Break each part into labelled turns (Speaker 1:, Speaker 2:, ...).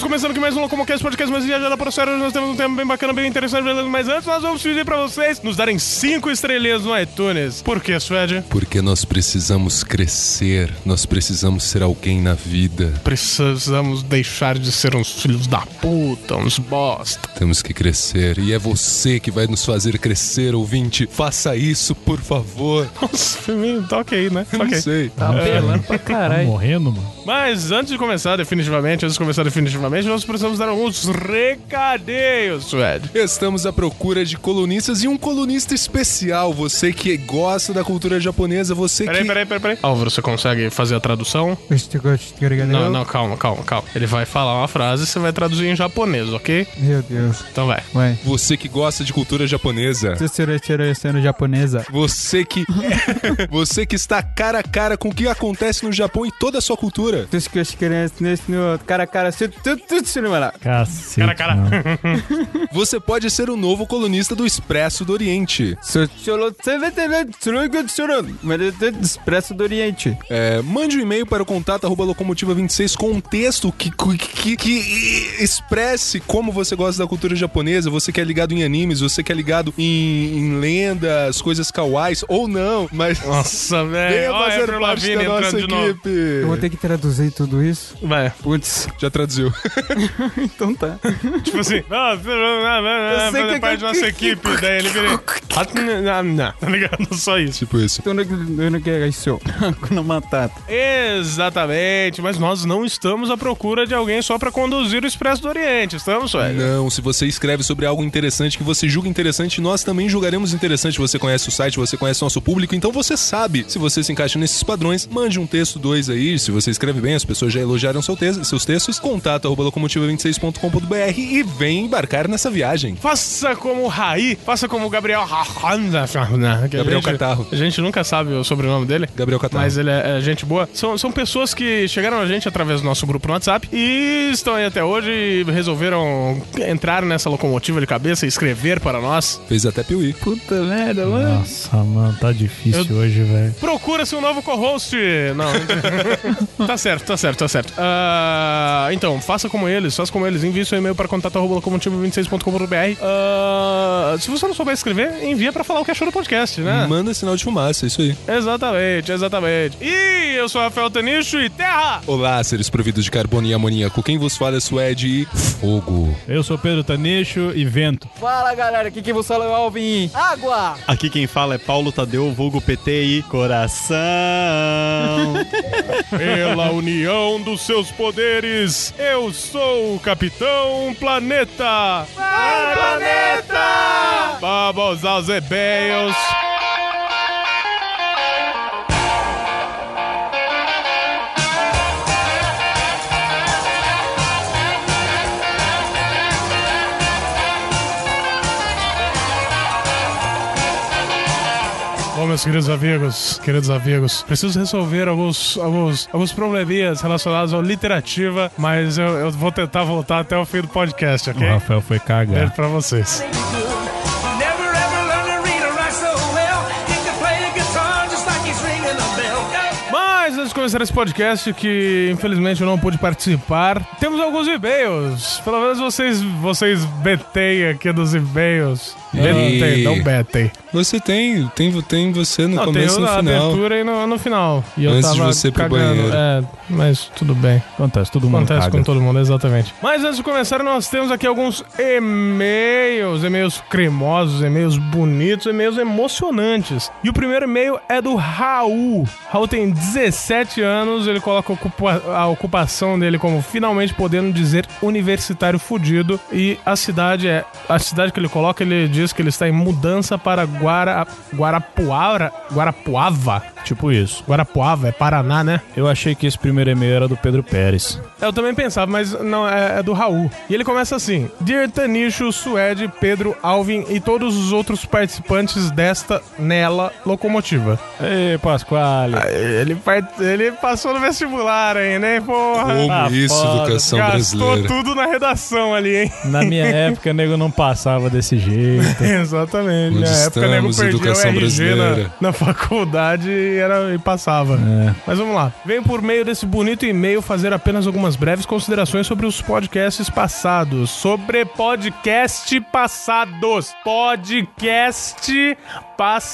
Speaker 1: começando aqui mais um Locomocast, podcast mais viajado para o sério. Hoje nós temos um tema bem bacana, bem interessante, mas antes nós vamos pedir para vocês nos darem cinco estrelinhas no iTunes. Por quê, Suede?
Speaker 2: Porque nós precisamos crescer, nós precisamos ser alguém na vida.
Speaker 1: Precisamos deixar de ser uns filhos da puta, uns bosta.
Speaker 2: Temos que crescer e é você que vai nos fazer crescer, ouvinte. Faça isso, por favor.
Speaker 1: Nossa, meio- tá ok, né?
Speaker 2: Eu
Speaker 1: Ok.
Speaker 2: Não sei.
Speaker 3: Tá pelando pra caralho.
Speaker 4: Tá Morrendo, mano.
Speaker 1: Mas antes de começar definitivamente, antes de começar definitivamente, nós precisamos dar alguns recadeios, Suede.
Speaker 2: Estamos à procura de colunistas e um colunista especial. Você que gosta da cultura japonesa, você
Speaker 1: Peraí,
Speaker 2: que.
Speaker 1: peraí, peraí, peraí. Álvaro, você consegue fazer a tradução? Não, não, calma, calma, calma. Ele vai falar uma frase e você vai traduzir em japonês, ok?
Speaker 3: Meu Deus.
Speaker 1: Então vai.
Speaker 3: Mãe,
Speaker 2: Você que gosta de cultura japonesa.
Speaker 3: Tsutsuru Chiroi sendo japonesa.
Speaker 2: Você que. você que está cara a cara com o que acontece no Japão e toda a sua cultura.
Speaker 3: Tsutsuru Chiroi nesse no cara a cara. Tsutsuru, mano.
Speaker 4: Cacete.
Speaker 1: Cara, cara.
Speaker 4: mano.
Speaker 2: Você pode ser o novo colunista do Expresso do Oriente.
Speaker 3: Tsutsuru Tsutsuru Mas é Expresso do Oriente.
Speaker 2: É, mande um e-mail para o contato arroba locomotiva26 com um texto que, que, que- que expresse como você gosta da cultura japonesa, você que é ligado em animes, você que é ligado em, em lendas, coisas kawais, ou não, mas
Speaker 1: Nossa, É,
Speaker 2: venha
Speaker 1: velho. Ó,
Speaker 2: fazer
Speaker 1: April
Speaker 2: parte
Speaker 1: Lavigne
Speaker 2: da nossa
Speaker 1: entrando de novo.
Speaker 3: Eu vou
Speaker 2: equipe.
Speaker 3: ter que traduzir tudo isso?
Speaker 1: Vai.
Speaker 3: Putz,
Speaker 2: Já traduziu.
Speaker 3: então tá.
Speaker 1: Tipo assim, nossa,
Speaker 3: Eu sei
Speaker 1: fazer
Speaker 3: que-
Speaker 1: parte da nossa
Speaker 3: que-
Speaker 1: equipe. Daí ele vira. Ah, Tá ligado? Só isso.
Speaker 2: tipo isso.
Speaker 3: Então não quero isso. Não matata.
Speaker 1: Exatamente, mas nós não estamos à procura de alguém só pra conduzir o Expresso do Oriente, estamos, velho?
Speaker 2: Não, se você escreve sobre algo interessante que você julga interessante, nós também julgaremos interessante. Você conhece o site, você conhece o nosso público, então você sabe. Se você se encaixa nesses padrões, mande um texto, dois aí. Se você escreve bem, as pessoas já elogiaram seu te- seus textos. Contato arroba locomotiva26.com.br e vem embarcar nessa viagem.
Speaker 1: Faça como o Raí, faça como o Gabriel Rahanda. que a
Speaker 2: Gabriel
Speaker 1: gente-
Speaker 2: Catarro.
Speaker 1: A gente nunca sabe o sobrenome dele.
Speaker 2: Gabriel Catarro.
Speaker 1: Mas ele é, é gente boa. São, são pessoas que chegaram a gente através do nosso grupo no WhatsApp e estão aí até hoje e resolveram entrar nessa locomotiva de cabeça e escrever para nós.
Speaker 2: Fez até piuí.
Speaker 3: Puta merda, mano.
Speaker 4: Nossa, mano, tá difícil hoje, velho.
Speaker 1: Procura-se um novo co-host. Não. tá certo, tá certo, tá certo. Ah, então, faça como eles, faça como eles. Envie seu e-mail para contato.locomotivo26.com.br. Ah, se você não souber escrever, envia para falar o que achou do podcast, né?
Speaker 2: Manda sinal de fumaça, isso aí.
Speaker 1: Exatamente, exatamente. E eu sou Rafael Tanicho e terra!
Speaker 2: Olá, seres providos de carbono e amoníaco. Quem vos fala é Suede e fogo.
Speaker 4: Eu sou Pedro Tanecho e vento.
Speaker 3: Fala galera, aqui quem vos fala é o Alvin. Água!
Speaker 5: Aqui quem fala é Paulo Tadeu, vulgo PTI. Coração.
Speaker 1: Pela união dos seus poderes, eu sou o Capitão Planeta! Vai, Planeta! Vamos aos ebeios! Bom, meus queridos amigos, queridos amigos, preciso resolver alguns, alguns, alguns probleminhas relacionados ao literativa, mas eu, eu vou tentar voltar até o fim do podcast, ok?
Speaker 4: O Rafael foi
Speaker 1: Beijo
Speaker 4: cagar.
Speaker 1: pra vocês.
Speaker 6: Never ever learned to read or write so well. He could play the guitar just like he's ringing a bell.
Speaker 1: Mas antes de começar esse podcast, que infelizmente eu não pude participar, temos alguns e-mails. Pelo menos vocês, vocês betem aqui dos e-mails. Betem, não betem.
Speaker 2: Você tem, tem, tem você no
Speaker 1: Não,
Speaker 2: começo e
Speaker 1: tem
Speaker 2: no
Speaker 1: na
Speaker 2: final.
Speaker 1: abertura e no, no final. E eu
Speaker 2: Antes de
Speaker 1: tava
Speaker 2: você ir pro
Speaker 1: cagando.
Speaker 2: banheiro.
Speaker 1: É, mas tudo bem.
Speaker 4: Acontece, todo mundo
Speaker 1: Acontece
Speaker 4: caga.
Speaker 1: com todo mundo, exatamente. Mas antes de começar, nós temos aqui alguns e-mails, e-mails cremosos, e-mails bonitos, e-mails emocionantes. E o primeiro e-mail é do Raul. Raul tem 17 anos, ele coloca a ocupa- a ocupação dele como finalmente podendo dizer universitário fudido e a cidade é a cidade que ele coloca, ele diz que ele está em mudança para Guara Guarapuara, Guarapuava.
Speaker 4: Tipo isso.
Speaker 1: Guarapuava é Paraná, né?
Speaker 4: Eu achei que esse primeiro e-mail era do Pedro Pérez.
Speaker 1: É, Eu também pensava, mas não, é, é do Raul. E ele começa assim: Dear Tanicho, Suede, Pedro, Alvin e todos os outros participantes desta nela locomotiva.
Speaker 4: Ei, Pasquale.
Speaker 1: Ele, part- ele passou no vestibular ainda, hein, porra? Tá
Speaker 2: Como
Speaker 4: Ah,
Speaker 2: isso,
Speaker 4: foda.
Speaker 2: educação
Speaker 1: Gastou
Speaker 2: brasileira.
Speaker 1: tudo na redação ali, hein?
Speaker 4: Na minha época, nego não passava desse jeito.
Speaker 1: Exatamente.
Speaker 2: Onde
Speaker 1: na época, o nego
Speaker 2: estamos,
Speaker 1: perdia o
Speaker 2: educação
Speaker 1: RG na,
Speaker 2: brasileira?
Speaker 1: na faculdade e e, era, e passava.
Speaker 4: É.
Speaker 1: Mas vamos lá. Venho por meio desse bonito e-mail fazer apenas algumas breves considerações sobre os podcasts passados. Sobre podcast passados. Podcast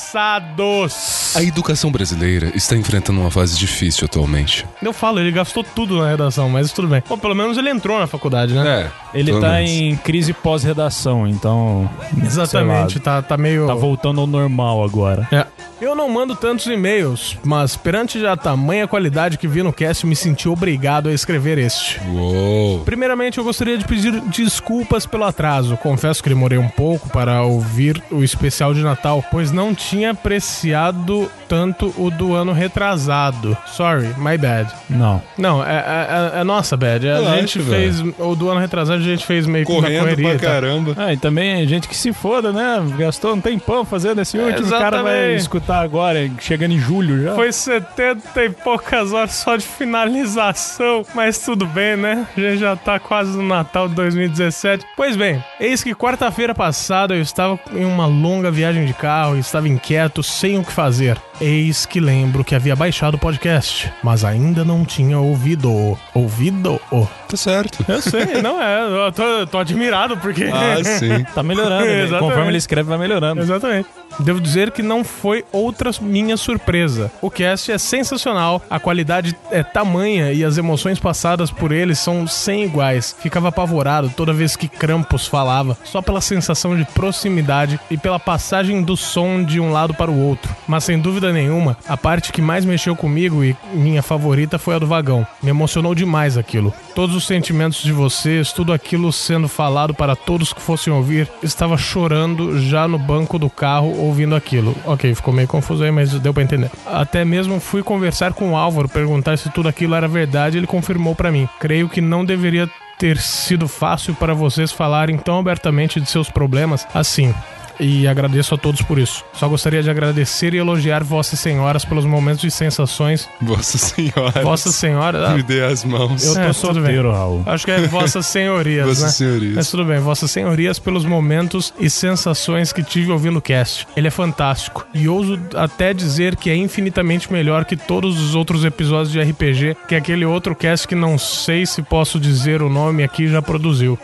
Speaker 1: passados.
Speaker 2: A educação brasileira está enfrentando uma fase difícil atualmente.
Speaker 1: Eu falo, ele gastou tudo na redação, mas tudo bem. Bom, pelo menos ele entrou na faculdade, né?
Speaker 2: É.
Speaker 4: Ele
Speaker 2: pelo
Speaker 4: tá
Speaker 2: menos.
Speaker 4: em crise pós-redação, então.
Speaker 1: Exatamente,
Speaker 4: sei
Speaker 1: tá, tá meio.
Speaker 4: lá, Tá voltando ao normal agora.
Speaker 1: É. Eu não mando tantos e-mails, mas perante já a tamanha qualidade que vi no cast, me senti obrigado a escrever este.
Speaker 2: Uou.
Speaker 1: Primeiramente, eu gostaria de pedir desculpas pelo atraso. Confesso que demorei um pouco para ouvir o especial de Natal, pois não tinha apreciado tanto o do ano retrasado. Sorry, my bad.
Speaker 4: Não.
Speaker 1: Não, é, é- é- é nossa bad. A
Speaker 2: Eu
Speaker 1: gente
Speaker 2: acho,
Speaker 1: fez. O do ano retrasado a gente fez meio que na
Speaker 2: Correndo
Speaker 1: correria. tá?
Speaker 2: pra
Speaker 1: e tal.
Speaker 2: caramba.
Speaker 4: Ah, e também é gente que se foda, né? Gastou um tempão fazendo esse último. o cara vai
Speaker 1: É, exatamente.
Speaker 4: escutar agora, chegando em julho já.
Speaker 1: Foi 70 e poucas horas só de finalização, mas tudo bem, né? A gente já tá quase no Natal de 2017. Pois bem, eis que quarta-feira passada eu estava em uma longa viagem de carro e estava inquieto, sem o que fazer. Eis que lembro que havia baixado o podcast, mas ainda não tinha ouvido-o. Ouvido-o?
Speaker 2: Tá certo.
Speaker 1: Eu sei, não é. Eu tô, eu tô admirado porque.
Speaker 2: Ah, sim.
Speaker 4: Tá melhorando, né?
Speaker 1: Exatamente.
Speaker 4: Conforme ele escreve, vai melhorando.
Speaker 1: Exatamente. Devo dizer que não foi outra minha surpresa. O cast é sensacional, a qualidade é tamanha e as emoções passadas por ele são sem iguais. Ficava apavorado toda vez que Krampus falava, só pela sensação de proximidade e pela passagem do som de um lado para o outro. Mas sem dúvida nenhuma, a parte que mais mexeu comigo e minha favorita foi a do vagão. Me emocionou demais aquilo. Todos os sentimentos de vocês, tudo aquilo sendo falado para todos que fossem ouvir, estava chorando já no banco do carro ouvindo aquilo. Ok, ficou meio confuso aí, mas deu pra entender. Até mesmo fui conversar com o Álvaro, perguntar se tudo aquilo era verdade, ele confirmou pra mim. Creio que não deveria ter sido fácil para vocês falarem tão abertamente de seus problemas assim. E agradeço a todos por isso. Só gostaria de agradecer e elogiar Vossas Senhoras pelos momentos de sensações.
Speaker 2: Vossa Senhora.
Speaker 1: Vossas Senhoras. ah,
Speaker 2: Me dê as mãos.
Speaker 1: Eu tô
Speaker 4: Tô
Speaker 1: É, tudo bem.
Speaker 4: solteiro, Raul.
Speaker 1: Acho que é Vossas Senhorias,
Speaker 2: Vossas
Speaker 1: né?
Speaker 2: Senhorias.
Speaker 1: Mas tudo bem, Vossas Senhorias pelos momentos e sensações que tive ouvindo o cast. Ele é fantástico. E ouso até dizer que é infinitamente melhor que todos os outros episódios de RPG que aquele outro cast que não sei se posso dizer o nome aqui já produziu.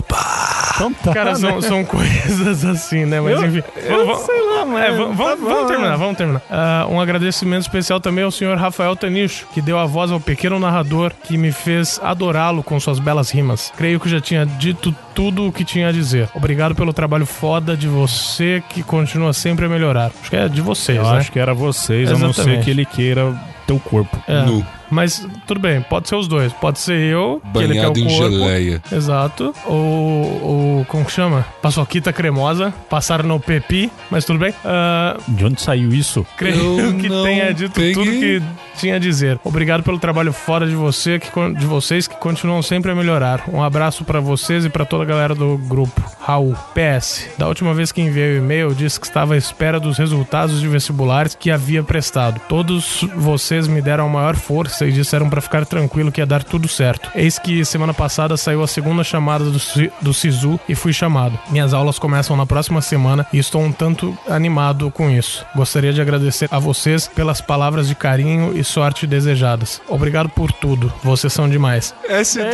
Speaker 4: Então tá.
Speaker 1: Ah, Cara,
Speaker 4: né?
Speaker 1: são, são coisas assim, né? Mas enfim. vamos-
Speaker 4: sei lá, mas
Speaker 1: é, v- vamos,
Speaker 4: tá
Speaker 1: vamos
Speaker 4: bom,
Speaker 1: terminar,
Speaker 4: né?
Speaker 1: vamos terminar. Ah, um agradecimento especial também ao senhor Rafael Tanicho, que deu a voz ao pequeno narrador que me fez adorá-lo com suas belas rimas. Creio que já tinha dito tudo o que tinha a dizer. Obrigado pelo trabalho foda de você que continua sempre a melhorar. Acho que é de vocês,
Speaker 4: Eu
Speaker 1: né?
Speaker 4: acho que era vocês, a não ser
Speaker 1: Exatamente.
Speaker 4: que ele queira teu corpo.
Speaker 1: É.
Speaker 2: Nu,
Speaker 1: Mas tudo bem, pode ser os dois. Pode ser eu, que ele
Speaker 2: banhado
Speaker 1: tem
Speaker 2: em
Speaker 1: o corpo.
Speaker 2: geleia.
Speaker 1: Exato. Ou, ou como que chama? Paçoquita cremosa. Passaram no Pepi, mas tudo bem. Ah,
Speaker 4: De onde saiu isso?
Speaker 1: creio
Speaker 2: Eu
Speaker 1: que
Speaker 2: não
Speaker 1: tenha dito
Speaker 2: peguei.
Speaker 1: tudo que tinha a dizer. Obrigado pelo trabalho fora de você, que con- de vocês que continuam sempre a melhorar. Um abraço pra vocês e pra toda a galera do grupo. Raul. PS. Da última vez que enviei o e-mail, disse que estava à espera dos resultados de vestibulares que havia prestado. Todos vocês me deram a maior força e disseram pra ficar tranquilo que ia dar tudo certo. Eis que semana passada saiu a segunda chamada do, Si- do Sisu e fui chamado. Minhas aulas começam na próxima semana e estou um tanto animado com isso. Gostaria de agradecer a vocês pelas palavras de carinho e sorte desejadas. Obrigado por tudo. Vocês são demais.
Speaker 2: S2,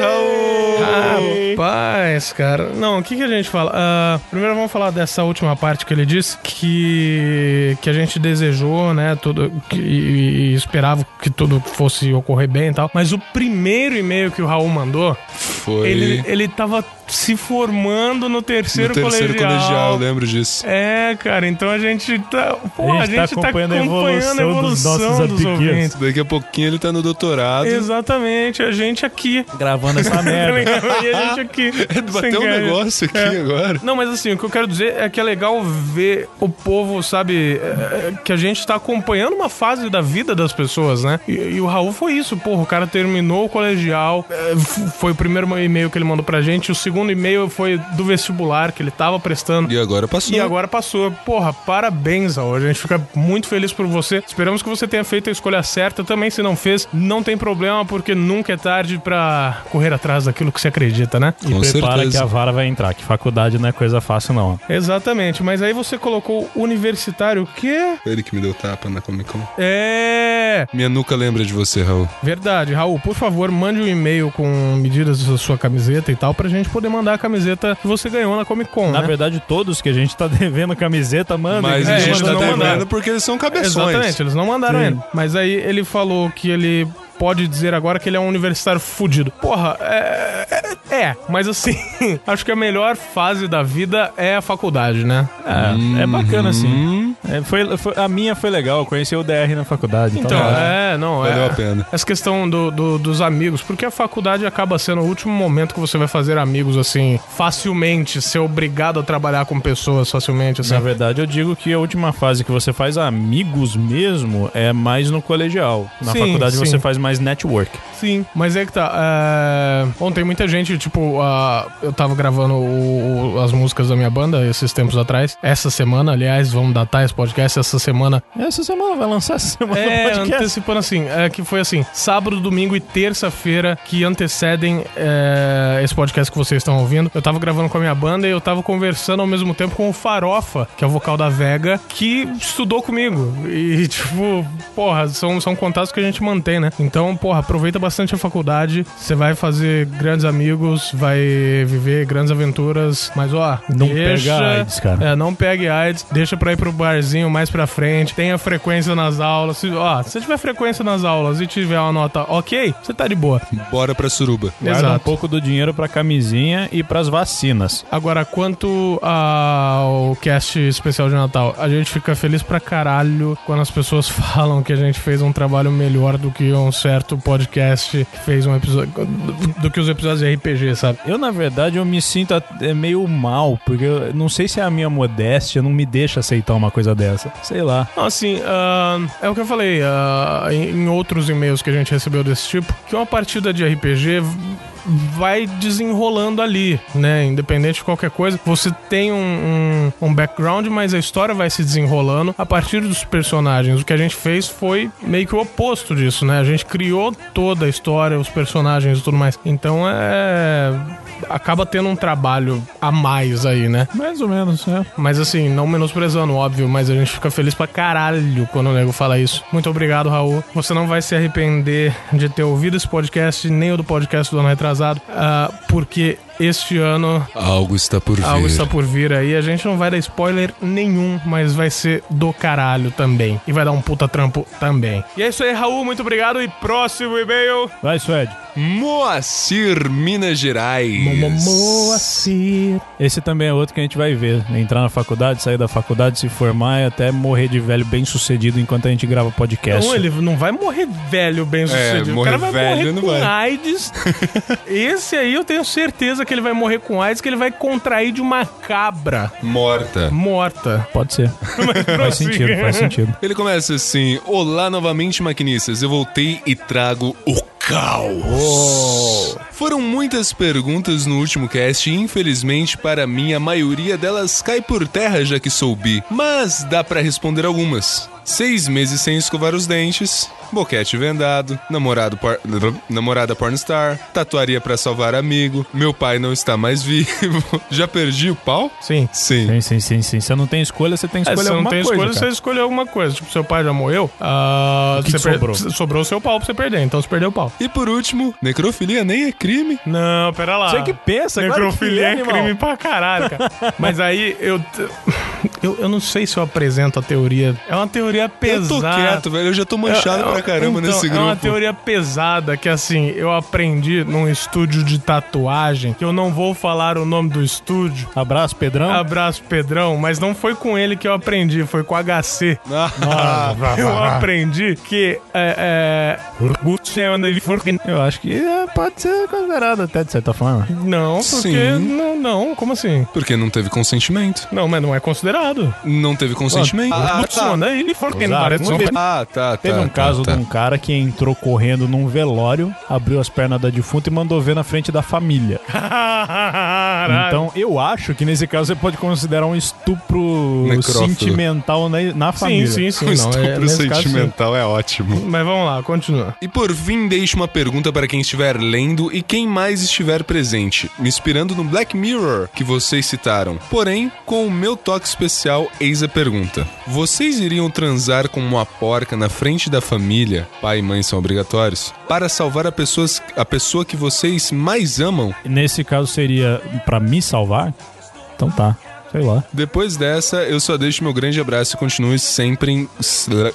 Speaker 2: Raul!
Speaker 1: Rapaz, cara. Não, o que, que a gente fala? Ah, primeiro vamos falar dessa última parte que ele disse que, que a gente desejou, né? Tudo, que- e, e esperava que tudo fosse ocorrer bem e tal. Mas o primeiro e-mail que o Raul mandou,
Speaker 2: Foi
Speaker 1: ele, ele tava se formando no terceiro,
Speaker 2: no terceiro
Speaker 1: colegial.
Speaker 2: colegial, né? eu lembro disso.
Speaker 1: É, cara, então a gente tá. Pô, a gente, tá acompanhando, a
Speaker 4: evolução dos
Speaker 1: evolução dos,
Speaker 4: nossos amiguinhos.
Speaker 1: ouvintes.
Speaker 2: Daqui a pouquinho ele tá no doutorado.
Speaker 1: Exatamente, a gente aqui.
Speaker 4: Gravando essa merda.
Speaker 1: e a gente aqui. sem
Speaker 2: É, né? Bateu um
Speaker 1: ganhar.
Speaker 2: negócio aqui
Speaker 1: É.
Speaker 2: agora.
Speaker 1: Não, mas assim, o que eu quero dizer é que é legal ver o povo, sabe, é, é, que a gente tá acompanhando uma fase da vida das pessoas, né? E, e o Raul foi isso, porra. O cara terminou o colegial, é, f- foi o primeiro e-mail que ele mandou pra gente, o segundo segundo e-mail foi do vestibular que ele tava prestando.
Speaker 2: E agora passou.
Speaker 1: E agora passou. Porra, parabéns, Raul. A gente fica muito feliz por você. Esperamos que você tenha feito a escolha certa. Também, se não fez, não tem problema, porque nunca é tarde pra correr atrás daquilo que você acredita, né?
Speaker 2: Com
Speaker 4: Prepara
Speaker 2: certeza.
Speaker 4: que a vara vai entrar, que faculdade não é coisa fácil, não.
Speaker 1: Exatamente. Mas aí você colocou universitário, o quê?
Speaker 2: Foi Ele que me deu tapa na Comic Con.
Speaker 1: É.
Speaker 2: Minha nuca lembra de você, Raul.
Speaker 1: Verdade. Raul, por favor, mande um e-mail com medidas da sua camiseta e tal, pra gente poder mandar a camiseta que você ganhou na Comic Con,
Speaker 4: Na
Speaker 1: né?
Speaker 4: verdade, todos que a gente tá devendo camiseta, manda.
Speaker 2: Mas
Speaker 1: É,
Speaker 2: a
Speaker 1: eles
Speaker 2: gente tá
Speaker 1: não mandaram.
Speaker 2: devendo porque eles são cabeções.
Speaker 1: Exatamente, eles não mandaram ainda. Mas aí ele falou que ele pode dizer agora que ele é um universitário fudido. Porra, é. É, é, mas assim, acho que a melhor fase da vida é a faculdade, né?
Speaker 4: É, é bacana,
Speaker 1: Uhum.
Speaker 4: assim. É, foi, foi- a minha foi legal, eu conheci o DR na faculdade. né?
Speaker 1: Então, é, não, é.
Speaker 2: Valeu a pena.
Speaker 1: Essa questão do, do- dos amigos, porque a faculdade acaba sendo o último momento que você vai fazer amigos, assim, facilmente, ser obrigado a trabalhar com pessoas facilmente, assim.
Speaker 4: Na verdade, eu digo que a última fase que você faz amigos mesmo é mais no colegial. Na
Speaker 1: Sim,
Speaker 4: faculdade
Speaker 1: sim.
Speaker 4: você faz mais network.
Speaker 1: Sim, mas é que tá. é, Ontem muita gente, tipo, ah, eu tava gravando o- o- as músicas da minha banda esses tempos atrás. Essa semana, aliás, vamos datar esse podcast. Essa semana
Speaker 4: Essa semana vai lançar essa semana
Speaker 1: é,
Speaker 4: no podcast.
Speaker 1: antecipando assim, é, que foi assim, sábado, domingo e terça-feira que antecedem é, esse podcast que vocês estão ouvindo. Eu tava gravando com a minha banda e eu tava conversando ao mesmo tempo com o Farofa, que é o vocal da Vega, que estudou comigo. E, tipo, porra, são, são contatos que a gente mantém, né? Então, porra, aproveita bastante a faculdade, você vai fazer grandes amigos, vai viver grandes aventuras, mas ó,
Speaker 4: Não
Speaker 1: deixa...
Speaker 4: pega AIDS, cara.
Speaker 1: É, não pegue AIDS, deixa pra ir pro barzinho mais pra frente, tenha frequência nas aulas. Se, ó, se você tiver frequência nas aulas e tiver uma nota ok, você tá de boa.
Speaker 2: Bora pra suruba.
Speaker 4: Guarda um pouco do dinheiro pra camisinha e pras vacinas.
Speaker 1: Agora, quanto ao cast especial de Natal, a gente fica feliz pra caralho quando as pessoas falam que a gente fez um trabalho melhor do que um certo podcast que fez um episódio. do- do que os episódios de RPG, sabe?
Speaker 4: Eu, na verdade, eu me sinto até meio mal, porque eu não sei se é a minha modéstia, não me deixa aceitar uma coisa dessa. Sei lá.
Speaker 1: Não, assim, ah, é o que eu falei ah, em, em outros e-mails que a gente recebeu desse tipo, que uma partida de RPG v- vai desenrolando ali, né? Independente de qualquer coisa, você tem um, um- um background, mas a história vai se desenrolando a partir dos personagens. O que a gente fez foi meio que o oposto disso, né? A gente criou toda a história, os personagens e tudo mais. Então é. acaba tendo um trabalho a mais aí, né?
Speaker 4: Mais ou menos, né?
Speaker 1: Mas assim, não menosprezando, óbvio, mas a gente fica feliz pra caralho quando o nego fala isso. Muito obrigado, Raul. Você não vai se arrepender de ter ouvido esse podcast, nem o do podcast do ano retrasado, ah, porque este ano
Speaker 2: Algo está por vir.
Speaker 1: algo está por vir aí. A gente não vai dar spoiler nenhum, mas vai ser do caralho também. E vai dar um puta trampo também. E é isso aí, Raul. Muito obrigado e próximo e-mail.
Speaker 4: Vai, Suede.
Speaker 2: Moacir, Minas Gerais.
Speaker 1: Moacir.
Speaker 4: Esse também é outro que a gente vai ver. Entrar na faculdade, sair da faculdade, se formar e até morrer de velho bem sucedido enquanto a gente grava podcast.
Speaker 1: Não, Então, É um ele não vai morrer velho, bem sucedido. o
Speaker 2: morrer
Speaker 1: cara vai
Speaker 2: velho
Speaker 1: morrer
Speaker 2: não
Speaker 1: com
Speaker 2: vai.
Speaker 1: AIDS. Esse aí eu tenho certeza que ele vai morrer com AIDS, que ele vai contrair de uma cabra
Speaker 2: Morta.
Speaker 1: morta.
Speaker 4: Pode ser. faz sentido, faz sentido.
Speaker 2: Ele começa assim: Olá novamente, maquinistas. Eu voltei e trago o caos. Foram muitas perguntas no último cast e, infelizmente, para mim, a maioria delas cai por terra já que sou bi. Mas dá pra responder algumas. Seis meses sem escovar os dentes, boquete vendado, namorado por... namorada pornstar, tatuaria pra salvar amigo, meu pai não está mais vivo, já perdi o pau?
Speaker 1: Sim.
Speaker 2: Sim.
Speaker 4: Sim, sim, sim, sim. Você não tem escolha, você tem que
Speaker 1: É,
Speaker 4: escolher
Speaker 1: você não
Speaker 4: alguma
Speaker 1: tem
Speaker 4: coisa.
Speaker 1: escolha,
Speaker 4: cara.
Speaker 1: você escolheu alguma coisa. Tipo, seu pai já morreu, ah,
Speaker 4: O que
Speaker 1: você
Speaker 4: que
Speaker 1: per-
Speaker 4: sobrou?
Speaker 1: sobrou o seu pau pra você perder, então você perdeu o pau.
Speaker 2: E por último, necrofilia nem é crime.
Speaker 1: Não, pera lá.
Speaker 4: Você que pensa, claro que
Speaker 1: Necrofilia é
Speaker 4: animal.
Speaker 1: crime pra caralho, cara. Mas aí eu, eu. Eu não sei se eu apresento a teoria. É uma teoria
Speaker 2: Eu tô
Speaker 1: pesada.
Speaker 2: quieto, velho. Eu já tô manchado
Speaker 1: É, é,
Speaker 2: pra caramba
Speaker 1: então,
Speaker 2: nesse
Speaker 1: É uma
Speaker 2: grupo.
Speaker 1: teoria pesada que, assim, eu aprendi num estúdio de tatuagem, que eu não vou falar o nome do estúdio.
Speaker 4: Abraço, Pedrão.
Speaker 1: Abraço, Pedrão, mas não foi com ele que eu aprendi, foi com o HC.
Speaker 2: Ah,
Speaker 1: eu aprendi que. É, é...
Speaker 4: Eu acho que é, pode ser considerado até de certa forma.
Speaker 1: um Não, porque.
Speaker 2: Sim.
Speaker 1: Não, não, como assim?
Speaker 2: Porque não teve consentimento.
Speaker 1: Não, mas não é considerado. errado.
Speaker 2: Não teve consentimento.
Speaker 3: Ah,
Speaker 1: Putz,
Speaker 3: tá.
Speaker 1: manda ele fora que ele
Speaker 4: Exato. Então,
Speaker 1: parece. um
Speaker 4: Muito
Speaker 3: Ah, tá, tá.
Speaker 4: Teve um
Speaker 3: tá,
Speaker 4: caso
Speaker 3: tá.
Speaker 4: de um cara que entrou correndo num velório, abriu as pernas da defunta e mandou ver na frente da família.
Speaker 1: Caralho.
Speaker 4: Então, eu acho que nesse caso você pode considerar um estupro
Speaker 2: Necrófilo.
Speaker 4: sentimental na, na
Speaker 1: Sim,
Speaker 4: família.
Speaker 1: sim, sim.
Speaker 2: O
Speaker 1: Não, é,
Speaker 2: Um estupro
Speaker 1: nesse caso, sim.
Speaker 2: sentimental é ótimo.
Speaker 1: Mas vamos lá, continua.
Speaker 2: E por fim, deixo uma pergunta para quem estiver lendo e quem mais estiver presente, me inspirando no Black Mirror que vocês citaram. Porém, com o meu toque especial, eis a pergunta: Vocês iriam transar com uma porca na frente da família, pai e mãe são obrigatórios, para salvar a, pessoas, a pessoa que vocês mais amam?
Speaker 4: Nesse caso seria pra me salvar? Então tá, sei lá.
Speaker 2: Depois dessa, eu só deixo meu grande abraço e continuem sempre, em-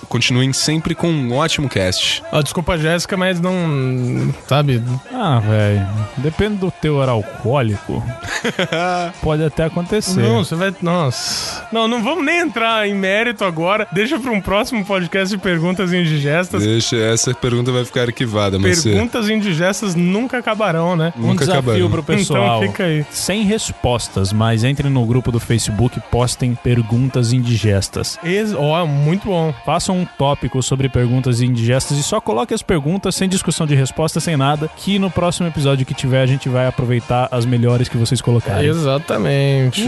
Speaker 2: continuem sempre com um ótimo cast.
Speaker 1: Ó, Ah, desculpa, Jéssica, mas não. Sabe?
Speaker 4: Ah, velho, depende do teu era alcoólico. pode até acontecer.
Speaker 1: Não, você vai. Nossa. Não, não vamos nem entrar em mérito agora. Deixa pra um próximo podcast de perguntas indigestas.
Speaker 2: Deixa, essa pergunta vai ficar arquivada, mas eh,
Speaker 1: Perguntas indigestas nunca acabarão, né?
Speaker 4: um
Speaker 2: nunca
Speaker 4: desafio
Speaker 2: acabaram.
Speaker 4: pro pessoal.
Speaker 1: Então fica aí.
Speaker 4: Sem respostas, mas entrem no grupo do Facebook e postem perguntas indigestas.
Speaker 1: Ex- Ó, muito bom.
Speaker 4: Faça um tópico sobre perguntas indigestas e só coloque as perguntas sem discussão de resposta, sem nada, que no próximo episódio que tiver a gente vai aproveitar as melhores que vocês colocarem.
Speaker 1: Exatamente.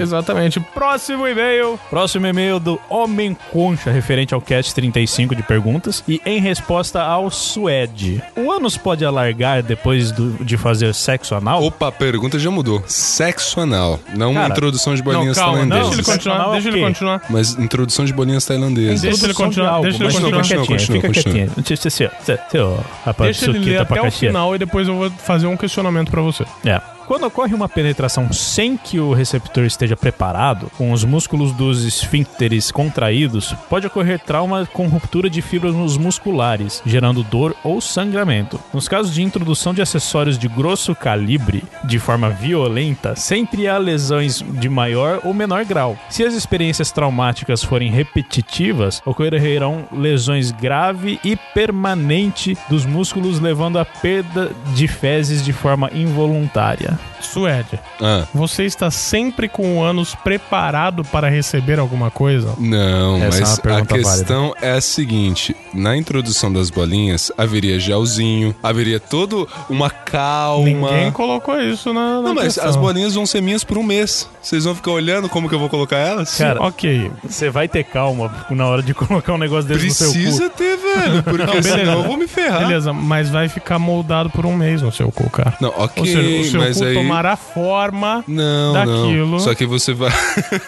Speaker 1: Exatamente. Próximo e-mail.
Speaker 4: Próximo e-mail do Homem Concha, referente ao cast 35 de perguntas, e em resposta ao Suede. O ânus pode alargar depois do- de fazer sexo anal?
Speaker 2: Opa, a pergunta já mudou. Sexo anal. Não
Speaker 4: Cara,
Speaker 2: introdução de
Speaker 1: Não,
Speaker 2: bolinhas
Speaker 1: calma, deixa ele
Speaker 2: tailandesas.
Speaker 1: continuar.
Speaker 4: Sensacional é
Speaker 1: Deixa
Speaker 4: o
Speaker 1: ele
Speaker 4: quê?
Speaker 1: continuar.
Speaker 2: Mas introdução de bolinhas tailandesas.
Speaker 1: Deixa ele
Speaker 4: Introdução de
Speaker 1: continuar,
Speaker 4: algo,
Speaker 1: deixa ele
Speaker 4: mas
Speaker 1: continuar.
Speaker 4: Fica quietinho,
Speaker 2: Continua,
Speaker 4: fica
Speaker 2: continua,
Speaker 4: quietinho. Deixa esse- esse- seu rapaz
Speaker 1: Deixa ele ler
Speaker 4: suquita
Speaker 1: até
Speaker 4: pra
Speaker 1: o
Speaker 4: cachê.
Speaker 1: final e depois eu vou fazer um questionamento pra você.
Speaker 4: É. Quando ocorre uma penetração sem que o receptor esteja preparado, com os músculos dos esfíncteres contraídos, pode ocorrer trauma com ruptura de fibras nos musculares, gerando dor ou sangramento. Nos casos de introdução de acessórios de grosso calibre de forma violenta, sempre há lesões de maior ou menor grau. Se as experiências traumáticas forem repetitivas, ocorrerão lesões grave e permanente dos músculos, levando à perda de fezes de forma involuntária.
Speaker 1: Suede,
Speaker 2: Ah,
Speaker 1: você está sempre com o ânus preparado para receber alguma coisa?
Speaker 2: não,
Speaker 4: Essa é uma
Speaker 2: mas a
Speaker 4: pergunta
Speaker 2: questão é a seguinte: na introdução das bolinhas, haveria gelzinho, haveria todo uma calma.
Speaker 1: Ninguém colocou isso na. na
Speaker 2: Não, mas
Speaker 1: questão.
Speaker 2: as bolinhas vão ser minhas por um mês. Vocês vão ficar olhando como que eu vou colocar elas?
Speaker 4: Cara,
Speaker 1: Ok.
Speaker 4: você vai ter calma na hora de colocar um negócio desse no seu cu.
Speaker 2: Precisa ter, velho, porque
Speaker 1: beleza.
Speaker 2: senão eu vou me ferrar.
Speaker 1: Beleza, mas vai ficar moldado por um mês no seu cu, cara.
Speaker 2: Não, ok,
Speaker 1: Ou seja, o seu
Speaker 2: mas
Speaker 1: cu
Speaker 2: aí...
Speaker 1: tomará forma.
Speaker 2: Não,
Speaker 1: daquilo.
Speaker 2: não. Só que você vai.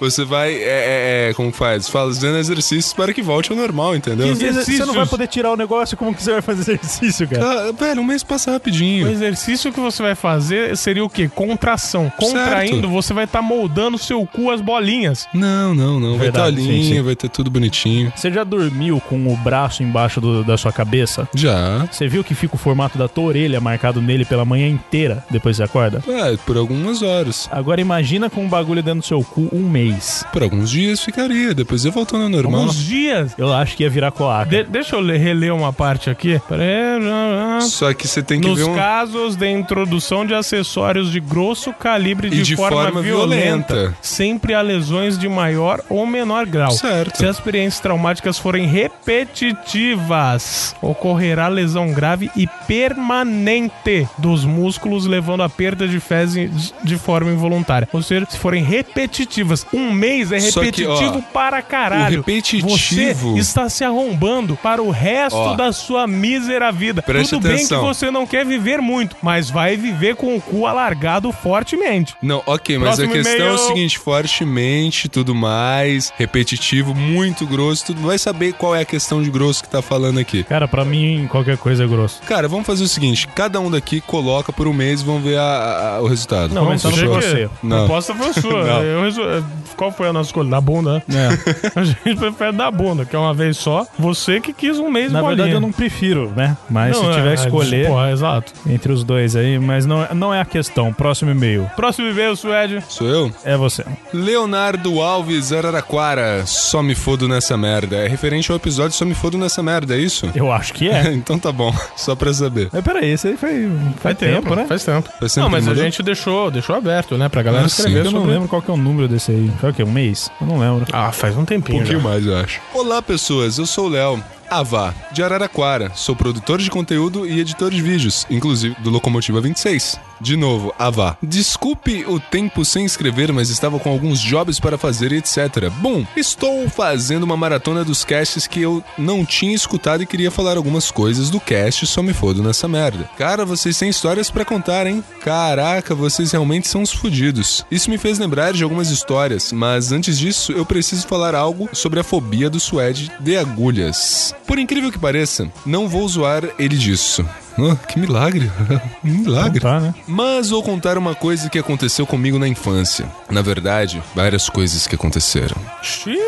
Speaker 2: você vai. É, é, é, como faz? Fazendo exercícios para que volte ao normal, entendeu?
Speaker 1: Que
Speaker 4: Você não
Speaker 1: exercícios.
Speaker 4: vai poder tirar o negócio como que você vai fazer exercício,
Speaker 1: é.
Speaker 4: cara.
Speaker 2: Ah, velho, um mês passa
Speaker 1: O
Speaker 2: rapidinho.
Speaker 1: é. exercício que você vai fazer seria o quê? Contração. Contraindo,
Speaker 2: Certo.
Speaker 1: você vai estar moldando seu cu às bolinhas.
Speaker 2: Não, não, não. Vai ter a
Speaker 4: Verdade, sim,
Speaker 2: linha,
Speaker 4: sim.
Speaker 2: vai ter tudo bonitinho.
Speaker 4: Você já dormiu com o braço embaixo do- da sua cabeça?
Speaker 2: Já.
Speaker 4: Você viu que fica o formato da tua orelha marcado nele pela manhã inteira depois que você acorda?
Speaker 2: É, por algumas horas.
Speaker 4: Agora imagina com um bagulho dentro do seu cu um mês.
Speaker 2: Por alguns dias ficaria, depois ia voltando ao normal.
Speaker 1: Alguns dias.
Speaker 4: Eu acho que ia virar coaca.
Speaker 1: De- deixa eu ler- reler uma parte aqui. Pera aí, já, já.
Speaker 2: Só que você tem que
Speaker 1: Nos
Speaker 2: ver um.
Speaker 1: casos de introdução de acessórios de grosso calibre de,
Speaker 2: de
Speaker 1: forma,
Speaker 2: forma
Speaker 1: violenta,
Speaker 2: violenta.
Speaker 1: sempre há lesões de maior ou menor grau.
Speaker 2: Certo.
Speaker 1: Se as experiências traumáticas forem repetitivas, ocorrerá lesão grave e permanente dos músculos, levando à perda de fezes de forma involuntária. Ou seja, se forem repetitivas, um mês é
Speaker 2: Só que,
Speaker 1: repetitivo
Speaker 2: ó,
Speaker 1: para caralho.
Speaker 2: o repetitivo-
Speaker 1: Você está se arrombando para o resto
Speaker 2: Ó.
Speaker 1: da sua mísera vida.
Speaker 2: Preste
Speaker 1: Tudo bem
Speaker 2: atenção.
Speaker 1: que você não quer viver muito, mas vai viver com o cu alargado fortemente.
Speaker 2: Não, ok, mas
Speaker 1: Próximo
Speaker 2: a questão é
Speaker 1: e-mail.
Speaker 2: o seguinte: fortemente, tudo mais, repetitivo, muito grosso, tudo. Vai saber qual é a questão de grosso que tá falando aqui.
Speaker 4: Cara, pra mim qualquer coisa é grosso.
Speaker 2: Cara, vamos fazer o seguinte: cada um daqui coloca por um mês e vamos ver a- a- o resultado.
Speaker 4: Não, mas só no
Speaker 2: Fechou?
Speaker 4: que você.
Speaker 1: A
Speaker 2: é Não.
Speaker 1: proposta foi sua.
Speaker 2: Não. É.
Speaker 1: Eu resol- Qual foi a nossa escolha? Da bunda, né? a gente prefere da bunda, que é uma vez só. Você que quis um mês
Speaker 4: Na
Speaker 1: bolinha.
Speaker 4: verdade eu não prefiro, né? Mas
Speaker 1: Não,
Speaker 4: se tiver
Speaker 1: é,
Speaker 4: que escolher
Speaker 1: Porra, exato.
Speaker 4: entre os dois aí, mas não, não é a questão. Próximo e-mail
Speaker 1: Próximo e-mail, Suede.
Speaker 2: Sou eu?
Speaker 4: é você.
Speaker 2: Leonardo Alves Araraquara, só me fodo nessa merda. É referente ao episódio Só me fodo nessa merda, é isso?
Speaker 4: Eu acho que é.
Speaker 2: então tá bom, só pra saber.
Speaker 4: Mas peraí, esse aí foi, faz tempo, né?
Speaker 1: Faz tempo.
Speaker 2: Faz Sempre
Speaker 1: Não, mas a
Speaker 2: mudou?
Speaker 1: gente deixou, deixou aberto, né? Pra galera
Speaker 2: Ah,
Speaker 1: escrever
Speaker 2: sim,
Speaker 4: Eu não
Speaker 1: sobre...
Speaker 4: lembro qual que é o número desse aí. Foi o quê? Um mês? Eu não lembro.
Speaker 1: Ah, faz um
Speaker 2: Um
Speaker 1: tempinho
Speaker 2: pouquinho
Speaker 1: já.
Speaker 2: mais, eu acho. Olá, pessoas. Eu sou o Léo. Avá, de Araraquara. Sou produtor de conteúdo e editor de vídeos, inclusive do Locomotiva 26. De novo, Avá. Desculpe o tempo sem escrever, mas estava com alguns jobs para fazer e etc. Bom, estou fazendo uma maratona dos casts que eu não tinha escutado e queria falar algumas coisas do cast, só me fodo nessa merda. Cara, vocês têm histórias pra contar, hein? Caraca, vocês realmente são uns fudidos. Isso me fez lembrar de algumas histórias, mas antes disso, eu preciso falar algo sobre a fobia do suede de agulhas. Por incrível que pareça, não vou zoar ele disso. Ah, que milagre! milagre!
Speaker 1: Então
Speaker 4: Tá, né?
Speaker 2: Mas vou contar uma coisa que aconteceu comigo na infância. Na verdade, várias coisas que aconteceram.
Speaker 1: Xiii,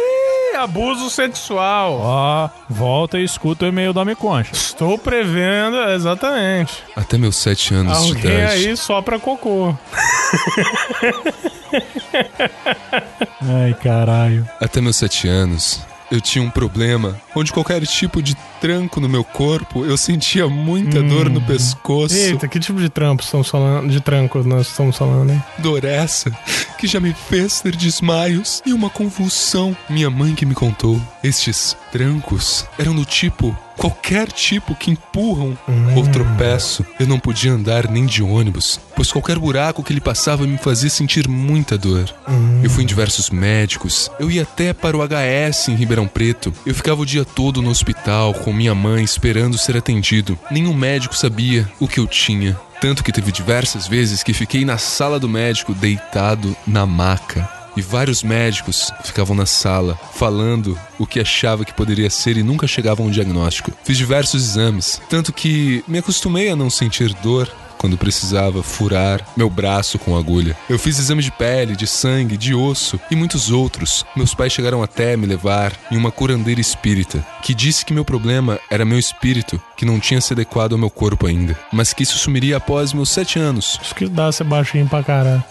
Speaker 1: abuso sexual.
Speaker 4: Ó, volta e escuta o e-mail da Miconcha.
Speaker 1: Estou prevendo, exatamente.
Speaker 2: Até meus sete anos de
Speaker 1: Alguém
Speaker 2: idade.
Speaker 1: aí só pra cocô.
Speaker 4: Ai, caralho.
Speaker 2: Até meus sete anos, eu tinha um problema onde qualquer tipo de tranco no meu corpo eu sentia muita dor no pescoço.
Speaker 1: Eita, que tipo de trampos estamos falando? De trancos nós estamos falando, hein?
Speaker 2: Dor essa que já me fez ter desmaios e uma convulsão. Minha mãe que me contou. Estes trancos eram do tipo. Qualquer tipo que empurram ou tropeço, eu não podia andar nem de ônibus, pois qualquer buraco que ele passava me fazia sentir muita dor. Eu fui em diversos médicos, eu ia até para o HS em Ribeirão Preto. Eu ficava o dia todo no hospital com minha mãe esperando ser atendido. Nenhum médico sabia o que eu tinha. Tanto que teve diversas vezes que fiquei na sala do médico deitado na maca. E vários médicos ficavam na sala, falando o que achava que poderia ser e nunca chegavam a um diagnóstico. Fiz diversos exames, tanto que me acostumei a não sentir dor quando precisava furar meu braço com agulha. Eu fiz exame de pele, de sangue, de osso e muitos outros. Meus pais chegaram até me levar em uma curandeira espírita, que disse que meu problema era meu espírito, que não tinha se adequado ao meu corpo ainda, mas que isso sumiria após meus sete anos.
Speaker 1: Isso que dá ser baixinho pra caralho.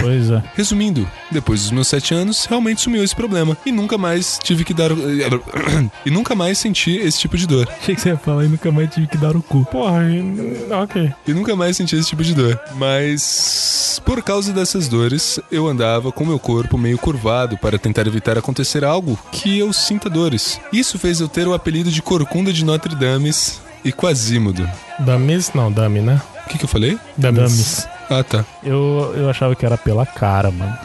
Speaker 4: Pois é.
Speaker 2: Resumindo, depois dos meus 7 anos, realmente sumiu esse problema e nunca mais tive que dar e nunca mais senti esse tipo de dor.
Speaker 4: Achei que você ia falar e nunca mais tive que dar o cu.
Speaker 1: Porra, e- ok.
Speaker 2: E nunca mais senti esse tipo de dor. Mas por causa dessas dores, eu andava com meu corpo meio curvado para tentar evitar acontecer algo que eu sinta dores. Isso fez eu ter o apelido de Corcunda de Notre Dame e Quasímodo.
Speaker 1: Damis não, dami, né?
Speaker 2: O que que eu falei?
Speaker 1: Damis.
Speaker 2: Ah, tá.
Speaker 4: Eu, eu achava que era pela cara, mano.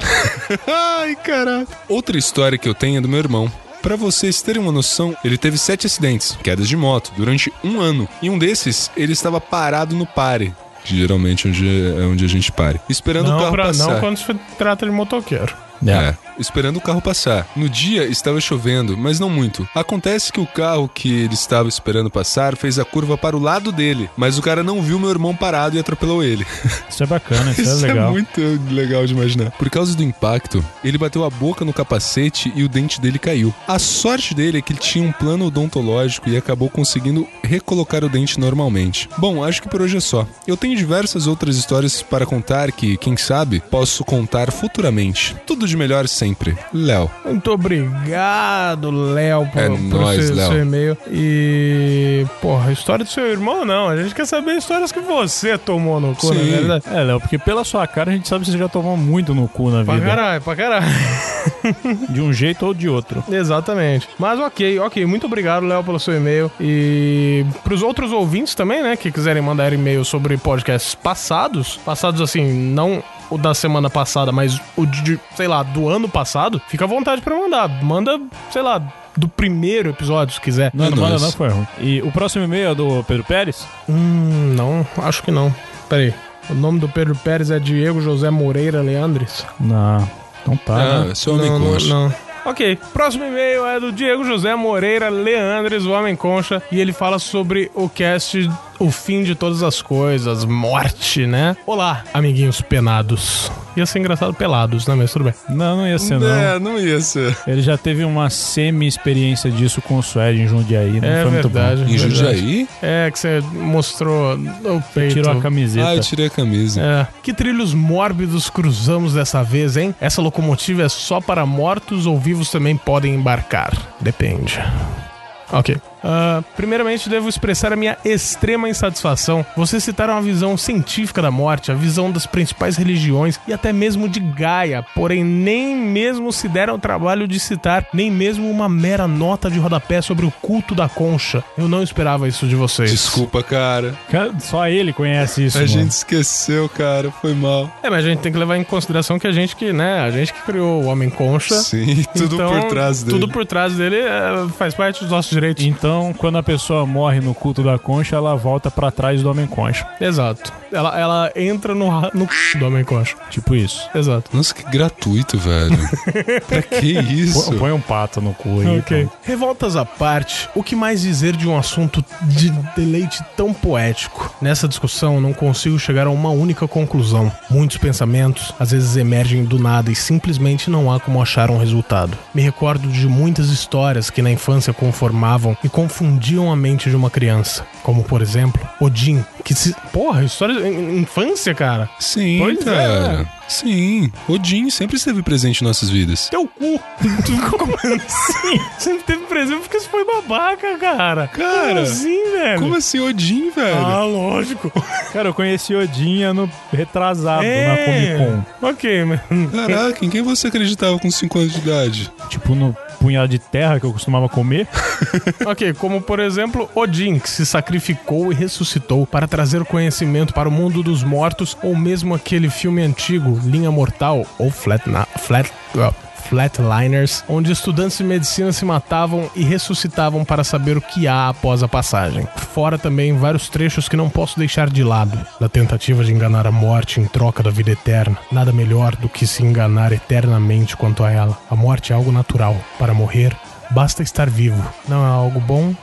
Speaker 2: Ai, caraca. Outra história que eu tenho é do meu irmão. Pra vocês terem uma noção, ele teve sete acidentes, quedas de moto, durante um ano. E um desses, ele estava parado no pare. que Geralmente onde é onde a gente pare. Esperando o
Speaker 1: Não,
Speaker 2: carro
Speaker 1: pra,
Speaker 2: passar.
Speaker 1: não quando se trata de motoqueiro.
Speaker 2: É, esperando o carro passar. No dia estava chovendo, mas não muito. Acontece que o carro que ele estava esperando passar fez a curva para o lado dele, mas o cara não viu meu irmão parado e atropelou ele.
Speaker 4: Isso é bacana, isso,
Speaker 2: Isso
Speaker 4: é legal.
Speaker 2: é muito legal de imaginar. Por causa do impacto, ele bateu a boca no capacete e o dente dele caiu. A sorte dele é que ele tinha um plano odontológico e acabou conseguindo recolocar o dente normalmente. Bom, acho que por hoje é só. Eu tenho diversas outras histórias para contar que, quem sabe, posso contar futuramente. Tudo de melhor sempre. Léo.
Speaker 1: Muito obrigado, Léo, por,
Speaker 2: É
Speaker 1: por
Speaker 2: nóis,
Speaker 1: seu,
Speaker 2: Léo.
Speaker 1: seu e-mail. E, porra, a história do seu irmão não. A gente quer saber histórias que você tomou no cu, na
Speaker 2: Sim.
Speaker 1: verdade.
Speaker 4: É, Léo, porque pela sua cara a gente sabe que você já tomou muito no cu na
Speaker 1: Pra
Speaker 4: vida.
Speaker 1: caralho, pra caralho.
Speaker 4: De um jeito ou de outro.
Speaker 1: Exatamente. Mas ok, ok. Muito obrigado, Léo, pelo seu e-mail. E pros outros ouvintes também, né, que quiserem mandar e-mail sobre podcasts passados, passados assim, não o da semana passada, mas o de, sei lá, do ano passado, fica à vontade pra mandar. Manda, sei lá, do primeiro episódio, se quiser.
Speaker 4: Não,
Speaker 2: É
Speaker 4: não manda
Speaker 2: nóis.
Speaker 4: não, foi ruim. E o próximo e-mail é do Pedro Pérez?
Speaker 1: Hum, não, acho que não. Peraí. O nome do Pedro Pérez é Diego José Moreira Leandres?
Speaker 4: Não. Então tá, né?
Speaker 2: Ah, seu homem
Speaker 1: não, não,
Speaker 2: concha.
Speaker 1: não. Ok, próximo e-mail é do Diego José Moreira Leandres, o Homem Concha, e ele fala sobre o cast O Fim de Todas as Coisas, Morte, né? Olá, amiguinhos penados. Ia ser engraçado pelados, né? Mas tudo bem.
Speaker 4: Ah. Não, não ia ser não.
Speaker 2: É, não ia ser.
Speaker 4: Ele já teve uma semi-experiência disso com o Suede em Jundiaí, não
Speaker 1: É
Speaker 4: foi
Speaker 1: verdade.
Speaker 2: Em
Speaker 1: verdade.
Speaker 2: Jundiaí?
Speaker 1: É, que você mostrou o
Speaker 4: muito bom.
Speaker 1: peito.
Speaker 4: Tirou a camiseta.
Speaker 2: Ah, eu tirei a camisa.
Speaker 1: É. Que trilhos mórbidos cruzamos dessa vez, hein? Essa locomotiva é só para mortos ou vivos também podem embarcar? Depende. Ok. Ah, primeiramente, devo expressar a minha extrema insatisfação. Vocês citaram a visão científica da morte, a visão das principais religiões e até mesmo de Gaia, porém nem mesmo se deram o trabalho de citar nem mesmo uma mera nota de rodapé sobre o culto da concha. Eu não esperava isso de vocês.
Speaker 2: Desculpa, cara.
Speaker 4: Cara, Só ele conhece isso.
Speaker 2: A
Speaker 4: mano.
Speaker 2: gente esqueceu, cara. Foi mal.
Speaker 1: É, mas a gente tem que levar em consideração que a gente que, né, a gente que criou o Homem Concha.
Speaker 2: Sim, tudo
Speaker 1: Então,
Speaker 2: por trás dele.
Speaker 1: Tudo por trás dele é, faz parte dos nossos direitos.
Speaker 4: Então, quando a pessoa morre no culto da concha, ela volta pra trás do homem concha.
Speaker 1: Exato. Ela, ela entra no, ra- no c... do Homem Concha.
Speaker 4: Tipo isso.
Speaker 1: Exato.
Speaker 2: Nossa, que gratuito, velho. pra que isso?
Speaker 4: Pô- Põe um pato no cu aí. então.
Speaker 1: Ok. Revoltas à parte, o que mais dizer de um assunto de deleite tão poético? Nessa discussão, não consigo chegar a uma única conclusão. Muitos pensamentos às vezes emergem do nada e simplesmente não há como achar um resultado. Me recordo de muitas histórias que na infância conformavam e confundiam a mente de uma criança. Como, por exemplo, Odin, que se. Porra, história de in- infância, cara.
Speaker 2: Sim,
Speaker 1: Pois é.
Speaker 2: cara. Sim. Odin sempre esteve presente em nossas vidas.
Speaker 1: Teu cu. Como assim? Sempre teve presente porque você foi babaca, cara.
Speaker 2: Cara,
Speaker 1: Como assim, velho?
Speaker 2: Como assim, Odin, velho?
Speaker 1: Ah, lógico.
Speaker 4: Então. Cara, eu conheci Odinha no retrasado
Speaker 1: É.
Speaker 4: na Comic
Speaker 1: Ok, mas.
Speaker 2: Caraca, em quem você acreditava com 5 anos de idade?
Speaker 4: Con. Tipo no punhado de terra que eu costumava comer.
Speaker 1: Ok, como por exemplo, Odin, que se sacrificou e ressuscitou para trazer conhecimento para o mundo dos mortos, ou mesmo aquele filme antigo, Linha Mortal, ou Flat. Na, flat uh, Flatliners, onde estudantes de medicina se matavam e ressuscitavam para saber o que há após a passagem. Fora também vários trechos que não posso deixar de lado, da tentativa de enganar a morte em troca da vida eterna. Nada melhor do que se enganar eternamente quanto a ela. A morte é algo natural. Para morrer, Basta estar vivo. Não é algo bom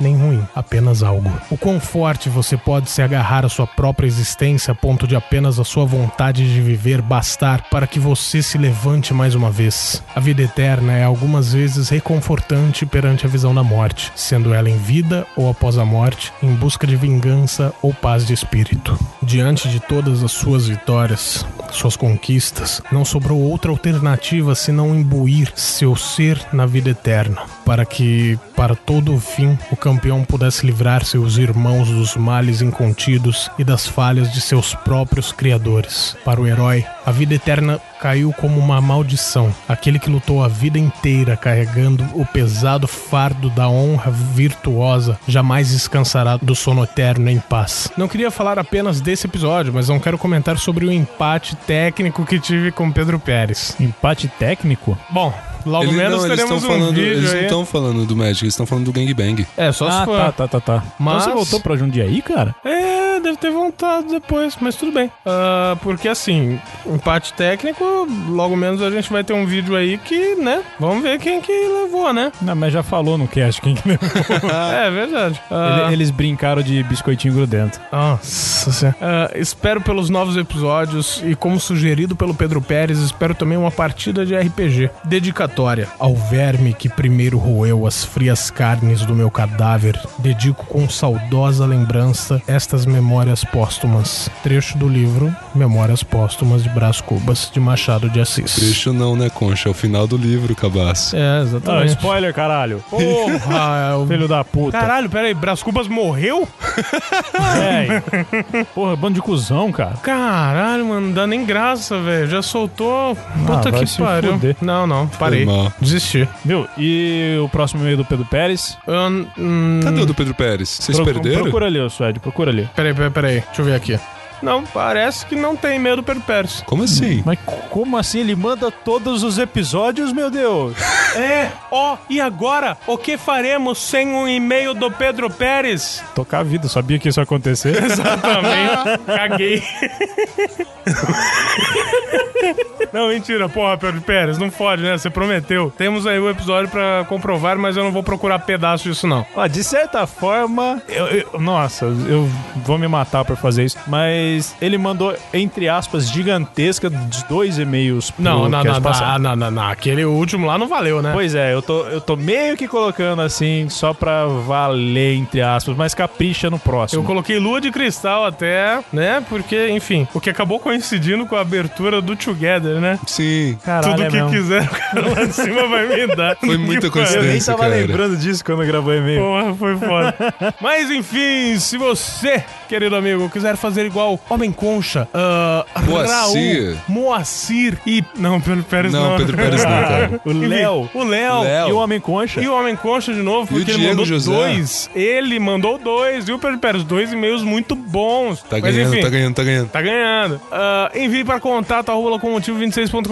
Speaker 1: nem ruim, apenas algo. O quão forte você pode se agarrar à sua própria existência a ponto de apenas a sua vontade de viver bastar para que você se levante mais uma vez. A vida eterna é algumas vezes reconfortante perante a visão da morte, sendo ela em vida ou após a morte, em busca de vingança ou paz de espírito. Diante de todas as suas vitórias, suas conquistas, não sobrou outra alternativa senão imbuir seu ser na vida eterna, para que, para todo o fim, o campeão pudesse livrar seus irmãos dos males incontidos e das falhas de seus próprios criadores. Para o herói, a vida eterna caiu como uma maldição. Aquele que lutou a vida inteira carregando o pesado fardo da honra virtuosa jamais descansará do sono eterno em paz. Não queria falar apenas desse episódio, mas não quero comentar sobre o empate técnico que tive com Pedro Pérez.
Speaker 4: Empate técnico.
Speaker 1: Bom, logo
Speaker 2: Eles-
Speaker 1: menos
Speaker 2: não, eles
Speaker 1: teremos
Speaker 2: tão
Speaker 1: um
Speaker 2: falando,
Speaker 1: vídeo
Speaker 2: Eles não
Speaker 1: aí.
Speaker 2: estão falando do Magic, eles estão falando do gangbang.
Speaker 1: É, só
Speaker 4: ah,
Speaker 1: se for.
Speaker 4: tá, tá, tá, tá. Então
Speaker 1: Mas-
Speaker 4: você voltou pra Jundiaí, cara?
Speaker 1: É, deve ter voltado depois, mas tudo bem. Ah, porque assim, empate técnico, logo menos a gente vai ter um vídeo aí que, né? Vamos ver quem que levou, né?
Speaker 4: Não, mas já falou no cast quem que levou.
Speaker 1: É verdade. Ah,
Speaker 4: Ele- Eles brincaram de biscoitinho grudento.
Speaker 1: Nossa Senhora. Ah, Espero pelos novos episódios e, como sugerido pelo Pedro Pérez, espero também uma partida de RPG. Dedicatória. Ao verme que primeiro roeu as frias carnes do meu cadáver, dedico com saudosa lembrança estas memórias póstumas. Trecho do livro Memórias Póstumas de Brás Cubas, de Machado de Assis.
Speaker 2: Trecho não, né, Concha? É o final do livro, cabaço.
Speaker 1: É,
Speaker 4: Ah,
Speaker 1: exatamente.
Speaker 4: spoiler, caralho.
Speaker 1: Porra, é o-
Speaker 4: Filho da puta.
Speaker 1: Caralho, peraí, Brás Cubas morreu?
Speaker 4: Véi. Porra, bando de cuzão, cara.
Speaker 1: Caralho, mano, não dá nem graça, velho. Já soltou. Puta
Speaker 4: Ah, vai
Speaker 1: que
Speaker 4: se
Speaker 1: pariu.
Speaker 4: fuder.
Speaker 1: Não, não, parei. Hum.
Speaker 2: Foi mal.
Speaker 1: Desisti.
Speaker 4: Viu? E o próximo e-mail do Pedro Pérez?
Speaker 1: Ahn, hum,
Speaker 2: Cadê o do Pedro Pérez? Vocês
Speaker 4: Pro-
Speaker 2: perderam?
Speaker 4: Procura ali, ô Suede, procura ali.
Speaker 1: Peraí, peraí, peraí. Deixa eu ver aqui. Não, parece que não tem medo do Pedro Pérez.
Speaker 2: Como assim?
Speaker 4: Mas como assim? Ele manda todos os episódios, meu Deus?
Speaker 1: É, ó, e agora? O que faremos sem um e-mail do Pedro Pérez?
Speaker 4: Tocar a vida, sabia que isso ia acontecer.
Speaker 1: Também caguei. Não, mentira, porra, Pedro Pérez, não fode, né? Você prometeu. Temos aí o episódio pra comprovar, mas eu não vou procurar pedaço disso, não.
Speaker 4: Ó, de certa forma, eu- eu- nossa, eu vou me matar por fazer isso, mas ele mandou, entre aspas, gigantesca dos dois e-mails pro
Speaker 1: Não, não,
Speaker 4: cast
Speaker 1: não,
Speaker 4: passado.
Speaker 1: não, não, não, não. Aquele último lá não valeu, né?
Speaker 4: Pois é, eu tô, eu tô meio que colocando assim, só pra valer, entre aspas, mas capricha no
Speaker 1: Eu
Speaker 4: próximo.
Speaker 1: coloquei lua de cristal até, né? Porque, enfim, o que acabou coincidindo com a abertura do Tio Together, né?
Speaker 2: Sim.
Speaker 4: Caralho,
Speaker 1: Tudo
Speaker 4: é
Speaker 1: que
Speaker 4: mesmo.
Speaker 1: quiser, o cara lá de cima vai me dar.
Speaker 2: Foi muita
Speaker 1: Que pariu.
Speaker 2: coincidência.
Speaker 5: Eu nem
Speaker 2: Esse
Speaker 5: tava
Speaker 2: cara.
Speaker 5: lembrando disso quando gravou o e-mail.
Speaker 1: Porra, foi foda. Mas enfim, se você, querido amigo, quiser fazer igual Homem Concha, ah,
Speaker 2: Moacir.
Speaker 1: Raul, Moacir e. Não, Pedro Pérez não.
Speaker 2: Não, Pedro Pérez não, cara.
Speaker 5: O
Speaker 1: Enfim,
Speaker 5: Léo
Speaker 1: O Léo.
Speaker 2: Léo.
Speaker 5: e o Homem Concha.
Speaker 1: E o Homem Concha de novo,
Speaker 2: E o
Speaker 1: porque ele
Speaker 2: Diego
Speaker 1: mandou
Speaker 2: José.
Speaker 1: dois. Ele mandou dois. E o Pedro Pérez, dois e-mails muito bons.
Speaker 2: Tá
Speaker 1: Mas
Speaker 2: ganhando,
Speaker 1: enfim,
Speaker 2: tá ganhando, tá ganhando.
Speaker 1: Tá ganhando. Ah, envie para contato arroba locomotivo26.com.br.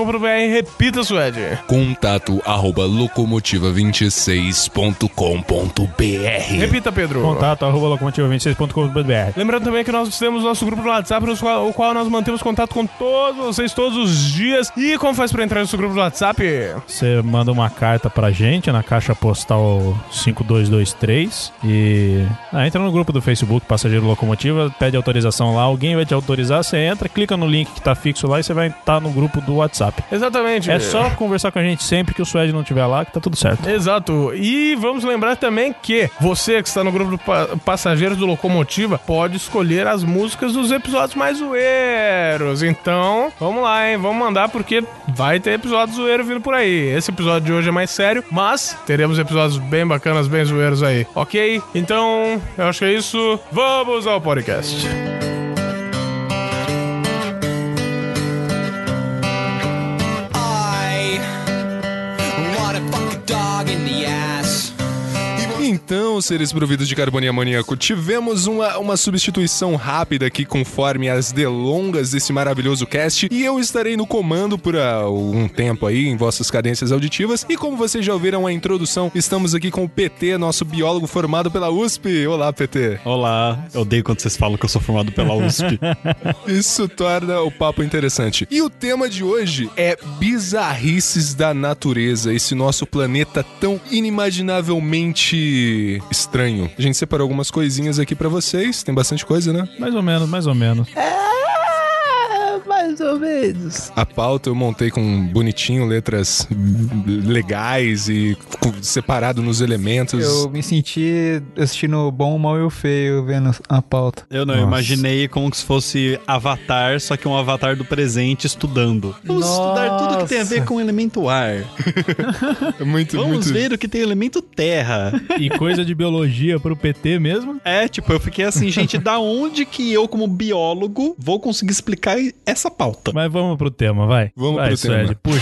Speaker 1: Repita, Suede.
Speaker 2: Contato arroba locomotiva26.com.br
Speaker 1: Repita, Pedro.
Speaker 4: Contato tá, arroba locomotiva26.com.br.
Speaker 1: Lembrando também que nós temos nosso grupo no WhatsApp, no qual, o qual nós mantemos contato com todos vocês todos os dias. E como faz pra entrar nesse grupo do WhatsApp?
Speaker 4: Você manda uma carta pra gente na caixa postal 5223 e ah, entra no grupo do Facebook Passageiro Locomotiva, pede autorização lá, alguém vai te autorizar, você entra, clica no link que tá fixo lá e você vai estar no grupo do WhatsApp.
Speaker 1: Exatamente.
Speaker 4: É só conversar com a gente sempre que o Suede não estiver lá, que tá tudo certo.
Speaker 1: Exato. E vamos lembrar também que você que está no grupo do pa- Passageiros do Locomotiva pode escolher as músicas dos episódios mais zoeiros. Então, vamos lá, hein? Vamos mandar porque vai ter episódio zoeiro vindo por aí. Esse episódio de hoje é mais sério, mas teremos episódios bem bacanas, bem zoeiros aí. Ok? Então, eu acho que é isso. Vamos ao podcast.
Speaker 7: I want to fuck a dog in the ass.
Speaker 2: Então, seres providos de carbono e amoníaco, tivemos uma, uma substituição rápida aqui conforme as delongas desse maravilhoso cast. E eu estarei no comando por ah, um tempo aí em vossas cadências auditivas. E como vocês já ouviram a introdução, estamos aqui com o PT, nosso biólogo formado pela USP. Olá, PT.
Speaker 5: Olá. Eu odeio quando vocês falam que eu sou formado pela USP.
Speaker 2: Isso torna o papo interessante. E o tema de hoje é bizarrices da natureza, esse nosso planeta tão inimaginavelmente estranho. A gente separou algumas coisinhas aqui pra vocês, tem bastante coisa, né?
Speaker 4: Mais ou menos, mais ou menos.
Speaker 2: A pauta eu montei com bonitinho, letras legais e co- separado nos elementos.
Speaker 8: Eu me senti assistindo o bom, o mal e o feio vendo a pauta.
Speaker 5: Eu não, eu imaginei como se fosse Avatar, só que um Avatar do presente estudando. Vamos estudar tudo que tem a ver com o elemento ar.
Speaker 2: É Muito,
Speaker 5: Vamos
Speaker 2: muito.
Speaker 5: ver o que tem o elemento terra.
Speaker 4: E coisa de biologia pro PT mesmo?
Speaker 5: É, tipo, eu fiquei assim, gente, da onde que eu, como biólogo, vou conseguir explicar essa pauta?
Speaker 4: Mas vamos pro tema, vai.
Speaker 2: Vamos
Speaker 4: vai,
Speaker 2: pro tema.
Speaker 4: Suede, Puxa.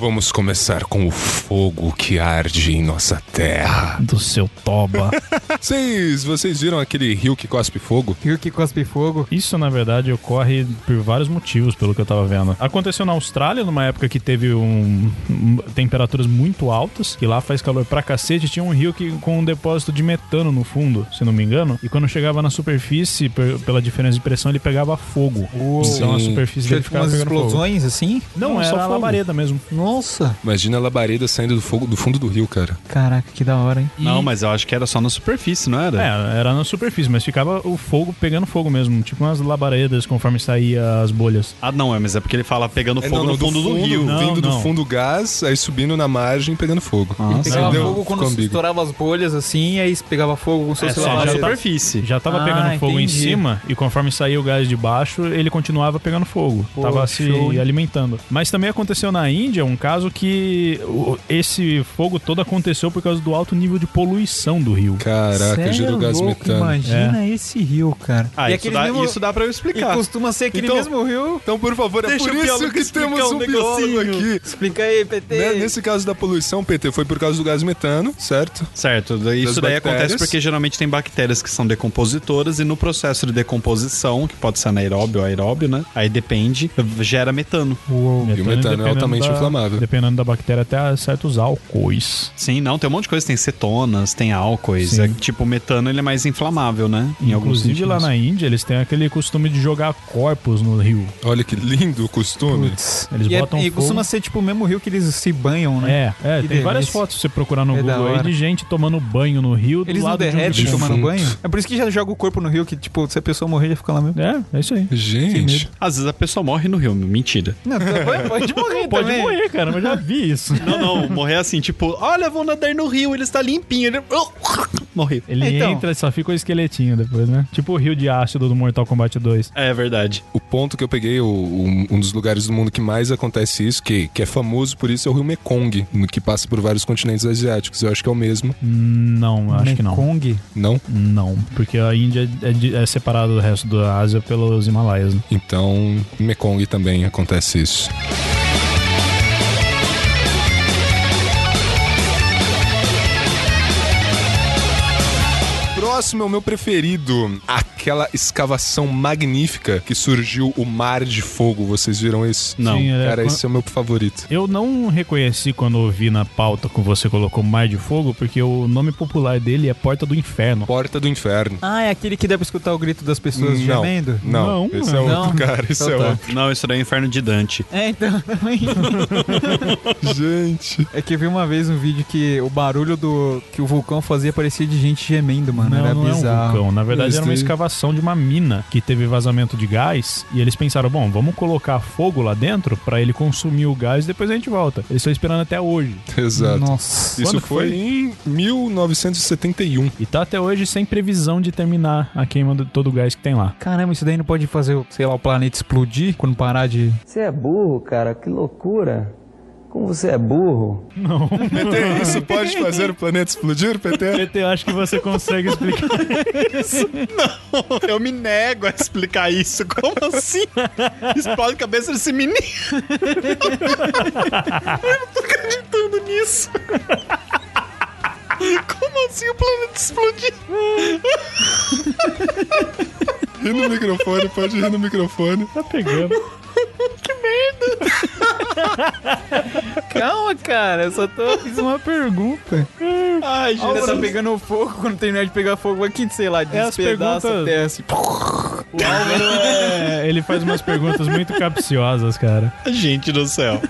Speaker 2: Vamos começar com o fogo que arde em nossa terra.
Speaker 4: Do seu toba.
Speaker 2: Vocês, vocês viram aquele rio que cospe fogo?
Speaker 8: Rio que cospe fogo.
Speaker 4: Isso, na verdade, ocorre por vários motivos, pelo que eu tava vendo. Aconteceu na Austrália, numa época que teve um, um- temperaturas muito altas, e lá faz calor pra cacete, tinha um rio que, com um depósito de metano no fundo, se não me engano, e quando chegava na superfície, per- pela diferença de pressão, ele pegava fogo. Então a
Speaker 2: Sim.
Speaker 4: superfície
Speaker 8: Tinha
Speaker 4: dele
Speaker 8: tipo
Speaker 4: ficava
Speaker 8: umas
Speaker 4: pegando fogo.
Speaker 8: explosões assim.
Speaker 4: Não, era a labareda mesmo.
Speaker 8: Nossa!
Speaker 2: Imagina a labareda saindo do fogo do fundo do rio, cara.
Speaker 8: Caraca, que da hora, hein?
Speaker 5: Não, mas eu acho que era só na superfície, não era?
Speaker 4: É, era na superfície, mas ficava o fogo pegando fogo mesmo, tipo umas labaredas conforme saía as bolhas.
Speaker 5: Ah, não, é, mas é porque ele fala pegando
Speaker 2: É,
Speaker 5: fogo
Speaker 2: não,
Speaker 5: no
Speaker 2: não,
Speaker 5: fundo, do rio.
Speaker 4: Não,
Speaker 2: vindo do
Speaker 4: não.
Speaker 2: fundo gás, aí subindo na margem e pegando fogo.
Speaker 5: Ah,
Speaker 8: Ele pegava
Speaker 2: Entendeu?
Speaker 8: É, fogo quando
Speaker 2: Ficou ambíguo.
Speaker 8: estourava as bolhas assim, aí pegava fogo com
Speaker 5: É
Speaker 8: seus
Speaker 5: só na
Speaker 4: já tá-
Speaker 5: superfície.
Speaker 4: Já tava
Speaker 8: Ah,
Speaker 4: pegando fogo em
Speaker 8: entendi.
Speaker 4: cima e conforme saía o gás de baixo, ele continuava pegando fogo.
Speaker 8: Pô,
Speaker 4: tava se
Speaker 8: show, hein?
Speaker 4: alimentando. Mas também aconteceu na Índia um caso que o- esse fogo todo aconteceu por causa do alto nível de poluição do rio.
Speaker 2: Caraca, gerou gás metano.
Speaker 8: é Imagina esse rio, cara.
Speaker 5: Ah, isso
Speaker 8: aquele
Speaker 5: dá,
Speaker 8: mesmo-
Speaker 5: isso dá pra eu
Speaker 8: E
Speaker 5: explicar.
Speaker 8: costuma ser aquele
Speaker 5: Então-
Speaker 8: mesmo rio.
Speaker 2: Então, por favor, é
Speaker 5: Deixa
Speaker 2: por
Speaker 5: o
Speaker 2: isso
Speaker 5: biólogo
Speaker 2: que
Speaker 5: explicar
Speaker 2: temos um,
Speaker 5: um
Speaker 2: biólogo aqui.
Speaker 8: Explica aí, PT.
Speaker 2: Né, Nesse caso da poluição, PT, foi por causa do gás metano, certo?
Speaker 5: Certo, daí
Speaker 2: Das
Speaker 5: isso daí
Speaker 2: bactérias.
Speaker 5: acontece porque geralmente tem bactérias que são decompositoras e no processo de decomposição, que pode ser anaeróbio ou aeróbio, né? Aí depende, gera metano.
Speaker 4: Metano,
Speaker 2: E o metano é
Speaker 4: Então, dependendo
Speaker 2: altamente inflamável.
Speaker 4: Dependendo da bactéria, até certos álcoois.
Speaker 5: Sim, não, tem um monte de coisa, tem cetonas, tem álcoois, é, tipo o metano ele é mais inflamável, né? Em alguns
Speaker 4: Inclusive lá
Speaker 5: sentidos.
Speaker 4: na Índia, eles têm aquele costume de jogar corpos no rio.
Speaker 2: Olha que lindo o costume.
Speaker 4: Eles
Speaker 8: e, é-
Speaker 4: botam
Speaker 8: e
Speaker 4: fogo.
Speaker 8: costuma ser tipo o mesmo rio que eles se banham, né?
Speaker 4: É, é,
Speaker 8: Que
Speaker 4: tem várias
Speaker 8: delícia.
Speaker 4: fotos se você procurar no
Speaker 8: É da
Speaker 4: Google aí
Speaker 8: hora.
Speaker 4: de gente tomando banho no rio do
Speaker 8: Eles não
Speaker 4: lado
Speaker 8: derretem
Speaker 4: de um
Speaker 8: tomando
Speaker 2: defunto.
Speaker 8: banho? É por isso que já joga o corpo no rio, que tipo, se a pessoa morrer, já fica lá mesmo.
Speaker 4: É, é isso aí.
Speaker 2: Gente,
Speaker 5: Às vezes a pessoa morre no rio, mentira.
Speaker 8: Não, tá, pode morrer
Speaker 4: Pode
Speaker 8: também.
Speaker 4: morrer, cara, mas já vi isso.
Speaker 5: Não, não, morrer assim, tipo, olha, vou nadar no rio, ele está limpinho. Ele... Morri.
Speaker 4: Ele
Speaker 8: Então.
Speaker 4: entra e só fica o esqueletinho depois, né? Tipo o rio de ácido do Mortal Kombat 2.
Speaker 5: É verdade.
Speaker 2: O ponto que eu peguei, o- um, um dos lugares do mundo que mais acontece isso, que, que é famoso por isso, é o rio Mekong, no que passa por vários continentes asiáticos. Eu acho que é o mesmo.
Speaker 4: Não, eu acho que não.
Speaker 8: Mekong?
Speaker 2: Não?
Speaker 4: Não, porque a Índia é, de- é separada do resto da Ásia pelos Himalaias. né?
Speaker 2: Então, em Mekong também acontece isso. Próximo é o meu preferido, aquela escavação magnífica que surgiu o Mar de Fogo. Vocês viram isso?
Speaker 5: Não.
Speaker 4: Sim, é,
Speaker 2: Cara,
Speaker 4: quan-
Speaker 2: esse é o meu favorito.
Speaker 4: Eu não reconheci quando ouvi na pauta que você colocou Mar de Fogo, porque o nome popular dele é Porta do Inferno.
Speaker 2: Porta do Inferno.
Speaker 8: Ah, é aquele que dá pra escutar o grito das pessoas
Speaker 2: Não.
Speaker 8: gemendo?
Speaker 2: Não,
Speaker 4: Não,
Speaker 2: esse é
Speaker 4: não.
Speaker 2: outro, cara. Esse
Speaker 8: Então
Speaker 2: é
Speaker 8: tá.
Speaker 2: outro.
Speaker 5: Não, isso daí é o inferno de Dante.
Speaker 8: É, então, também.
Speaker 2: Gente.
Speaker 8: É que eu vi uma vez um vídeo que o barulho do que o vulcão fazia parecia de gente gemendo, mano. Era
Speaker 4: não é um
Speaker 8: bizarro.
Speaker 4: vulcão. Na verdade,
Speaker 2: Isso
Speaker 4: era uma
Speaker 2: aí.
Speaker 4: escavação de uma mina que teve vazamento de gás. E eles pensaram: bom, vamos colocar fogo lá dentro pra ele consumir o gás e depois a gente volta. Eles estão esperando até hoje.
Speaker 2: Exato.
Speaker 8: Nossa.
Speaker 2: Isso
Speaker 4: Quando que
Speaker 2: foi
Speaker 4: foi?
Speaker 2: em 1971.
Speaker 4: E tá até hoje sem previsão de terminar a queima de todo o gás que tem lá.
Speaker 8: Caramba, isso daí não pode fazer, o- sei lá, o planeta explodir quando parar de.
Speaker 9: Você é burro, cara, que loucura. Como você é burro.
Speaker 2: PT, isso pode fazer o planeta explodir, PT?
Speaker 4: Eu acho que você consegue explicar.
Speaker 5: Eu me nego a explicar isso. Como assim? Explode a cabeça desse menino. Eu não tô acreditando nisso. Como assim o planeta explodiu?
Speaker 2: Ri no microfone, pode rir no microfone.
Speaker 4: Tá pegando.
Speaker 8: Calma, cara, eu só tô. Fiz uma pergunta.
Speaker 5: Ai, gente.
Speaker 8: Você tá pegando fogo, quando terminar de pegar fogo, vai que, sei lá,
Speaker 4: as
Speaker 8: despedaça
Speaker 4: perguntas-
Speaker 8: a terra assim.
Speaker 4: O Álvaro é- ele faz umas perguntas muito capciosas, cara.
Speaker 5: Gente do céu.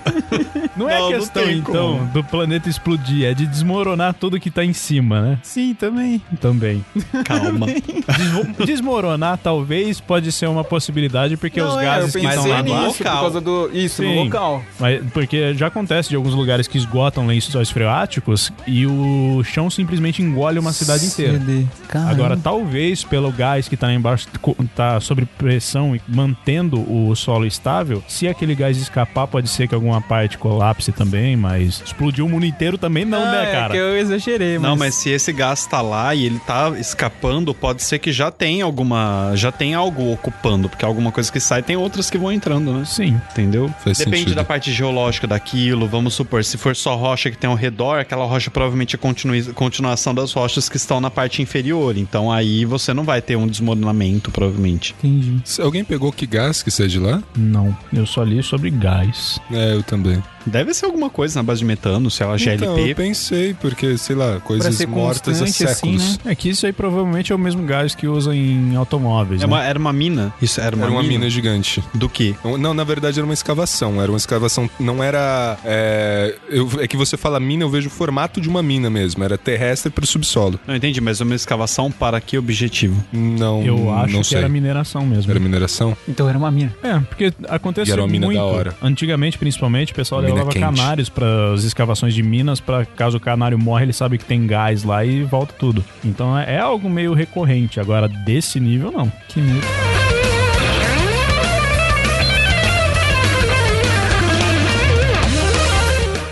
Speaker 4: Não é
Speaker 5: Não, não
Speaker 4: questão,
Speaker 5: tem
Speaker 4: então, do planeta explodir, é de desmoronar tudo que tá em cima, né?
Speaker 8: Sim, também.
Speaker 4: Também.
Speaker 5: Calma.
Speaker 4: Desmo- Desmoronar talvez pode ser uma possibilidade, porque os
Speaker 8: Não, é,
Speaker 4: gases
Speaker 8: eu
Speaker 4: que estão
Speaker 8: pensei
Speaker 4: lá
Speaker 8: nisso,
Speaker 4: embaixo.
Speaker 8: Por causa do. Isso,
Speaker 4: Sim.
Speaker 8: no local.
Speaker 4: Mas porque já acontece de alguns lugares que esgotam lençóis freáticos e o chão simplesmente engole uma cidade inteira.
Speaker 8: Ele- Caramba.
Speaker 4: Agora, talvez pelo gás que tá lá embaixo, co- tá sob pressão e mantendo o solo estável, se aquele gás escapar, pode ser que alguma parte colapse também, mas explodir o mundo inteiro também não,
Speaker 8: Ah,
Speaker 4: né,
Speaker 8: É que
Speaker 4: cara?
Speaker 8: eu exagerei, mas.
Speaker 5: Não, mas se esse gás tá lá e ele tá escapando, pode ser que já tem alguma. Já tem algo ocupando, porque alguma coisa que sai tem outras que vão entrando, né?
Speaker 4: Sim.
Speaker 5: Entendeu?
Speaker 2: Faz
Speaker 5: Depende
Speaker 2: sentido.
Speaker 5: da parte geológica daquilo, vamos supor, se for só rocha que tem ao redor, aquela rocha provavelmente é continui- continuação das rochas que estão na parte inferior. Então aí você não vai ter um desmoronamento, provavelmente.
Speaker 8: Entendi.
Speaker 2: Se alguém pegou que gás que seja lá?
Speaker 4: Não, eu só li sobre gás.
Speaker 2: É, eu também.
Speaker 5: Deve ser alguma coisa na base de metano, sei lá,
Speaker 2: Então,
Speaker 5: GLP.
Speaker 2: eu pensei, porque, sei lá, coisas
Speaker 8: ser
Speaker 2: mortas há
Speaker 8: constante, assim,
Speaker 2: séculos.
Speaker 4: É que isso aí provavelmente é o mesmo gás que usa em automóveis,
Speaker 5: É
Speaker 4: né?
Speaker 5: uma- era uma mina? Isso, era uma,
Speaker 2: Era uma
Speaker 5: mina.
Speaker 2: mina gigante.
Speaker 5: Do que?
Speaker 2: Não, Não, na verdade era uma escavação. Era uma escavação. Não era. É, eu- é que você fala mina, eu vejo o formato de uma mina mesmo. Era terrestre pro subsolo.
Speaker 5: Não entendi, mas uma escavação para que objetivo?
Speaker 2: Não.
Speaker 4: Eu acho
Speaker 2: Hum, não
Speaker 4: que
Speaker 2: sei.
Speaker 4: era mineração mesmo.
Speaker 2: Era mineração?
Speaker 8: Então era uma mina.
Speaker 4: É, porque
Speaker 2: E
Speaker 4: aconteceu
Speaker 2: era uma mina
Speaker 4: muito.
Speaker 2: da hora.
Speaker 4: Antigamente, principalmente, o pessoal
Speaker 2: Mina
Speaker 4: levava
Speaker 2: quente.
Speaker 4: canários para as escavações de minas, para caso o canário morre, ele sabe que tem gás lá e volta tudo. Então é, é algo meio recorrente. Agora, desse nível, não.
Speaker 8: Que medo.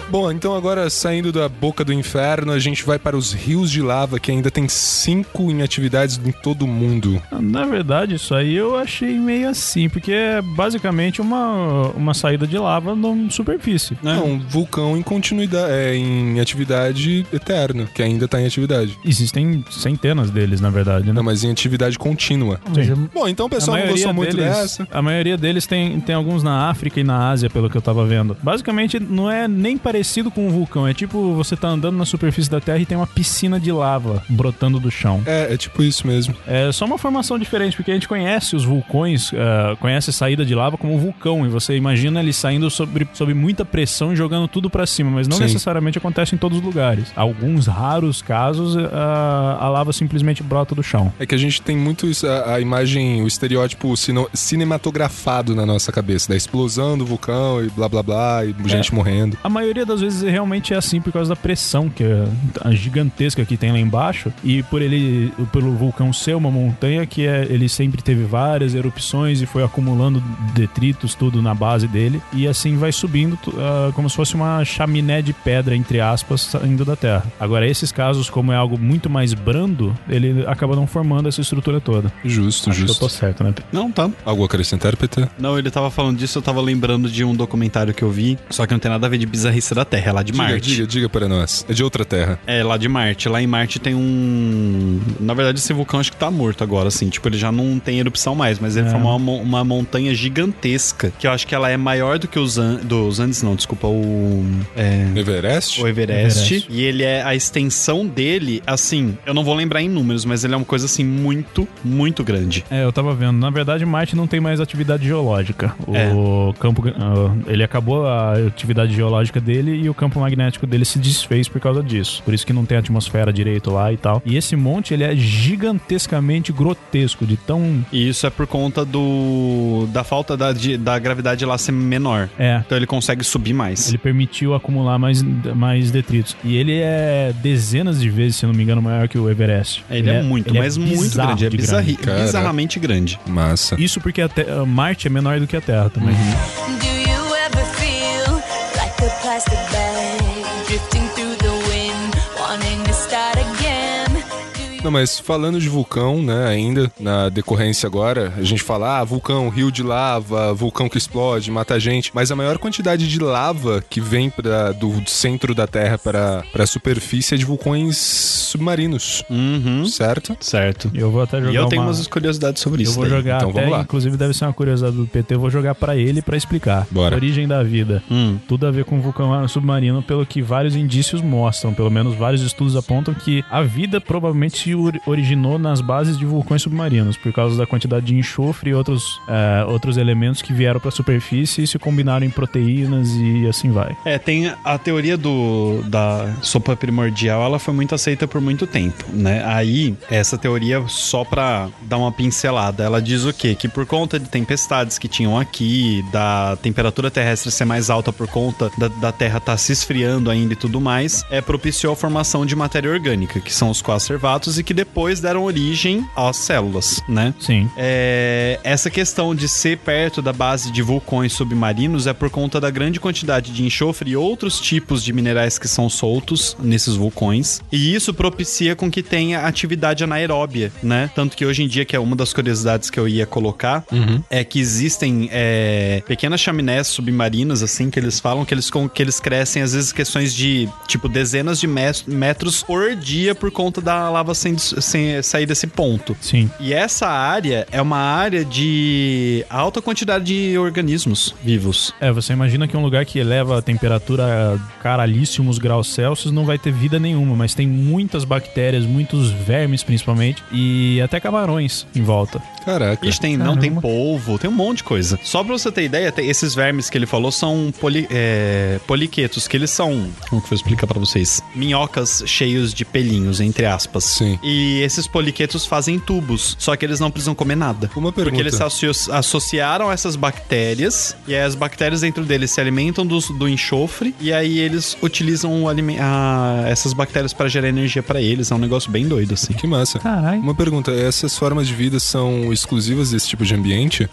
Speaker 2: Bom, então agora saindo da boca do inferno, a gente vai para os rios de lava, que ainda tem cinco em atividades em todo o mundo.
Speaker 4: Na verdade, isso aí eu achei meio assim, porque é basicamente uma, uma saída de lava na superfície.
Speaker 2: É um vulcão em continuidade, é, em atividade eterna, que ainda tá em atividade.
Speaker 4: Existem centenas deles, na verdade, né?
Speaker 2: Não, mas em atividade contínua.
Speaker 8: Mas eu-
Speaker 2: Bom, então o pessoal não
Speaker 4: maioria
Speaker 2: gostou muito
Speaker 4: deles-
Speaker 2: dessa.
Speaker 4: A maioria deles tem, tem alguns na África e na Ásia, pelo que eu tava vendo. Basicamente, não é nem parecido com um vulcão. É tipo você tá andando na superfície da Terra e tem uma piscina de lava brotando do chão.
Speaker 2: É, é tipo isso mesmo.
Speaker 4: É só uma formação diferente, porque a gente conhece os vulcões, ah, conhece a saída de lava como um vulcão, e você imagina ele saindo sobre, sob muita pressão e jogando tudo pra cima, mas não
Speaker 2: Sim.
Speaker 4: necessariamente acontece em todos os lugares. Alguns raros casos, ah, a lava simplesmente brota do chão.
Speaker 2: É que a gente tem muito isso, a, a imagem, o estereótipo sino- cinematografado na nossa cabeça, da explosão do vulcão e blá blá blá,
Speaker 4: É.
Speaker 2: e gente morrendo.
Speaker 4: A maioria das vezes realmente é assim por causa da pressão que é a gigantesca que tem lá embaixo e por ele, pelo vulcão ser uma montanha que é, ele sempre teve várias erupções e foi acumulando detritos tudo na base dele e assim vai subindo tu- ah, como se fosse uma chaminé de pedra entre aspas saindo da terra. Agora esses casos como é algo muito mais brando ele acaba não formando essa estrutura toda.
Speaker 2: Justo,
Speaker 4: Acho que eu
Speaker 2: justo.
Speaker 4: tô certo, né?
Speaker 5: Não, tá.
Speaker 2: Algo a acrescentar, Peter?
Speaker 5: Não, ele tava falando disso, eu tava lembrando de um documentário que eu vi, só que não tem nada a ver de bizarrice da Terra, é lá de
Speaker 2: Diga,
Speaker 5: Marte.
Speaker 2: diga, diga para nós. É de outra terra.
Speaker 5: É, lá de Marte. Lá em Marte tem um. Na verdade, esse vulcão acho que tá morto agora, assim. Tipo, ele já não tem erupção mais, mas
Speaker 2: É.
Speaker 5: ele formou uma, mon- uma montanha gigantesca. Que eu acho que ela é maior do que os, An... dos Andes, não, desculpa, o. É.
Speaker 2: Everest?
Speaker 5: O Everest,
Speaker 4: Everest.
Speaker 5: E ele é a extensão dele, assim, eu não vou lembrar em números, mas ele é uma coisa assim muito, muito grande.
Speaker 4: É, eu tava vendo. Na verdade, Marte não tem mais atividade geológica.
Speaker 5: É.
Speaker 4: O campo. ah, Ele acabou a atividade geológica dele e o campo magnético dele se desfez por causa disso. Por isso que não tem atmosfera direito lá e tal. E esse monte, ele é gigantescamente grotesco, de tão.
Speaker 5: E isso é por conta do. da falta da, de- da gravidade lá ser menor.
Speaker 4: É.
Speaker 5: Então ele consegue subir mais.
Speaker 4: Ele permitiu acumular mais, mais detritos. E ele é dezenas de vezes, se não me engano, maior que o Everest.
Speaker 5: Ele, é, muito,
Speaker 4: ele
Speaker 5: mas muito
Speaker 4: bizarro
Speaker 5: grande. É
Speaker 4: de
Speaker 5: bizarri,
Speaker 2: Cara.
Speaker 5: bizarramente grande.
Speaker 2: Massa.
Speaker 4: Isso porque a Te- a Marte é menor do que a Terra também.
Speaker 5: Uhum.
Speaker 10: Do you ever feel like a plastic bag drifting through the wind, wanting to start again? Do you
Speaker 2: Não, mas falando de vulcão, né, ainda, na decorrência agora, a gente fala, ah, vulcão, rio de lava, vulcão que explode, mata a gente, mas a maior quantidade de lava que vem pra, do centro da Terra para a superfície é de vulcões submarinos,
Speaker 5: Uhum.
Speaker 2: certo?
Speaker 5: Certo.
Speaker 4: Eu vou até jogar
Speaker 5: E eu tenho
Speaker 4: uma-
Speaker 5: umas curiosidades sobre
Speaker 4: Eu
Speaker 5: isso.
Speaker 4: vou
Speaker 5: daí.
Speaker 4: jogar
Speaker 2: Então
Speaker 4: até,
Speaker 2: vamos lá.
Speaker 4: inclusive deve ser uma curiosidade do PT, eu vou jogar pra ele pra explicar.
Speaker 2: Bora.
Speaker 4: Origem da vida.
Speaker 5: Hum.
Speaker 4: Tudo a ver com vulcão submarino, pelo que vários indícios mostram, pelo menos vários estudos apontam que a vida provavelmente se ori- originou nas bases de vulcões submarinos, por causa da quantidade de enxofre e outros, é, outros elementos que vieram pra superfície e se combinaram em proteínas e assim vai.
Speaker 5: É, tem a teoria do, da sopa primordial, ela foi muito aceita por muito tempo, né? Aí, essa teoria, só pra dar uma pincelada, ela diz o quê? Que por conta de tempestades que tinham aqui, da temperatura terrestre ser mais alta por conta da, da Terra estar se esfriando ainda e tudo mais, é propiciou a formação de matéria orgânica, que são os coacervatos e que depois deram origem às células, né?
Speaker 4: Sim.
Speaker 5: É, essa questão de ser perto da base de vulcões submarinos é por conta da grande quantidade de enxofre e outros tipos de minerais que são soltos nesses vulcões. E isso propicia com que tenha atividade anaeróbia, né? Tanto que hoje em dia, que é uma das curiosidades que eu ia colocar, é que existem é, pequenas chaminés submarinas, assim, que eles falam, que eles, com, que eles crescem às vezes questões de, tipo, dezenas de mes- metros por dia por conta da lava sem, sem sair desse ponto.
Speaker 4: Sim.
Speaker 5: E essa área é uma área de alta quantidade de organismos vivos.
Speaker 4: É, você imagina que um lugar que eleva a temperatura a caralhíssimos graus Celsius não vai ter vida nenhuma, mas tem muitas bactérias, muitos vermes principalmente, e até camarões em volta.
Speaker 2: Caraca.
Speaker 5: Ixi, tem, não tem polvo, tem um monte de coisa. Só pra você ter ideia, tem- esses vermes que ele falou são poli, é, poliquetos, que eles são. Como que eu vou explicar pra vocês? Minhocas cheios de pelinhos, entre aspas.
Speaker 2: Sim.
Speaker 5: E esses poliquetos fazem tubos, só que eles não precisam comer nada.
Speaker 2: Uma
Speaker 5: Porque
Speaker 2: pergunta.
Speaker 5: eles asso- associaram essas bactérias, e aí as bactérias dentro deles se alimentam dos- do, enxofre, e aí eles utilizam o alime- a- essas bactérias pra gerar energia pra eles. É um negócio bem doido, assim.
Speaker 2: Que massa.
Speaker 4: Caralho.
Speaker 2: Uma pergunta, essas formas de vida são exclusivas desse tipo de ambiente?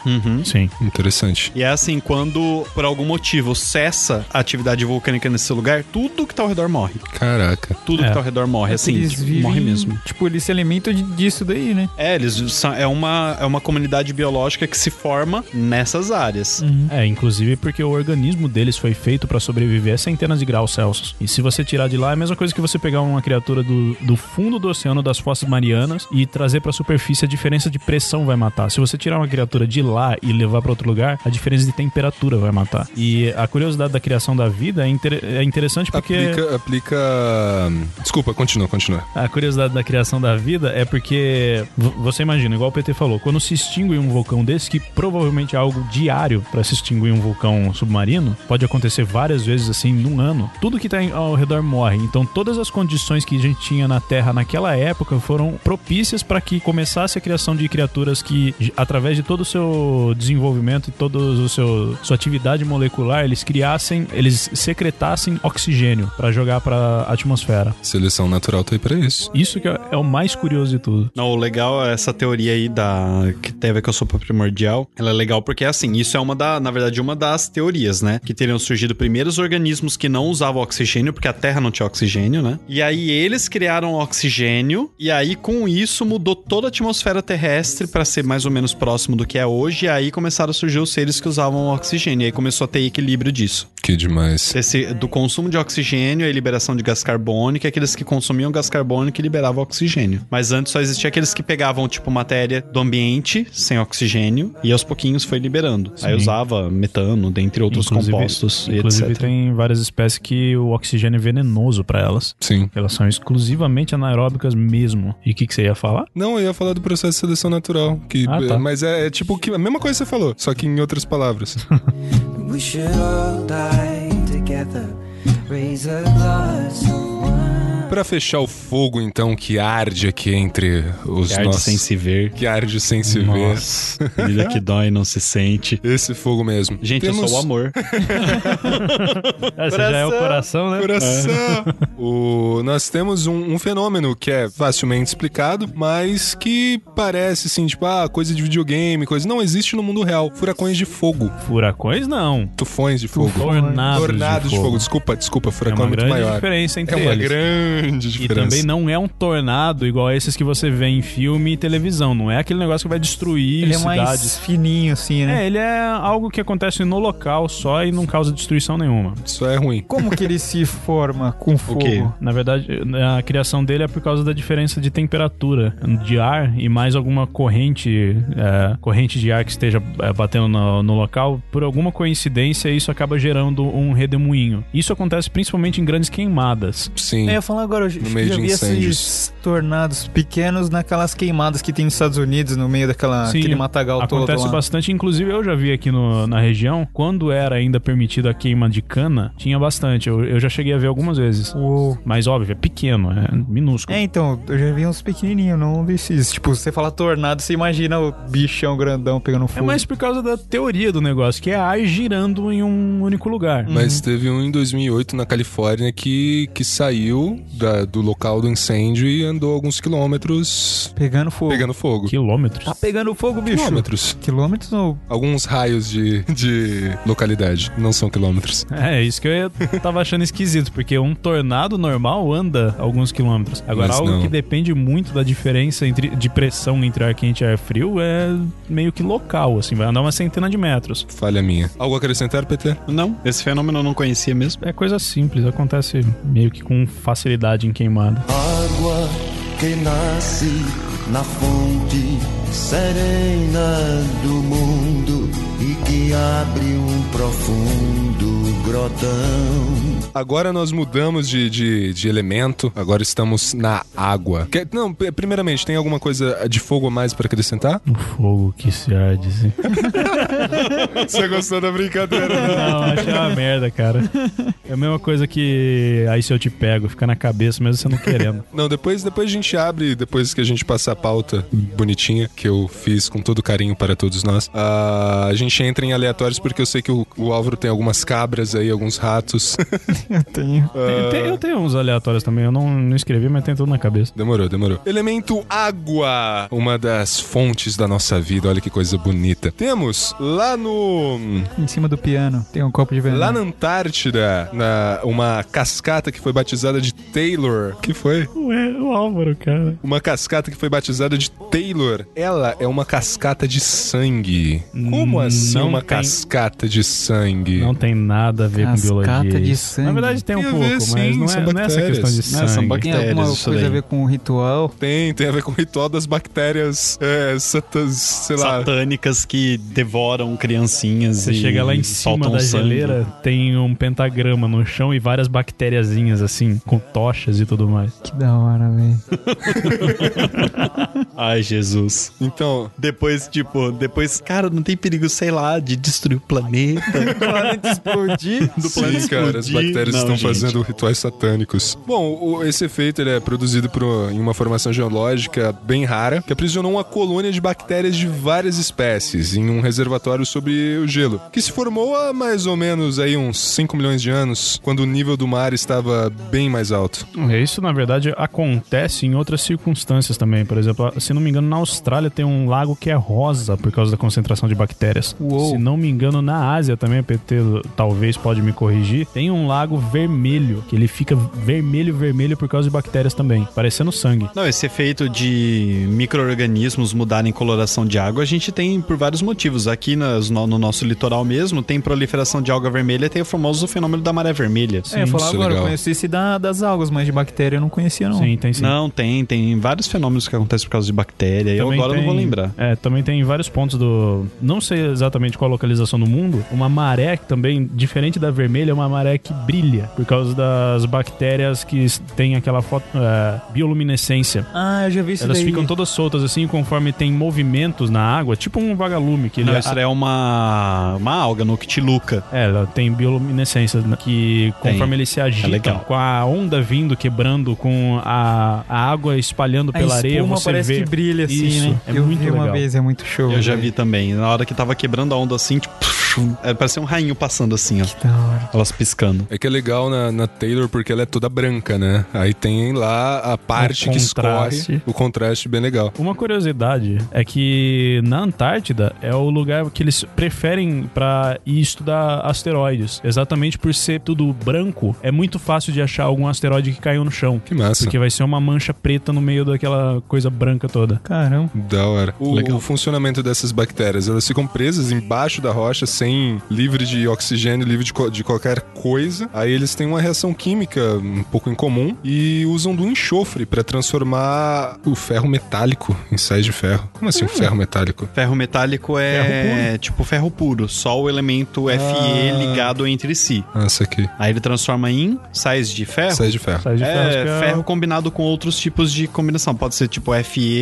Speaker 4: Sim.
Speaker 2: Interessante.
Speaker 5: E é assim, quando por algum motivo cessa a atividade vulcânica nesse lugar, tudo que tá ao redor morre.
Speaker 2: Caraca.
Speaker 5: Tudo
Speaker 4: É.
Speaker 5: que tá ao redor morre, assim,
Speaker 8: eles
Speaker 5: tipo,
Speaker 8: vivem,
Speaker 5: morre mesmo.
Speaker 8: Tipo, eles se alimentam de- disso daí, né?
Speaker 5: É, eles são- é uma, é uma comunidade biológica que se forma nessas áreas.
Speaker 4: É, inclusive porque o organismo deles foi feito pra sobreviver a centenas de graus Celsius. E se você tirar de lá, é a mesma coisa que você pegar uma criatura do, do fundo do oceano das fossas marianas e trazer pra superfície a diferença de pressão vai matar. Se você tirar uma criatura de lá e levar pra outro lugar, a diferença de temperatura vai matar. E a curiosidade da criação da vida é, inter- é
Speaker 2: Tá
Speaker 4: interessante porque.
Speaker 2: Aplica, aplica. hum, Desculpa, continua, continua.
Speaker 4: A curiosidade da criação da vida é porque v- você imagina, igual o PT falou, quando se extingue um vulcão desse, que provavelmente é algo diário pra se extinguir um vulcão submarino, pode acontecer várias vezes assim num ano. Tudo que tá em- ao redor morre. Então todas as condições que a gente tinha na Terra naquela época foram propícias para que começasse a criação de criaturas que, j- através de todo o seu desenvolvimento e toda o seu sua atividade molecular, eles criassem, eles secretassem oxigênio pra jogar pra atmosfera.
Speaker 2: Seleção natural tá aí pra isso.
Speaker 4: Isso que é é o mais curioso de tudo.
Speaker 5: Não, o legal é essa teoria aí da que teve a ver com a sopa primordial. Ela é legal porque assim, isso é uma da, na verdade, uma das teorias, né? Que teriam surgido primeiros organismos que não usavam oxigênio, porque a Terra não tinha oxigênio, né? E aí eles criaram oxigênio e aí com isso mudou toda a atmosfera terrestre pra ser mais ou menos próximo do que é hoje, e aí começaram a surgir os seres que usavam oxigênio, e aí começou a ter equilíbrio disso.
Speaker 2: Que demais.
Speaker 5: Desse- do consumo de oxigênio e liberação de gás carbônico, e aqueles que consumiam gás carbônico e liberavam oxigênio. Mas antes só existia aqueles que pegavam, tipo, matéria do ambiente sem oxigênio e aos pouquinhos foi liberando. Aí
Speaker 4: Sim.
Speaker 5: usava metano, dentre outros
Speaker 4: Inclusive-
Speaker 5: compostos e
Speaker 4: Inclusive,
Speaker 5: etc.
Speaker 4: tem várias espécies que o oxigênio é venenoso pra elas.
Speaker 2: Sim.
Speaker 4: Elas são exclusivamente anaeróbicas mesmo. E o que, que você ia falar?
Speaker 2: Não, eu ia falar do processo de seleção natural, que
Speaker 4: Ah, tá.
Speaker 2: mas é, é tipo que a mesma coisa que você falou, só que em outras palavras.
Speaker 6: We should all die together. Raise a glass of wine.
Speaker 2: Pra fechar o fogo então que arde aqui entre os
Speaker 5: Que arde
Speaker 2: nossos
Speaker 5: sem se ver.
Speaker 2: que arde sem se
Speaker 5: Nossa, vida que dói, não se sente.
Speaker 2: ver. Esse fogo mesmo.
Speaker 5: Gente, eu sou o amor.
Speaker 4: Essa já é o coração, né?
Speaker 2: Coração. O, nós temos um, um fenômeno que é facilmente explicado, mas que parece assim, tipo, ah, coisa de videogame, coisa. Não existe no mundo real. Furacões de fogo.
Speaker 4: Furacões, não.
Speaker 2: Tufões de fogo.
Speaker 4: Tornados,
Speaker 2: Tornados de fogo. Desculpa, desculpa,
Speaker 4: É
Speaker 2: furacão é
Speaker 4: uma
Speaker 2: muito
Speaker 4: grande
Speaker 2: maior.
Speaker 4: diferença
Speaker 2: É
Speaker 4: entre
Speaker 2: uma
Speaker 4: eles.
Speaker 2: grande
Speaker 4: E
Speaker 2: diferença.
Speaker 4: também não é um tornado igual a esses que você vê em filme e televisão. Não é aquele negócio que vai destruir
Speaker 8: Ele é mais
Speaker 4: cidades.
Speaker 8: fininho, assim, né?
Speaker 4: É, ele é algo que acontece no local só e não causa destruição nenhuma.
Speaker 2: Isso é ruim.
Speaker 8: Como que ele se forma com fogo?
Speaker 5: quê?
Speaker 4: Na verdade, a criação dele é por causa da diferença de temperatura de ar e mais alguma corrente, é, corrente de ar que esteja é, batendo no, no local. Por alguma coincidência, isso acaba gerando um redemoinho. Isso acontece principalmente em grandes queimadas.
Speaker 2: Sim.
Speaker 8: É, eu ia falar agora, eu já
Speaker 2: meio
Speaker 8: já
Speaker 2: de
Speaker 8: vi
Speaker 2: incêndios.
Speaker 8: esses tornados pequenos naquelas queimadas que tem nos Estados Unidos, no meio daquela
Speaker 4: Sim,
Speaker 8: aquele matagal todo
Speaker 4: Acontece
Speaker 8: lá.
Speaker 4: bastante, inclusive eu já vi aqui no- na região, quando era ainda permitida a queima de cana, tinha bastante. Eu, eu já cheguei a ver algumas vezes.
Speaker 8: Uou.
Speaker 4: Mas óbvio, é pequeno, é minúsculo.
Speaker 8: É, então, eu já vi uns pequenininhos, não desses. Tipo, você fala tornado, você imagina o bichão grandão pegando
Speaker 4: É
Speaker 8: fogo.
Speaker 4: mais por causa da teoria do negócio, que é ar girando em um único lugar.
Speaker 2: Mas teve um em 2008 na Califórnia que, que saiu da- do local do incêndio e andou alguns quilômetros
Speaker 8: Pegando fogo.
Speaker 2: pegando fogo.
Speaker 4: Quilômetros.
Speaker 8: Tá pegando fogo, bicho.
Speaker 2: Quilômetros.
Speaker 8: Quilômetros ou...
Speaker 2: Alguns raios de, de localidade, não são quilômetros.
Speaker 4: É, isso que eu tava achando esquisito, porque um tornado normal anda alguns quilômetros. Agora,
Speaker 2: Mas
Speaker 4: algo
Speaker 2: não.
Speaker 4: que depende muito da diferença entre, de pressão entre ar quente e ar frio é meio que local, assim, vai andar uma centena de metros.
Speaker 2: Falha minha. Algo a acrescentar, PT?
Speaker 5: Não, esse fenômeno eu não conhecia mesmo.
Speaker 4: É coisa simples, acontece meio que com facilidade em queimada.
Speaker 7: Água que nasce na fonte serena do mundo e que abre um profundo grotão.
Speaker 2: Agora nós mudamos de, de, de elemento, agora estamos na água. Quer- não, p- primeiramente, tem alguma coisa de fogo a mais pra acrescentar?
Speaker 4: O fogo que se arde, assim.
Speaker 2: Você gostou da brincadeira? né?
Speaker 4: Não, achei uma merda, cara. É a mesma coisa que aí se eu te pego, fica na cabeça mesmo você não querendo.
Speaker 2: Não, depois, depois a gente abre, depois que a gente passar a pauta bonitinha, que eu fiz com todo carinho para todos nós, ah, a gente entra em aleatórios porque eu sei que o, o Álvaro tem algumas cabras aí, alguns ratos.
Speaker 8: Eu tenho.
Speaker 2: É,
Speaker 4: Tem- tem- eu tenho uns aleatórios também, eu não, não escrevi, mas tem tudo na cabeça.
Speaker 2: Demorou, demorou. Elemento água, uma das fontes da nossa vida. Olha que coisa bonita. Temos lá no
Speaker 8: Em cima do piano tem um copo de veneno.
Speaker 2: lá na Antártida, na uma cascata que foi batizada de Taylor. Que foi?
Speaker 4: Ué, o Álvaro, cara.
Speaker 2: Uma cascata que foi batizada de Taylor, ela é uma cascata de sangue. Como assim
Speaker 4: não
Speaker 2: uma
Speaker 4: tem-
Speaker 2: cascata de sangue?
Speaker 4: Não tem nada a ver
Speaker 8: Cascata
Speaker 4: com biologia.
Speaker 8: de
Speaker 4: isso. Na
Speaker 8: sangue.
Speaker 4: verdade tem um
Speaker 2: Tem a
Speaker 4: pouco,
Speaker 2: ver,
Speaker 4: mas
Speaker 2: sim,
Speaker 4: não
Speaker 2: são
Speaker 4: é, não é essa
Speaker 2: bactérias.
Speaker 4: questão de
Speaker 5: Não,
Speaker 4: sangue.
Speaker 5: são
Speaker 8: Tem
Speaker 5: bactérias
Speaker 8: alguma
Speaker 5: isso daí.
Speaker 8: coisa a ver com o ritual?
Speaker 2: Tem, tem a ver com o ritual das bactérias é, satas, sei lá.
Speaker 5: satânicas que devoram criancinhas
Speaker 4: Você
Speaker 5: e
Speaker 4: chega lá em cima
Speaker 5: soltam
Speaker 4: da
Speaker 5: sangue.
Speaker 4: geleira, tem um pentagrama no chão e várias bactériazinhas assim, com tochas e tudo mais.
Speaker 8: Que da hora, velho.
Speaker 5: Ai, Jesus.
Speaker 2: Então,
Speaker 5: Depois, tipo, depois, cara, não tem perigo, sei lá, de destruir o planeta.
Speaker 8: Explodir?
Speaker 5: do planeta
Speaker 2: sim, cara, as
Speaker 5: explodir.
Speaker 2: bactérias
Speaker 5: Não,
Speaker 2: estão
Speaker 5: gente.
Speaker 2: fazendo rituais satânicos. Bom, o- esse efeito ele é produzido por- em uma formação geológica bem rara, que aprisionou uma colônia de bactérias de várias espécies em um reservatório sobre o gelo, que se formou há mais ou menos aí uns 5 milhões de anos, quando o nível do mar estava bem mais alto.
Speaker 4: É, Isso, na verdade, acontece em outras circunstâncias também. Por exemplo, se não me engano, na Austrália tem um lago que é rosa por causa da concentração de bactérias.
Speaker 8: Uou.
Speaker 4: Se não me engano, na Ásia também, PT talvez pode me corrigir, tem um lago vermelho, que ele fica vermelho, vermelho por causa de bactérias também, parecendo sangue.
Speaker 5: Não, esse efeito de micro-organismos mudarem coloração de água, a gente tem por vários motivos. Aqui nas- no, no nosso litoral mesmo, tem proliferação de alga vermelha e tem o famoso fenômeno da maré vermelha.
Speaker 8: é, eu falar
Speaker 2: isso é
Speaker 8: agora,
Speaker 2: legal.
Speaker 8: eu conheci esse da, das algas, mas de bactéria eu não conhecia, não.
Speaker 4: Sim, tem sim.
Speaker 5: Não, tem, tem vários fenômenos que acontecem por causa de bactéria. Eu
Speaker 4: Também
Speaker 5: agora não vou
Speaker 4: tem-
Speaker 5: lembrar.
Speaker 4: É, também tem vários pontos do. Não sei exatamente qual a localização do mundo. Uma maré que também, diferente da vermelha, é uma maré que brilha por causa das bactérias que s- tem aquela foto, é, bioluminescência.
Speaker 8: Ah, eu já vi isso
Speaker 4: Elas
Speaker 8: daí.
Speaker 4: ficam todas soltas assim, conforme tem movimentos na água, tipo um vagalume que ele.
Speaker 5: Não, isso daí é uma, uma alga no Kitiluca.
Speaker 4: É, ela tem bioluminescência né, que conforme ele se agita,
Speaker 5: É legal.
Speaker 4: com a onda vindo, quebrando, com a, a água espalhando
Speaker 8: A
Speaker 4: pela areia,
Speaker 8: espuma
Speaker 4: você
Speaker 8: parece
Speaker 4: vê.
Speaker 8: que brilha assim,
Speaker 4: Isso,
Speaker 8: né?
Speaker 4: é
Speaker 8: eu
Speaker 4: muito
Speaker 8: vi uma
Speaker 4: legal.
Speaker 8: vez, é muito show.
Speaker 5: Eu já
Speaker 8: velho.
Speaker 5: vi também. Na hora que tava quebrando a onda assim, tipo, é, parecia um rainho passando assim, ó.
Speaker 8: Que da hora.
Speaker 5: Elas piscando.
Speaker 2: É que é legal na, na Taylor porque ela é toda branca, né? Aí tem lá a parte que escorre,
Speaker 4: contraste.
Speaker 2: o contraste bem legal.
Speaker 4: Uma curiosidade é que na Antártida é o lugar que eles preferem pra ir estudar asteroides, exatamente por ser tudo branco, é muito fácil de achar algum asteroide que caiu no chão.
Speaker 2: Que massa.
Speaker 4: Porque vai ser uma mancha preta no meio daquela coisa branca toda.
Speaker 8: Caramba.
Speaker 2: Da hora. O,
Speaker 5: Legal.
Speaker 2: o funcionamento dessas bactérias, elas ficam presas embaixo da rocha, sem livre de oxigênio, livre de, co- de qualquer coisa. Aí eles têm uma reação química um pouco incomum e usam do enxofre pra transformar o ferro metálico em sais de ferro. Como assim, um
Speaker 4: Hum.
Speaker 2: ferro metálico?
Speaker 5: Ferro metálico é tipo ferro puro, só o elemento
Speaker 4: Ah.
Speaker 5: Fe ligado entre si.
Speaker 2: Ah, isso aqui.
Speaker 5: Aí ele transforma em sais de ferro.
Speaker 2: Sais de ferro.
Speaker 4: Sais de ferro,
Speaker 5: É,
Speaker 4: acho que é-
Speaker 5: ferro combinado com outros tipos de combinação. Pode ser tipo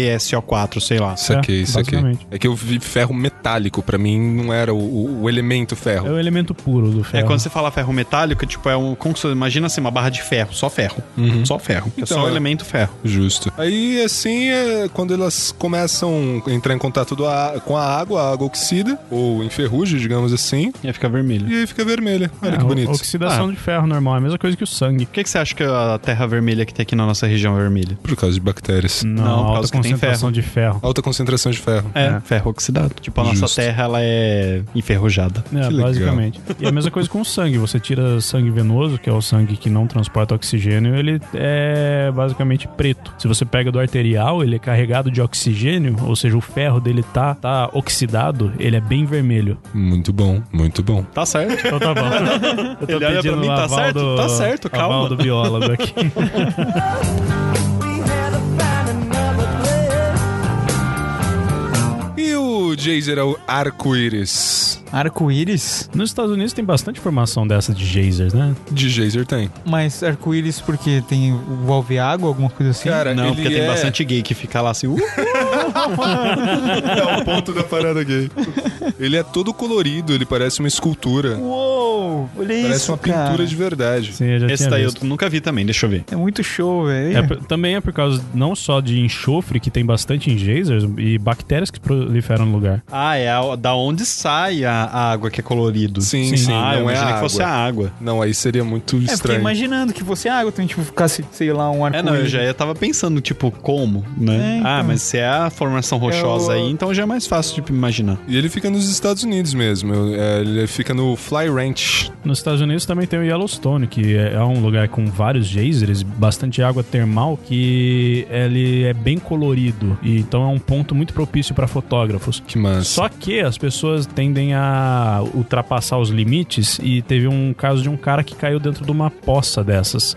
Speaker 5: FeSO4, sei lá.
Speaker 2: Isso aqui,
Speaker 4: É,
Speaker 2: isso aqui.
Speaker 4: basicamente.
Speaker 2: É que eu vi ferro metálico, pra mim não era o, o- o elemento
Speaker 4: é,
Speaker 2: ferro.
Speaker 4: o elemento puro do
Speaker 5: É
Speaker 4: ferro.
Speaker 5: quando você fala ferro metálico, tipo, é um. Como que você, imagina assim, uma barra de ferro, só ferro.
Speaker 4: Uhum.
Speaker 5: Só ferro. é
Speaker 2: Então,
Speaker 5: só o
Speaker 2: é-
Speaker 5: elemento ferro.
Speaker 2: Justo. Aí, assim, é quando elas começam a entrar em contato do a- com a água, a água oxida, ou enferruja, digamos assim,
Speaker 5: Ia ficar vermelho.
Speaker 2: e aí fica vermelha. Olha
Speaker 4: É,
Speaker 2: que
Speaker 4: o-
Speaker 2: bonito.
Speaker 4: Oxidação de ferro normal, é a mesma coisa que o sangue.
Speaker 5: Por que, que você acha que a terra vermelha que tem aqui na nossa região é vermelha?
Speaker 2: Ah, Por causa de bactérias.
Speaker 5: Não,
Speaker 4: Não,
Speaker 5: por
Speaker 4: alta
Speaker 5: causa que tem
Speaker 4: concentração de ferro.
Speaker 2: Alta concentração de ferro.
Speaker 5: É, ferro oxidado. Tipo, a
Speaker 2: Justo.
Speaker 5: nossa terra, ela é enferrujada.
Speaker 4: É,
Speaker 2: Que legal.
Speaker 4: basicamente. E a mesma coisa com o sangue. Você tira sangue venoso, que é o sangue que não transporta oxigênio, ele é basicamente preto. Se você pega do arterial, ele é carregado de oxigênio, ou seja, o ferro dele tá, tá oxidado, ele é bem vermelho.
Speaker 2: Muito bom, muito bom.
Speaker 5: Tá certo.
Speaker 4: Então tá bom. Eu tô
Speaker 5: Ele olha pra
Speaker 4: pedindo
Speaker 5: mim,
Speaker 4: o
Speaker 5: tá
Speaker 4: aval
Speaker 5: certo?
Speaker 4: do-
Speaker 5: Tá certo, calma.
Speaker 4: aval do biólogo aqui.
Speaker 2: E o Jazer é o arco-íris.
Speaker 8: Arco-íris?
Speaker 4: Nos Estados Unidos tem bastante formação dessa de geysers, né?
Speaker 2: De Jazer tem.
Speaker 8: Mas arco-íris porque tem envolve água, alguma coisa assim?
Speaker 2: Cara,
Speaker 5: Não,
Speaker 2: ele
Speaker 5: porque tem
Speaker 2: é-
Speaker 5: bastante gay que fica lá assim. Uh,
Speaker 2: É o ponto da parada gay. Ele é todo colorido, ele parece uma escultura.
Speaker 8: Uou! Olha
Speaker 2: parece
Speaker 8: isso,
Speaker 2: uma pintura
Speaker 8: cara.
Speaker 2: de verdade.
Speaker 4: Sim, eu já
Speaker 5: esse
Speaker 4: tinha
Speaker 5: daí eu
Speaker 4: visto.
Speaker 5: nunca vi também, deixa eu ver.
Speaker 8: É muito show, velho.
Speaker 4: É por- também é por causa não só de enxofre, que tem bastante em geysers, e bactérias que proliferam no lugar.
Speaker 5: Ah, é a- da onde sai a, a água que é colorido.
Speaker 2: Sim, sim,
Speaker 5: ah, eu
Speaker 2: não é
Speaker 5: imaginei
Speaker 2: a
Speaker 5: que fosse a
Speaker 2: água.
Speaker 5: água.
Speaker 2: Não, aí seria muito
Speaker 8: É, porque
Speaker 2: estranho.
Speaker 8: imaginando que fosse água, então tipo, ficasse, sei lá, um
Speaker 5: É,
Speaker 8: arco-íris.
Speaker 5: não, eu já ia- tava pensando, tipo, como, né?
Speaker 8: É, então.
Speaker 5: Ah, mas se é a formação rochosa
Speaker 8: É o-
Speaker 5: aí, então já é mais fácil de imaginar.
Speaker 2: E ele fica nos Estados Unidos mesmo. eu- é, ele fica no Fly Ranch,
Speaker 4: Splash. Nos Estados Unidos também tem o Yellowstone, que é é um lugar com vários geysers, bastante água termal, que ele é bem colorido. E então é um ponto muito propício para fotógrafos.
Speaker 2: Que massa.
Speaker 4: Só que as pessoas tendem a ultrapassar os limites e teve um caso de um cara que caiu dentro de uma poça dessas.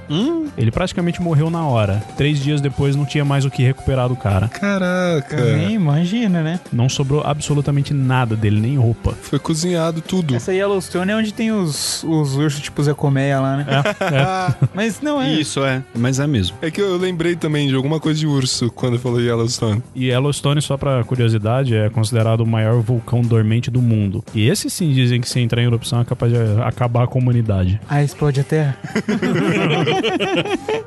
Speaker 4: Ele praticamente morreu na hora. Três dias depois não tinha mais o que recuperar do cara.
Speaker 2: Caraca.
Speaker 4: Uhum.
Speaker 8: Nem imagina, né?
Speaker 4: Não sobrou absolutamente nada dele, nem roupa.
Speaker 2: Foi cozinhado tudo.
Speaker 8: Essa Yellowstone é onde tem os, os ursos tipo Zé Colmeia lá, né?
Speaker 4: É,
Speaker 8: Mas não é.
Speaker 5: Isso é, mas é mesmo.
Speaker 2: É que eu lembrei também de alguma coisa de urso quando falou Yellowstone.
Speaker 4: E Yellowstone, só pra curiosidade, é considerado o maior vulcão dormente do mundo. E esse sim dizem que se entrar em erupção é capaz de acabar com a humanidade.
Speaker 8: Ah, explode a Terra?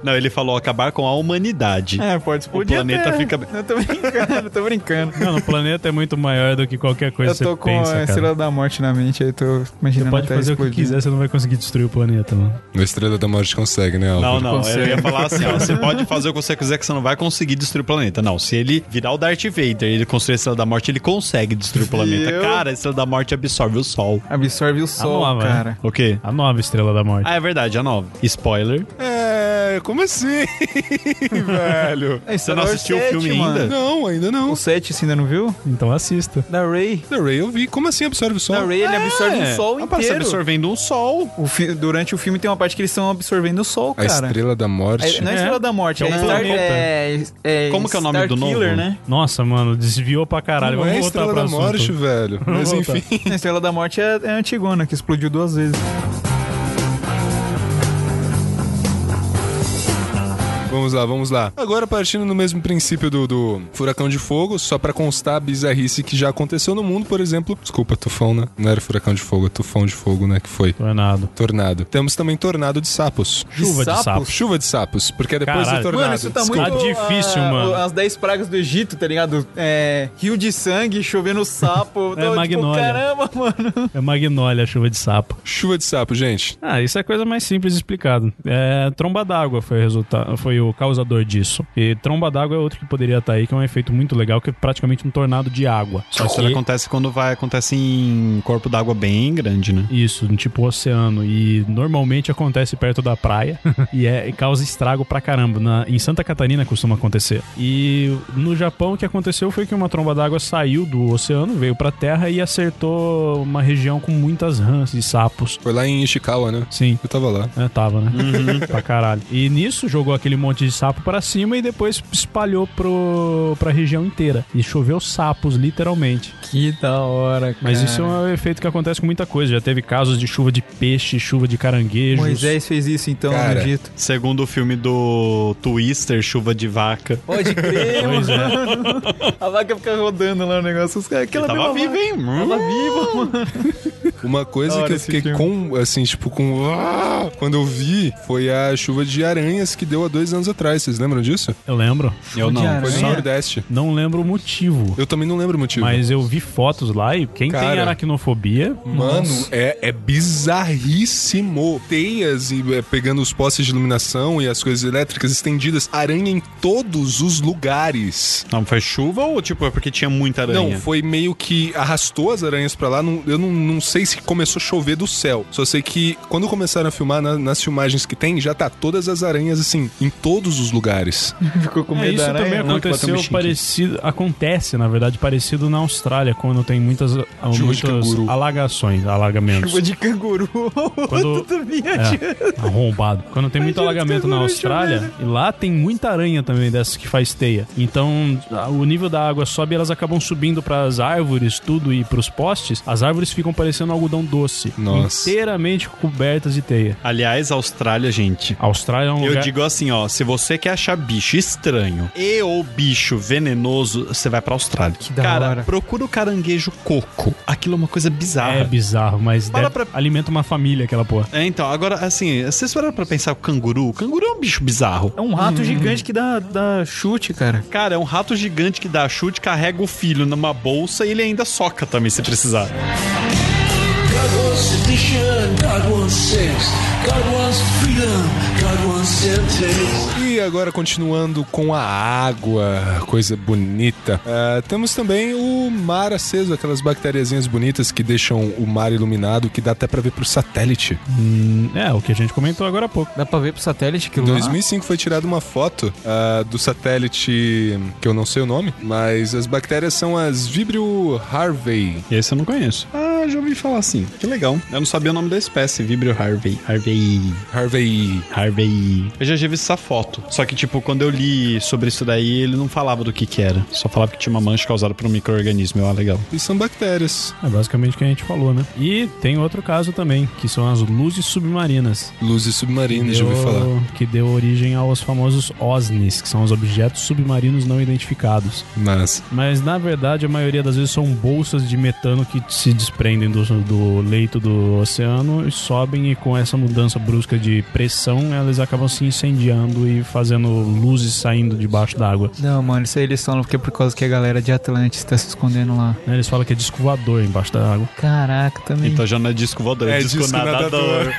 Speaker 5: Não, ele falou acabar com a humanidade.
Speaker 8: É, pode
Speaker 5: o
Speaker 8: explodir
Speaker 5: planeta
Speaker 8: a Terra.
Speaker 5: fica.
Speaker 8: Eu tô brincando, eu tô brincando.
Speaker 4: Mano, o planeta é muito maior do que qualquer coisa
Speaker 8: Eu
Speaker 4: que
Speaker 8: tô
Speaker 4: você
Speaker 8: com
Speaker 4: pensa,
Speaker 8: a
Speaker 4: cara.
Speaker 8: Estrela da Morte na mente, aí tô imaginando
Speaker 4: Você
Speaker 8: a
Speaker 4: pode
Speaker 8: Terra
Speaker 4: fazer o que
Speaker 8: explodir.
Speaker 4: quiser, você não vai conseguir destruir o planeta, mano.
Speaker 2: A Estrela da Morte consegue, né,
Speaker 5: Não,
Speaker 2: Álvaro?
Speaker 5: não, eu
Speaker 8: consegue.
Speaker 5: ia falar assim, ó, você pode fazer o que você quiser que você não vai conseguir destruir o planeta. Não, se ele virar o Darth Vader e ele construir a Estrela da Morte, ele consegue destruir o planeta.
Speaker 8: Eu-
Speaker 5: Cara, a Estrela da Morte absorve o Sol.
Speaker 8: Absorve o sol,
Speaker 4: nova, né?
Speaker 8: cara.
Speaker 5: O quê?
Speaker 4: A nova estrela da morte.
Speaker 5: Ah, é verdade, a nova. Spoiler.
Speaker 2: É, como assim, velho?
Speaker 5: É, Você não assistiu o
Speaker 8: Sete,
Speaker 5: filme
Speaker 8: mano.
Speaker 5: ainda?
Speaker 2: Não, ainda não.
Speaker 8: O 7 você ainda não viu?
Speaker 4: Então assista.
Speaker 8: Da Ray.
Speaker 2: The Ray eu vi. Como assim absorve o som?
Speaker 8: Da Ray ele É. Ah, absorve o sol
Speaker 5: Rapaz, tá
Speaker 8: inteiro.
Speaker 5: absorvendo um sol.
Speaker 8: O fi- Durante o filme tem uma parte que eles estão absorvendo o sol,
Speaker 2: A
Speaker 8: cara.
Speaker 2: Estrela da Morte.
Speaker 8: É, não é
Speaker 4: É.
Speaker 8: Estrela da Morte,
Speaker 4: É
Speaker 8: é,
Speaker 4: um
Speaker 8: Star,
Speaker 4: planeta.
Speaker 8: é, é
Speaker 5: Como que é o nome
Speaker 8: Star
Speaker 5: do novo?
Speaker 8: Killer, né?
Speaker 4: Nossa, mano, desviou pra caralho.
Speaker 2: Não
Speaker 4: Vamos
Speaker 2: é
Speaker 4: voltar
Speaker 2: Estrela
Speaker 4: pra
Speaker 2: da
Speaker 4: assunto.
Speaker 2: Morte, velho. Mas
Speaker 4: Vamos voltar.
Speaker 2: enfim.
Speaker 8: A Estrela da Morte é, é a antigona, que explodiu duas vezes.
Speaker 2: Vamos lá, vamos lá. Agora, partindo no mesmo princípio do, do furacão de fogo, só pra constar a bizarrice que já aconteceu no mundo, por exemplo. Desculpa, tufão, né? Não era furacão de fogo, é tufão de fogo, né? Que foi.
Speaker 4: Não é nada.
Speaker 2: Tornado. Temos também tornado de sapos.
Speaker 4: Chuva de sapo.
Speaker 2: Chuva de sapos, porque é depois
Speaker 4: Caralho.
Speaker 2: do tornado.
Speaker 4: Mano,
Speaker 8: Isso tá
Speaker 2: Desculpa.
Speaker 8: muito...
Speaker 4: Tá difícil,
Speaker 8: ah,
Speaker 4: mano.
Speaker 8: As 10 pragas do Egito, tá ligado? É, rio de sangue, chovendo sapo.
Speaker 4: É,
Speaker 8: Então,
Speaker 4: magnólia.
Speaker 8: caramba, mano.
Speaker 4: É magnólia a chuva de sapo.
Speaker 2: Chuva de sapo, gente.
Speaker 4: Ah, isso é coisa mais simples explicado. É, tromba d'água foi, o resulta- foi o causador disso. E tromba d'água é outro que poderia estar aí, que é um efeito muito legal, que é praticamente um tornado de água. Só
Speaker 5: Isso
Speaker 4: que-
Speaker 5: acontece quando vai, acontece em corpo d'água bem grande, né?
Speaker 4: Isso, um tipo oceano. E normalmente acontece perto da praia e, é, e causa estrago pra caramba. Na- em Santa Catarina costuma acontecer. E no Japão o que aconteceu foi que uma tromba d'água saiu do oceano, veio pra terra e acertou uma região com muitas rãs e sapos.
Speaker 2: Foi lá em Ishikawa, né?
Speaker 4: Sim.
Speaker 2: Eu tava lá.
Speaker 4: É, tava, né? pra caralho. E nisso jogou aquele monte de sapo pra cima e depois espalhou pro, pra região inteira. E choveu sapos, literalmente.
Speaker 8: Que da hora, cara.
Speaker 4: Mas isso é um efeito que acontece com muita coisa. Já teve casos de chuva de peixe, chuva de caranguejo.
Speaker 8: Moisés fez isso, então,
Speaker 2: Cara.
Speaker 8: no Egito.
Speaker 5: Segundo o filme do Twister, Chuva de Vaca.
Speaker 8: Pode crer,
Speaker 4: Pois é.
Speaker 8: mano. A vaca fica rodando lá o negócio. Os caras, aquela
Speaker 5: Tava
Speaker 8: mesma
Speaker 5: vivo, hein? Hum.
Speaker 8: vaca. Tava viva, mano.
Speaker 2: Uma coisa
Speaker 8: Da
Speaker 2: que
Speaker 8: hora
Speaker 2: eu
Speaker 8: esse
Speaker 2: fiquei
Speaker 8: filme.
Speaker 2: com, assim, tipo, com. "Ah!" Quando eu vi, foi a chuva de aranhas que deu há dois anos atrás. Vocês lembram disso?
Speaker 4: Eu lembro.
Speaker 5: Eu não.
Speaker 8: Diário.
Speaker 2: Foi no
Speaker 8: Aranha?
Speaker 2: Nordeste.
Speaker 4: Não lembro o motivo.
Speaker 2: Eu também não lembro o motivo.
Speaker 4: Mas eu vi fotos lá e quem tem
Speaker 2: Cara.
Speaker 4: aracnofobia.
Speaker 2: Mano, é, é bizarríssimo. Teias e, é, pegando os postes de iluminação e as coisas elétricas estendidas, aranha em todos os lugares.
Speaker 5: Não, foi chuva ou tipo é porque tinha muita aranha?
Speaker 2: Não, foi meio que arrastou as aranhas pra lá. Não- eu não, não sei se começou a chover do céu. Só sei que quando começaram a filmar, na- nas filmagens que tem, já tá todas as aranhas assim, em todos os lugares.
Speaker 8: Ficou com
Speaker 4: É,
Speaker 8: medo
Speaker 4: isso
Speaker 8: da aranha.
Speaker 4: também
Speaker 5: Não, que bateu um
Speaker 4: aconteceu
Speaker 5: bichinho
Speaker 4: parecido. Acontece, na verdade, parecido na Austrália, quando tem muitas,
Speaker 2: Chuva de
Speaker 4: muitas
Speaker 2: canguru.
Speaker 4: alagações, alagamentos.
Speaker 8: Chuva de canguru.
Speaker 4: Quando- É.
Speaker 8: Tudo viajando.
Speaker 4: Arrombado. Quando tem muito
Speaker 8: Imagina
Speaker 4: alagamento
Speaker 8: que
Speaker 4: na
Speaker 8: agora
Speaker 4: Austrália, e lá tem muita aranha também dessas que faz teia. Então, a- o nível da água sobe, elas acabam subindo pras árvores, tudo e pros postes. As árvores ficam parecendo algodão doce,
Speaker 2: Nossa.
Speaker 4: inteiramente cobertas de teia.
Speaker 5: Aliás, Austrália, gente.
Speaker 4: A Austrália é um
Speaker 5: Eu
Speaker 4: lugar
Speaker 5: digo assim, ó, se você quer achar bicho estranho e ou bicho venenoso, você vai pra Austrália.
Speaker 8: Que da
Speaker 5: Cara,
Speaker 8: hora.
Speaker 5: procura o caranguejo coco. Aquilo é uma coisa bizarra.
Speaker 4: é bizarro, mas
Speaker 5: Fala
Speaker 4: deve- alimenta uma família aquela porra.
Speaker 5: É, então, agora, assim, vocês pararam pra pensar o canguru? O canguru é um bicho bizarro.
Speaker 8: É um
Speaker 4: Uhum.
Speaker 8: rato gigante que dá, dá chute, cara.
Speaker 5: Cara, é um rato gigante que dá chute, carrega o filho numa bolsa e ele ainda soca também, se precisar.
Speaker 6: Go
Speaker 11: God wants sedition, God wants sex, God wants freedom, God wants self-taste.
Speaker 2: E agora, continuando com a água, coisa bonita. Ah, temos também o mar aceso, aquelas bactériazinhas bonitas que deixam o mar iluminado, que dá até pra ver pro satélite.
Speaker 4: é, o que a gente comentou agora há pouco.
Speaker 2: Dá pra ver pro satélite que Em 2005 foi tirada uma foto ah, do satélite, que eu não sei o nome, mas as bactérias são as Vibrio Harvey.
Speaker 5: Esse eu não conheço. Ah, já ouvi falar assim. Que legal. Eu não sabia o nome da espécie, Vibrio Harvey. Harvey.
Speaker 2: Harvey.
Speaker 5: Harvey. Eu já já vi essa foto. Só que, tipo, quando eu li sobre isso daí, ele não falava do que que era. Só falava que tinha uma mancha causada por um micro-organismo. Eu, Ah, legal.
Speaker 2: E são bactérias.
Speaker 4: É basicamente o que a gente falou, né? E tem outro caso também, que são as luzes submarinas.
Speaker 2: Luzes submarinas, já ouvi falar.
Speaker 4: Que deu origem aos famosos OSNIs, que são os objetos submarinos não identificados.
Speaker 2: Mas.
Speaker 4: Mas na verdade a maioria das vezes são bolsas de metano que se desprendem do, do leito do oceano e sobem e com essa mudança brusca de pressão elas acabam se incendiando e fazendo luzes saindo debaxo d'água.
Speaker 8: Não, mano, isso aí eles falam porque é por causa que a galera de Atlantis tá se escondendo lá.
Speaker 4: Né, Eles falam que é disco voador embaixo da água.
Speaker 8: Caraca, também.
Speaker 5: Então já não é disco voador, é, disco, nadador.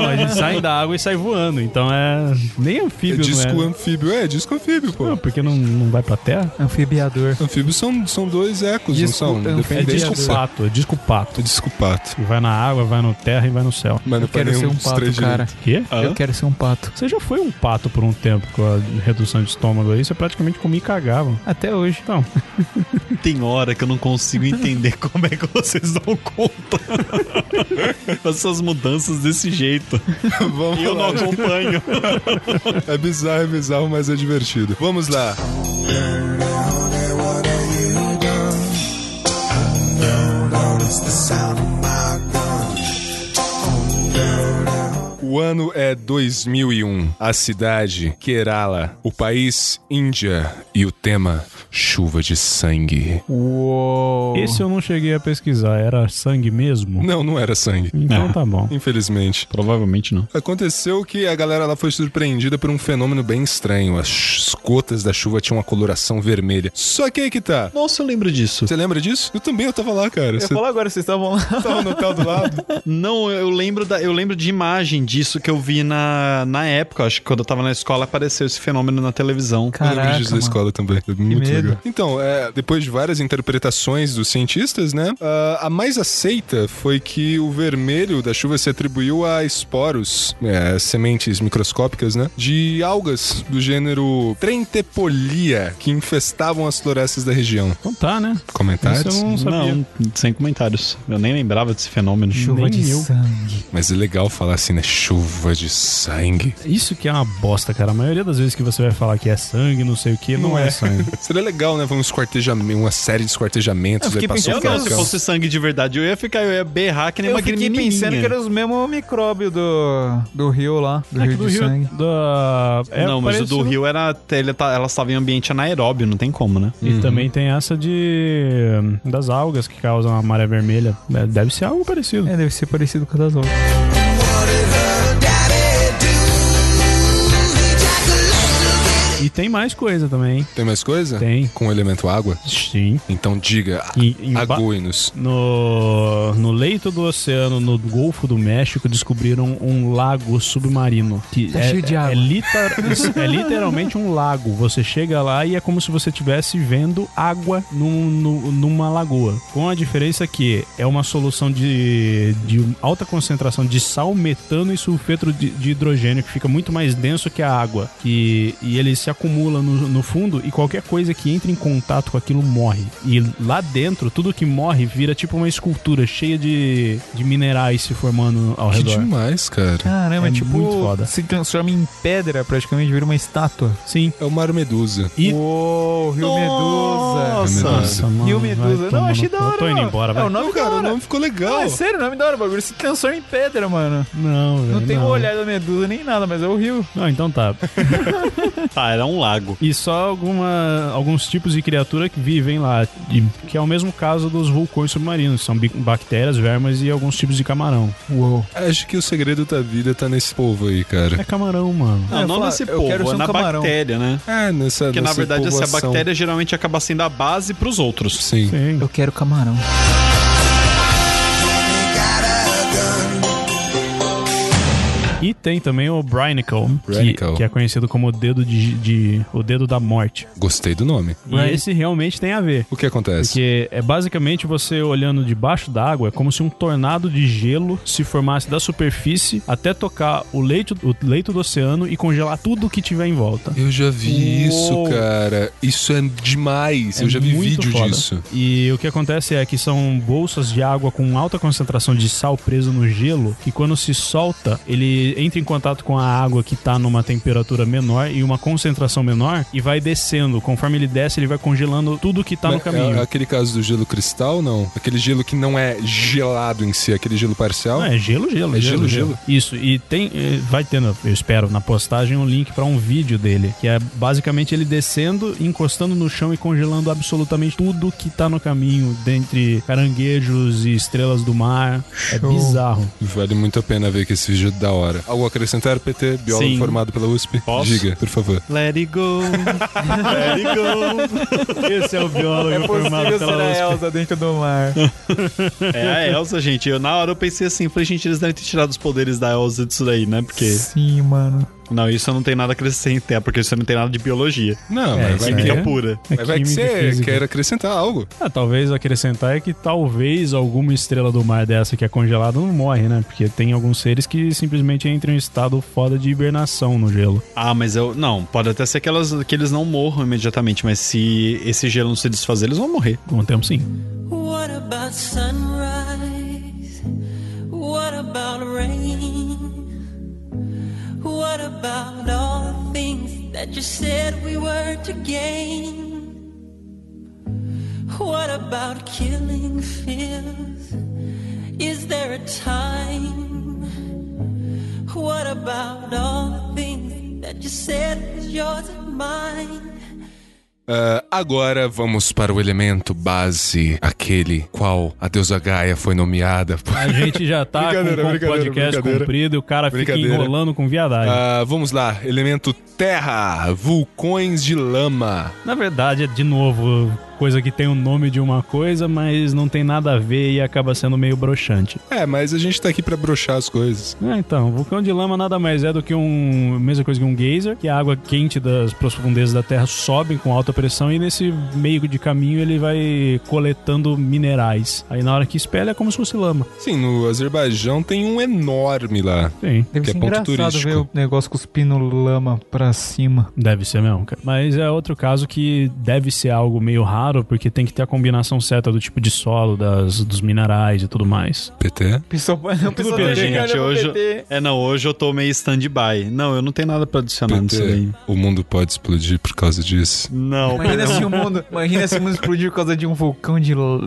Speaker 4: Ó, Eles saem da água e saem voando, então é nem anfíbio,
Speaker 2: É disco
Speaker 4: não é?
Speaker 2: anfíbio, é disco anfíbio, pô.
Speaker 4: Não, porque não, não vai pra terra?
Speaker 8: Então, Anfibiador.
Speaker 2: Anfíbios são, são dois ecos,
Speaker 4: Disco-
Speaker 2: não são?
Speaker 4: anfíbio. É
Speaker 2: Dependente
Speaker 4: disco
Speaker 2: do ser.
Speaker 4: pato, é disco pato.
Speaker 2: É disco pato.
Speaker 4: Vai na água, vai no terra e vai no céu.
Speaker 2: Mas não
Speaker 8: Eu quero
Speaker 2: faz
Speaker 8: ser
Speaker 2: nenhum
Speaker 8: um
Speaker 2: dos
Speaker 8: pato,
Speaker 2: três
Speaker 8: cara.
Speaker 2: direito.
Speaker 4: Quê?
Speaker 8: Eu quero ser um pato.
Speaker 4: Você já foi um pato por um tempo com a redução de estômago aí? Você praticamente comia e cagava.
Speaker 8: Até hoje.
Speaker 4: Então,
Speaker 5: Tem hora que eu não consigo entender como é que vocês dão conta dessas mudanças desse jeito.
Speaker 2: Vamos
Speaker 5: E eu não
Speaker 2: lá.
Speaker 5: acompanho.
Speaker 2: É bizarro, é bizarro, mas é divertido. Vamos lá. O ano é 2001. A cidade, Kerala. O país, Índia. E o tema, chuva de sangue.
Speaker 8: Uou.
Speaker 4: esse eu não cheguei a pesquisar. Era sangue mesmo?
Speaker 2: Não, não era sangue.
Speaker 4: Então tá bom.
Speaker 2: Infelizmente.
Speaker 5: Provavelmente não.
Speaker 2: Aconteceu que a galera lá foi surpreendida por um fenômeno bem estranho. As gotas da chuva tinham uma coloração vermelha. Só que aí que tá.
Speaker 5: Nossa, eu lembro disso.
Speaker 2: Você lembra disso? Eu também, eu tava lá, cara. Você
Speaker 8: Fala agora, vocês estavam lá.
Speaker 2: tava no hotel do lado?
Speaker 5: Não, eu lembro, da, eu lembro de imagem disso que eu vi na, na época. Acho que quando eu tava na escola apareceu esse fenômeno na televisão.
Speaker 2: eu lembro disso
Speaker 8: Caraca,
Speaker 2: da
Speaker 8: mano.
Speaker 2: escola também. É Muito
Speaker 8: medo.
Speaker 2: legal. Então, é, depois de várias interpretações dos cientistas, né? ah, a mais aceita foi que o vermelho da chuva se atribuiu a esporos, é, sementes microscópicas, né? De algas do gênero Trentepolia, que infestavam as florestas da região.
Speaker 4: Então tá, né?
Speaker 8: é
Speaker 2: Comentários?
Speaker 8: um
Speaker 4: Isso eu não sabia.
Speaker 5: Não, sem comentários. Eu nem lembrava desse fenômeno.
Speaker 8: Chuva
Speaker 4: Nem
Speaker 8: de
Speaker 4: eu.
Speaker 8: sangue.
Speaker 2: Mas é legal falar assim, né? Chuva de sangue.
Speaker 4: Isso que é uma bosta, cara. A maioria das vezes que você vai falar que é sangue, não sei o que, não,
Speaker 2: Não
Speaker 4: é.
Speaker 2: é.
Speaker 4: sangue.
Speaker 2: Seria legal, né? Foi um esquartejamento, uma série de esquartejamentos.
Speaker 8: Eu
Speaker 2: Aí
Speaker 8: fiquei
Speaker 2: passou o
Speaker 5: Eu
Speaker 4: é
Speaker 5: não, se
Speaker 2: Falcão.
Speaker 5: fosse sangue de verdade, eu ia ficar, eu ia berrar que nem
Speaker 8: Eu
Speaker 5: uma
Speaker 8: fiquei
Speaker 5: gremlininha.
Speaker 8: pensando que eram os mesmos micróbios do, do rio lá, do
Speaker 4: Aqui
Speaker 8: rio
Speaker 4: É do
Speaker 8: de
Speaker 4: Rio.
Speaker 8: sangue.
Speaker 4: Da... é
Speaker 5: não, mas o
Speaker 4: parecido.
Speaker 5: do Rio era. Ele tá, ela estava em ambiente anaeróbio, não tem como, né?
Speaker 4: E também tem essa de. das algas que causam a maré vermelha. É, Deve ser algo parecido.
Speaker 8: É, deve ser parecido com as outras.
Speaker 4: E tem mais coisa também, hein?
Speaker 2: Tem mais coisa?
Speaker 4: Tem.
Speaker 2: Com o elemento água?
Speaker 4: Sim.
Speaker 2: Então diga,
Speaker 4: E, e ba-
Speaker 2: aguinos.
Speaker 4: No, no leito do oceano, no Golfo do México, descobriram um lago submarino. Que
Speaker 8: Tá
Speaker 4: é,
Speaker 8: cheio de
Speaker 4: é-
Speaker 8: água.
Speaker 4: É, liter- é literalmente um lago. Você chega lá e é como se você estivesse vendo água num- nu- numa lagoa. Com a diferença que é uma solução de, de alta concentração de sal, metano e sulfeto de, de hidrogênio, que fica muito mais denso que a água. Que, e ele se acumula no, no fundo e qualquer coisa que entre em contato com aquilo morre. E lá dentro, tudo que morre vira tipo uma escultura cheia de, de minerais se formando ao
Speaker 2: Que
Speaker 4: redor.
Speaker 2: demais, cara.
Speaker 8: Caramba,
Speaker 4: É
Speaker 8: tipo,
Speaker 4: muito foda.
Speaker 8: se transforma em pedra, praticamente vira uma estátua.
Speaker 4: Sim.
Speaker 2: É o Mar Medusa.
Speaker 4: E-
Speaker 8: Uou, Rio Medusa.
Speaker 5: Nossa.
Speaker 2: Nossa.
Speaker 8: Rio Medusa. Não, achei da hora.
Speaker 4: Eu tô indo
Speaker 8: mano. É
Speaker 4: embora,
Speaker 8: o
Speaker 4: velho.
Speaker 8: nome
Speaker 2: cara,
Speaker 8: da
Speaker 2: o
Speaker 8: hora.
Speaker 2: nome ficou legal.
Speaker 8: Não, é sério, o nome da hora, o bagulho se transforma em pedra, mano.
Speaker 4: Não, velho.
Speaker 8: Não tem o olhar da medusa nem nada, mas é o rio.
Speaker 4: Não, então tá.
Speaker 5: Tá, era um lago.
Speaker 4: E só alguma, alguns tipos de criatura que vivem lá, e- que é o mesmo caso dos vulcões submarinos. São bi- bactérias, vermes e alguns tipos de camarão.
Speaker 8: Uou.
Speaker 2: Acho que o segredo da vida tá nesse povo aí,
Speaker 4: É
Speaker 2: cara.
Speaker 4: camarão, mano.
Speaker 5: Não,
Speaker 8: Eu
Speaker 5: não
Speaker 8: ia falar,
Speaker 5: nesse
Speaker 8: eu
Speaker 5: povo,
Speaker 8: quero ser
Speaker 5: é
Speaker 8: um
Speaker 5: na
Speaker 8: camarão.
Speaker 5: bactéria, né?
Speaker 2: É, nessa
Speaker 5: Porque na
Speaker 2: nessa
Speaker 5: verdade essa
Speaker 2: povoação.
Speaker 5: bactéria geralmente acaba sendo a base pros outros.
Speaker 2: Sim.
Speaker 4: Sim.
Speaker 8: Eu quero camarão.
Speaker 4: E tem também o Brinicle, que,
Speaker 2: Brinicle.
Speaker 4: que é conhecido como o dedo de, de- o dedo da morte.
Speaker 2: Gostei do nome.
Speaker 4: E esse realmente tem a ver.
Speaker 2: O que acontece?
Speaker 4: Porque é basicamente você olhando debaixo d'água, é como se um tornado de gelo se formasse da superfície até tocar o leito, o leito do oceano e congelar tudo que tiver em volta.
Speaker 2: Eu já vi isso,
Speaker 4: Uou.
Speaker 2: cara. Isso é demais.
Speaker 4: É
Speaker 2: Eu já vi
Speaker 4: muito
Speaker 2: vídeo
Speaker 4: foda.
Speaker 2: disso.
Speaker 4: E o que acontece é que são bolsas de água com alta concentração de sal preso no gelo, que quando se solta, ele entra em contato com a água que tá numa temperatura menor e uma concentração menor e vai descendo. Conforme ele desce, ele vai congelando tudo que tá no
Speaker 2: Mas
Speaker 4: caminho.
Speaker 2: É aquele caso do gelo cristal, não? Aquele gelo que não é gelado em si, aquele gelo parcial?
Speaker 4: Não, é gelo, gelo.
Speaker 2: É gelo, gelo.
Speaker 4: Isso, e tem. eh, Vai tendo, eu espero, na postagem um link pra um vídeo dele, que é basicamente ele descendo, encostando no chão e congelando absolutamente tudo que tá no caminho, dentre caranguejos e estrelas do mar. É bizarro.
Speaker 2: Vale muito a pena ver que esse vídeo é da hora. Algo a acrescentar, PT? Biólogo
Speaker 5: Sim.
Speaker 2: formado pela USP?
Speaker 5: Posso?
Speaker 2: Diga, por favor.
Speaker 5: Let it go. Let it go.
Speaker 4: Esse é o biólogo
Speaker 8: É possível ser a Elsa dentro do mar.
Speaker 5: É a Elsa, gente. Eu, na hora eu pensei assim, falei, gente, eles devem ter tirado os poderes da Elsa disso daí, né? Porque.
Speaker 8: Sim, mano.
Speaker 5: Não, isso não tem nada a acrescentar, porque isso não tem nada de biologia.
Speaker 2: Não, mas
Speaker 4: É,
Speaker 2: vai
Speaker 4: isso
Speaker 2: que...
Speaker 5: Química
Speaker 4: aí é-
Speaker 5: pura.
Speaker 4: é
Speaker 2: mas vai que
Speaker 4: química e
Speaker 2: você
Speaker 4: física.
Speaker 2: quer acrescentar algo.
Speaker 4: Ah, talvez acrescentar é que talvez alguma estrela do mar dessa que é congelada não morre, né? Porque tem alguns seres que simplesmente entram em estado foda de hibernação no gelo.
Speaker 5: Ah, mas eu. Não, pode até ser que, elas, que eles não morram imediatamente, mas se esse gelo não se desfazer, eles vão morrer.
Speaker 4: Com o tempo, sim.
Speaker 12: What about sunrise? What about rain? What about all the things that you said we were to gain? What about killing fears? Is there a time? What about all the things that you said was yours and mine?
Speaker 2: Ah, agora vamos para o elemento base, aquele qual a deusa Gaia foi nomeada.
Speaker 4: A gente já tá com
Speaker 2: Brincadeira,
Speaker 4: o
Speaker 2: brincadeira,
Speaker 4: podcast
Speaker 2: brincadeira.
Speaker 4: comprido e o cara fica
Speaker 2: Brincadeira.
Speaker 4: enrolando com viadagem.
Speaker 2: Ah, vamos lá, elemento terra, vulcões de lama.
Speaker 4: Na verdade, é de novo coisa que tem o nome de uma coisa, mas não tem nada a ver e acaba sendo meio broxante.
Speaker 2: É, mas a gente tá aqui pra broxar as coisas.
Speaker 4: Ah, então, vulcão de lama nada mais é do que um. a mesma coisa que um geyser, que a água quente das profundezas da Terra sobe com alta pressão e nesse meio de caminho ele vai coletando minerais. Aí na hora que espelha é como se fosse lama.
Speaker 2: Sim, no Azerbaijão tem um enorme lá.
Speaker 4: Sim.
Speaker 8: Deve
Speaker 2: que
Speaker 8: ser
Speaker 2: é ponto
Speaker 8: engraçado
Speaker 2: turístico.
Speaker 8: ver o negócio cuspindo lama pra cima.
Speaker 4: Deve ser mesmo, cara. Mas é outro caso que deve ser algo meio raro, porque tem que ter a combinação certa do tipo de solo, das, dos minerais e tudo mais.
Speaker 2: PT?
Speaker 8: Pessoal, não
Speaker 4: Tudo
Speaker 8: precisa
Speaker 4: bem,
Speaker 8: ter
Speaker 5: Gente,
Speaker 8: gigante,
Speaker 5: hoje.
Speaker 8: eu vou meter.
Speaker 5: É, não, hoje eu tô meio stand-by. Não, eu não tenho nada pra adicionar nisso daí.
Speaker 2: PT, o mundo pode explodir por causa disso.
Speaker 5: Não,
Speaker 8: Imagina
Speaker 5: não.
Speaker 8: se o mundo, imagina se o mundo explodir por causa de um vulcão de l-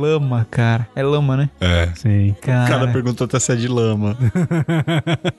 Speaker 8: lama, cara. É lama, né?
Speaker 2: É.
Speaker 4: Sim.
Speaker 5: O cara
Speaker 8: Cara,
Speaker 5: perguntou até se é de lama.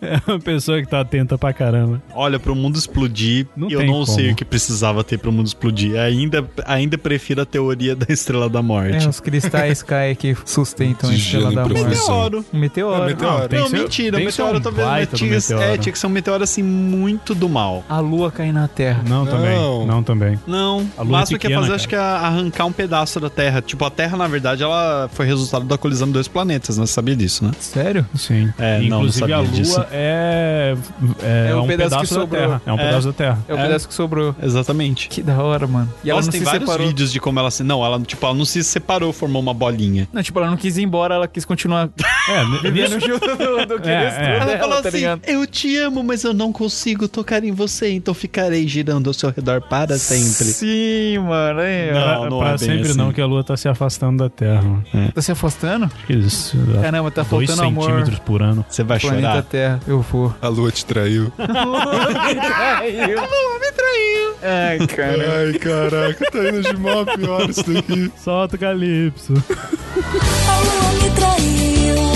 Speaker 4: é uma pessoa que tá atenta pra caramba.
Speaker 5: Olha, pro mundo explodir,
Speaker 4: Não
Speaker 5: eu
Speaker 4: tem
Speaker 5: não sei
Speaker 4: como.
Speaker 5: o que precisava ter pro mundo explodir. Ainda, ainda prefiro a teoria da estrela da morte.
Speaker 8: é, os cristais caem que sustentam a
Speaker 2: De
Speaker 8: estrela
Speaker 2: gelo
Speaker 8: da
Speaker 2: em
Speaker 8: morte.
Speaker 2: profusão.
Speaker 5: Meteoro.
Speaker 8: Um meteoro.
Speaker 2: É, meteoro.
Speaker 8: Não,
Speaker 4: Tem
Speaker 5: não,
Speaker 4: que ser-
Speaker 5: mentira,
Speaker 4: tem que ser
Speaker 5: meteoro
Speaker 4: um
Speaker 5: talvez.
Speaker 4: baita do
Speaker 5: mas tinha- É,
Speaker 4: meteoro.
Speaker 5: tinha que ser um meteoro assim, muito do mal.
Speaker 8: a lua cai na terra.
Speaker 4: Não, também. Não também.
Speaker 5: Não,
Speaker 4: A
Speaker 5: o
Speaker 4: lua
Speaker 5: máximo
Speaker 4: é
Speaker 5: que ia
Speaker 4: pequena,
Speaker 5: fazer
Speaker 4: cara.
Speaker 5: acho que é arrancar um pedaço da Terra. Tipo, a Terra, na verdade, ela foi resultado da colisão de dois planetas, né? Você sabia disso, né?
Speaker 8: Sério?
Speaker 4: Sim.
Speaker 5: É, não, não
Speaker 4: Inclusive
Speaker 5: sabia
Speaker 4: a lua
Speaker 5: disso.
Speaker 4: é. É,
Speaker 8: É um
Speaker 4: um
Speaker 8: pedaço
Speaker 4: pedaço,
Speaker 8: que
Speaker 4: da
Speaker 8: sobrou.
Speaker 4: terra. É um
Speaker 5: É.
Speaker 4: pedaço da terra.
Speaker 8: É o pedaço que sobrou.
Speaker 5: Exatamente.
Speaker 8: Que da hora, mano. E ela
Speaker 5: Nossa,
Speaker 8: não
Speaker 5: tem
Speaker 8: se
Speaker 5: vários
Speaker 8: separou.
Speaker 5: vídeos de como ela se. Não, ela, tipo, ela não se separou, formou uma bolinha.
Speaker 8: Não, tipo, ela não quis ir embora, ela quis continuar
Speaker 4: É,
Speaker 8: Tá vivendo
Speaker 4: nisso-
Speaker 8: junto do, do que
Speaker 4: É,
Speaker 8: restou
Speaker 4: é.
Speaker 8: dela,
Speaker 4: Ela
Speaker 8: tá ligado?
Speaker 5: assim, Eu te amo, mas eu não consigo tocar em você, então ficarei girando ao seu redor para sempre.
Speaker 8: Sim, mano. Aí, ó.
Speaker 5: Não, não
Speaker 4: pra
Speaker 5: é bem
Speaker 4: sempre
Speaker 5: assim.
Speaker 4: não, que a lua tá se afastando da terra. mano.
Speaker 8: Tá se afastando?
Speaker 4: Acho que isso.
Speaker 8: Caramba, tá
Speaker 4: dois
Speaker 8: faltando amor.
Speaker 4: centímetros por ano.
Speaker 5: Você vai
Speaker 8: Planeta
Speaker 5: chorar.
Speaker 8: Terra, eu vou.
Speaker 2: A lua te traiu.
Speaker 8: Traiu. me traiu. Ai, cara.
Speaker 2: Ai, caraca, tá indo de mal a pior isso daqui.
Speaker 4: Solta o calypso.
Speaker 10: A lua me traiu.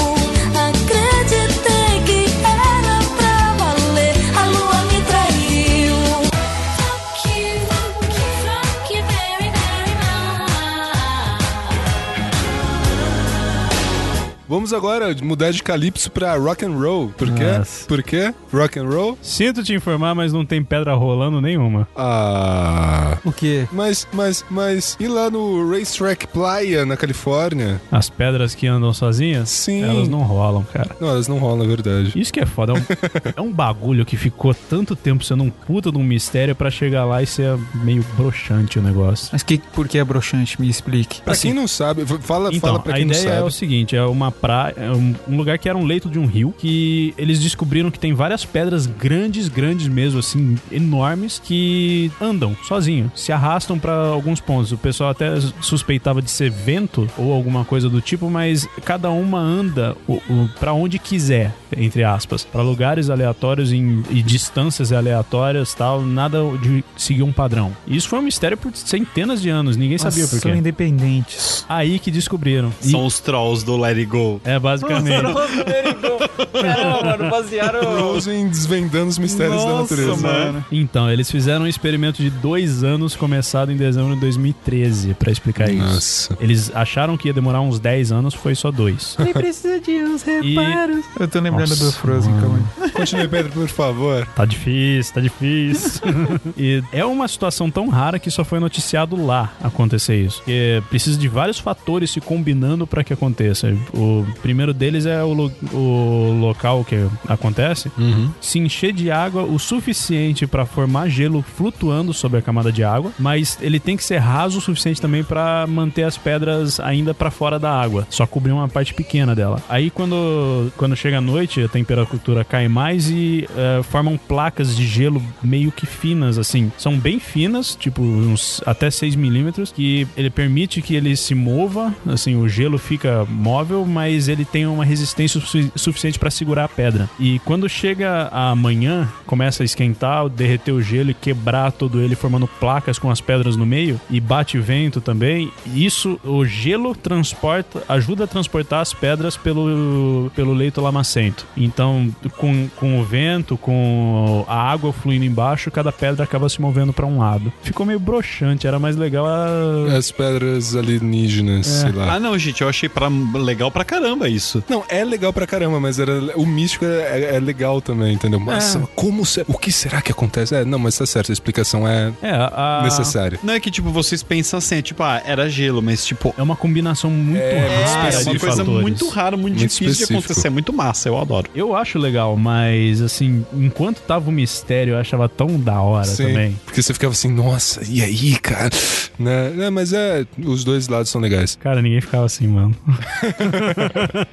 Speaker 10: Acreditei que era pra valer. A lua me traiu. Fuck you, fuck you very, very much.
Speaker 2: Vamos agora mudar de calypso pra rock and roll. Por quê?
Speaker 4: Nossa.
Speaker 2: Por quê? Rock and roll?
Speaker 4: Sinto te informar, mas não tem pedra rolando nenhuma.
Speaker 2: Ah.
Speaker 8: O quê?
Speaker 2: Mas, mas, mas. E lá no Racetrack Playa, na Califórnia?
Speaker 4: As pedras que andam sozinhas,
Speaker 2: Sim.
Speaker 4: elas não rolam, cara.
Speaker 2: Não, elas não rolam, é verdade.
Speaker 4: Isso que é foda. É um, é um bagulho que ficou tanto tempo sendo um puta de um mistério pra chegar lá e ser meio broxante o negócio.
Speaker 8: Mas que, por que é broxante? Me explique.
Speaker 2: Pra quem não sabe, v- fala,
Speaker 4: Então,
Speaker 2: fala pra quem
Speaker 4: a
Speaker 2: não
Speaker 4: ideia é o
Speaker 2: sabe.
Speaker 4: seguinte, é uma praia, é um, um lugar que era um leito de um rio, que eles descobriram que tem várias pedras grandes, grandes mesmo, assim, enormes, que andam sozinho, se arrastam pra alguns pontos. O pessoal até suspeitava de ser vento ou alguma coisa do tipo, mas cada uma anda o, o, para onde quiser, entre aspas, Pra lugares aleatórios em- e distâncias aleatórias, tal, nada de seguir um padrão. Isso foi um mistério por centenas de anos, ninguém sabia por
Speaker 8: São
Speaker 4: quê.
Speaker 8: independentes.
Speaker 4: Aí que descobriram. E-
Speaker 5: São os trolls do Let It Go.
Speaker 4: é, basicamente.
Speaker 8: Caramba, mano, basearam...
Speaker 2: Frozen desvendando os mistérios da natureza.
Speaker 8: né?
Speaker 5: né?
Speaker 4: Então, eles fizeram um experimento de dois anos, começado em dezembro de 2013, pra explicar
Speaker 2: Nossa.
Speaker 4: isso. Eles acharam que ia demorar uns 10 anos, foi só dois.
Speaker 8: Nem precisa de uns reparos. Eu tô lembrando
Speaker 4: Nossa,
Speaker 8: do Frozen,
Speaker 4: mano.
Speaker 8: calma aí.
Speaker 2: Continue, Pedro, por favor.
Speaker 4: Tá difícil, tá difícil. e é uma situação tão rara que só foi noticiado lá acontecer isso. Porque precisa de vários fatores se combinando pra que aconteça. O primeiro deles é o, lo- o local que acontece se encher de água o suficiente pra formar gelo flutuando sobre a camada de água, mas ele tem que ser raso o suficiente também pra manter as pedras ainda pra fora da água, só cobrir uma parte pequena dela. Aí quando, quando chega a noite, a temperatura cai mais e eh, formam placas de gelo meio que finas, assim. São bem finas, tipo uns até 6 milímetros, que ele permite que ele se mova, assim, o gelo fica móvel, mas ele tem uma resistência sufi- suficiente pra segurar a pedra. E quando chega a manhã, começa a esquentar, derreter o gelo e quebrar todo ele, formando placas com as pedras no meio, e bate vento também. E Isso, o gelo transporta, ajuda a transportar as pedras pelo, pelo leito lamacento. Então, com, com o vento, com a água fluindo embaixo, cada pedra acaba se movendo pra um lado. Ficou meio broxante, era mais legal a...
Speaker 2: As pedras alienígenas, sei lá.
Speaker 5: Ah, não, gente, eu achei pra- legal pra caramba isso.
Speaker 2: Não, é legal pra caramba, mas era, o místico é, é legal também, entendeu? Mas
Speaker 4: É.
Speaker 2: como se- o que será que acontece? É, não, mas tá certo, a explicação é
Speaker 4: É, a...
Speaker 2: necessária.
Speaker 5: Não é que, tipo, vocês pensam assim, é tipo, ah, era gelo, mas, tipo,
Speaker 4: É uma combinação muito
Speaker 8: Ah,
Speaker 4: rara
Speaker 5: é,
Speaker 4: de
Speaker 5: uma coisa
Speaker 4: fatores.
Speaker 5: muito rara, muito,
Speaker 2: Muito
Speaker 5: difícil
Speaker 2: específico.
Speaker 5: de acontecer. É muito massa, eu adoro.
Speaker 4: Eu acho legal, mas assim, enquanto tava o mistério, eu achava tão da hora
Speaker 2: Sim,
Speaker 4: também.
Speaker 2: Porque você ficava assim, nossa, e aí, cara? Né? Né, mas é, os dois lados são legais.
Speaker 4: Cara, ninguém ficava assim, mano.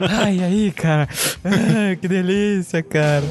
Speaker 8: Ai, aí, cara. Ah, que delícia, cara.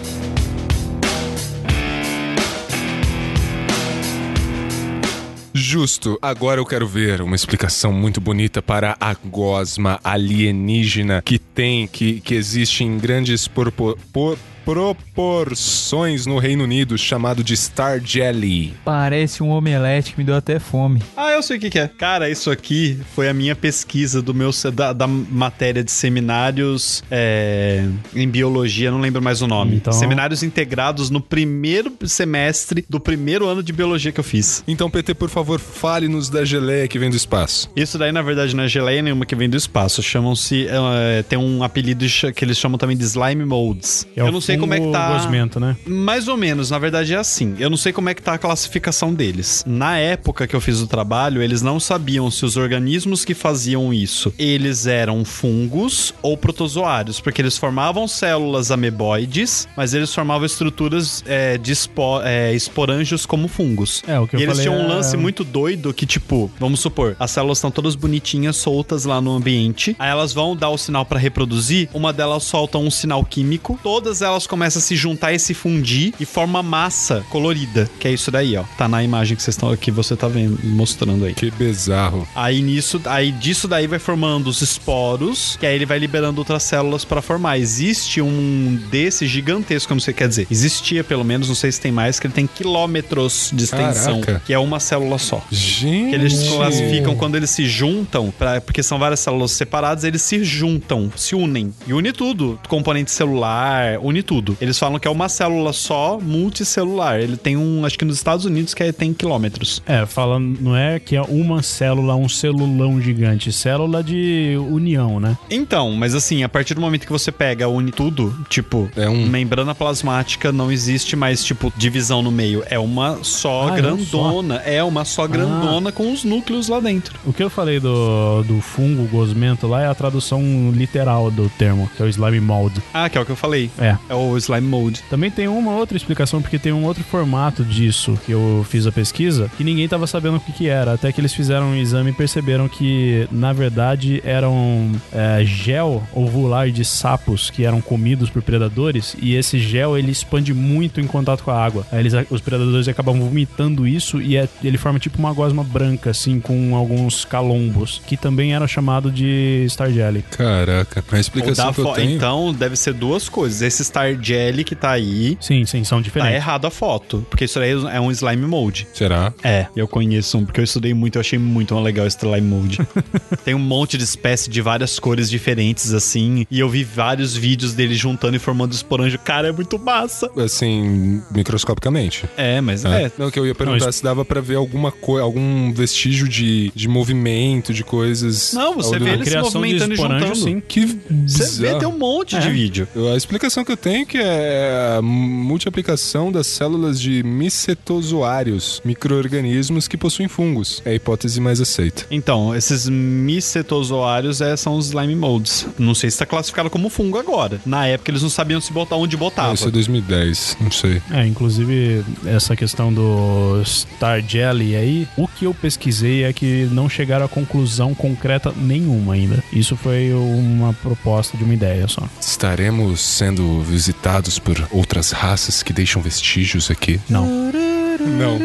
Speaker 2: Justo. Agora eu quero ver uma explicação muito bonita para a gosma alienígena que tem, que, que existe em grandes porpo- por- proporções no Reino Unido, chamado de Star Jelly.
Speaker 8: Parece um omelete que me deu até fome.
Speaker 5: Ah, eu sei o que, que é. Cara, isso aqui foi a minha pesquisa do meu da, da matéria de seminários é, em biologia, não lembro mais o nome.
Speaker 4: Então-
Speaker 5: Seminários integrados no primeiro semestre do primeiro ano de biologia que eu fiz.
Speaker 2: Então, PT, por favor, fale-nos da geleia que vem do espaço.
Speaker 5: Isso daí, na verdade, não é geleia nenhuma que vem do espaço. Chamam-se. é, tem um apelido cha- que eles chamam também de slime molds.
Speaker 4: É
Speaker 5: eu
Speaker 4: o
Speaker 5: não sei como é que
Speaker 4: fungo
Speaker 5: tá.
Speaker 4: gosmento, né?
Speaker 5: Mais ou menos, na verdade é assim. Eu não sei como é que tá a classificação deles. Na época que eu fiz o trabalho, eles não sabiam se os organismos que faziam isso, eles eram fungos ou protozoários, porque eles formavam células ameboides, mas eles formavam estruturas é, de espo- é, esporângios como fungos.
Speaker 4: É, o
Speaker 5: e
Speaker 4: que eu
Speaker 5: eles
Speaker 4: falei
Speaker 5: tinham um
Speaker 4: é-
Speaker 5: lance muito doido que, tipo, vamos supor, as células estão todas bonitinhas, soltas lá no ambiente. Aí elas vão dar o sinal pra reproduzir. Uma delas solta um sinal químico. Todas elas começam a se juntar e se fundir e forma massa colorida. Que é isso daí, ó. Tá na imagem que vocês estão aqui, você tá vendo, mostrando aí.
Speaker 2: Que bizarro.
Speaker 5: Aí nisso, aí disso daí vai formando os esporos, que aí ele vai liberando outras células pra formar. Existe um desse gigantesco, eu não sei quer dizer. Existia pelo menos, não sei se tem mais, que ele tem quilômetros de extensão,
Speaker 2: Caraca.
Speaker 5: que é uma célula só.
Speaker 2: Gente.
Speaker 5: Que eles classificam quando eles se juntam, pra, porque são várias células separadas, eles se juntam, se unem. E une tudo. Componente celular, une tudo. Eles falam que é uma célula só, multicelular. Ele tem um, acho que nos Estados Unidos que é- tem quilômetros.
Speaker 4: É, falando, não é que é uma célula, um celulão gigante. Célula de união, né?
Speaker 5: Então, mas assim, a partir do momento que você pega, une tudo, tipo,
Speaker 4: É.
Speaker 2: É
Speaker 4: Hum.
Speaker 2: um
Speaker 5: membrana plasmática não existe mais, tipo, divisão no meio. É uma só
Speaker 4: Ah, é um só. Ah.
Speaker 5: grandona. É uma só grandona com os núcleos lá dentro.
Speaker 4: O que eu falei do, do fungo gosmento lá é a tradução literal do termo, que é o slime mold.
Speaker 5: Ah, que é o que eu falei.
Speaker 4: É.
Speaker 5: É o slime mold.
Speaker 4: Também tem uma outra explicação, porque tem um outro formato disso que eu fiz a pesquisa, que ninguém tava sabendo o que, que era. Até que eles fizeram um exame e perceberam que, na verdade, eram é, gel ovular de sapos que eram comidos por predadores, e esse gel ele expande muito em contato com a água. Aí eles, os predadores acabam vomitando isso e é- ele forma tipo uma gosma branca, assim, com alguns calombos, que também era chamado de Star Jelly.
Speaker 2: Caraca, a
Speaker 5: Ou da fo- Então, deve ser duas coisas. Esse Star Jelly que tá aí.
Speaker 4: Sim, sim, são diferentes.
Speaker 5: Tá errado a foto. Porque isso daí é um slime mold.
Speaker 2: Será?
Speaker 5: É, eu conheço um, porque eu estudei muito, eu achei muito legal esse slime mold. Tem um monte de espécie de várias cores diferentes, assim. E eu vi vários vídeos dele juntando e formando esporanjo. Cara, é muito massa.
Speaker 2: Assim, microscopicamente.
Speaker 5: É, mas
Speaker 2: Ah.
Speaker 5: é.
Speaker 2: Não, que eu ia perguntar
Speaker 5: Não, isso-
Speaker 2: se dava pra ver alguma coisa, algum vestígio de, de movimento, de coisas.
Speaker 5: Não, você vê ele se movimentando e juntando.
Speaker 2: Que
Speaker 5: Você vê,
Speaker 2: bizarro.
Speaker 5: tem um monte de vídeo.
Speaker 2: A explicação que eu tenho é que é a multiplicação das células de micetozoários, micro-organismos que possuem fungos. É a hipótese mais aceita.
Speaker 5: Então, esses micetozoários é, são os slime molds. Não sei se tá classificado como fungo agora. Na época eles não sabiam se botar onde botava.
Speaker 2: Isso é 2010, não sei.
Speaker 4: É, inclusive essa questão do Star Jelly aí, o que eu pesquisei é que não chegaram a conclusão concreta nenhuma ainda. Isso foi uma proposta de uma ideia só.
Speaker 2: Estaremos sendo visitados por outras raças que deixam vestígios aqui?
Speaker 4: Não.
Speaker 2: Não.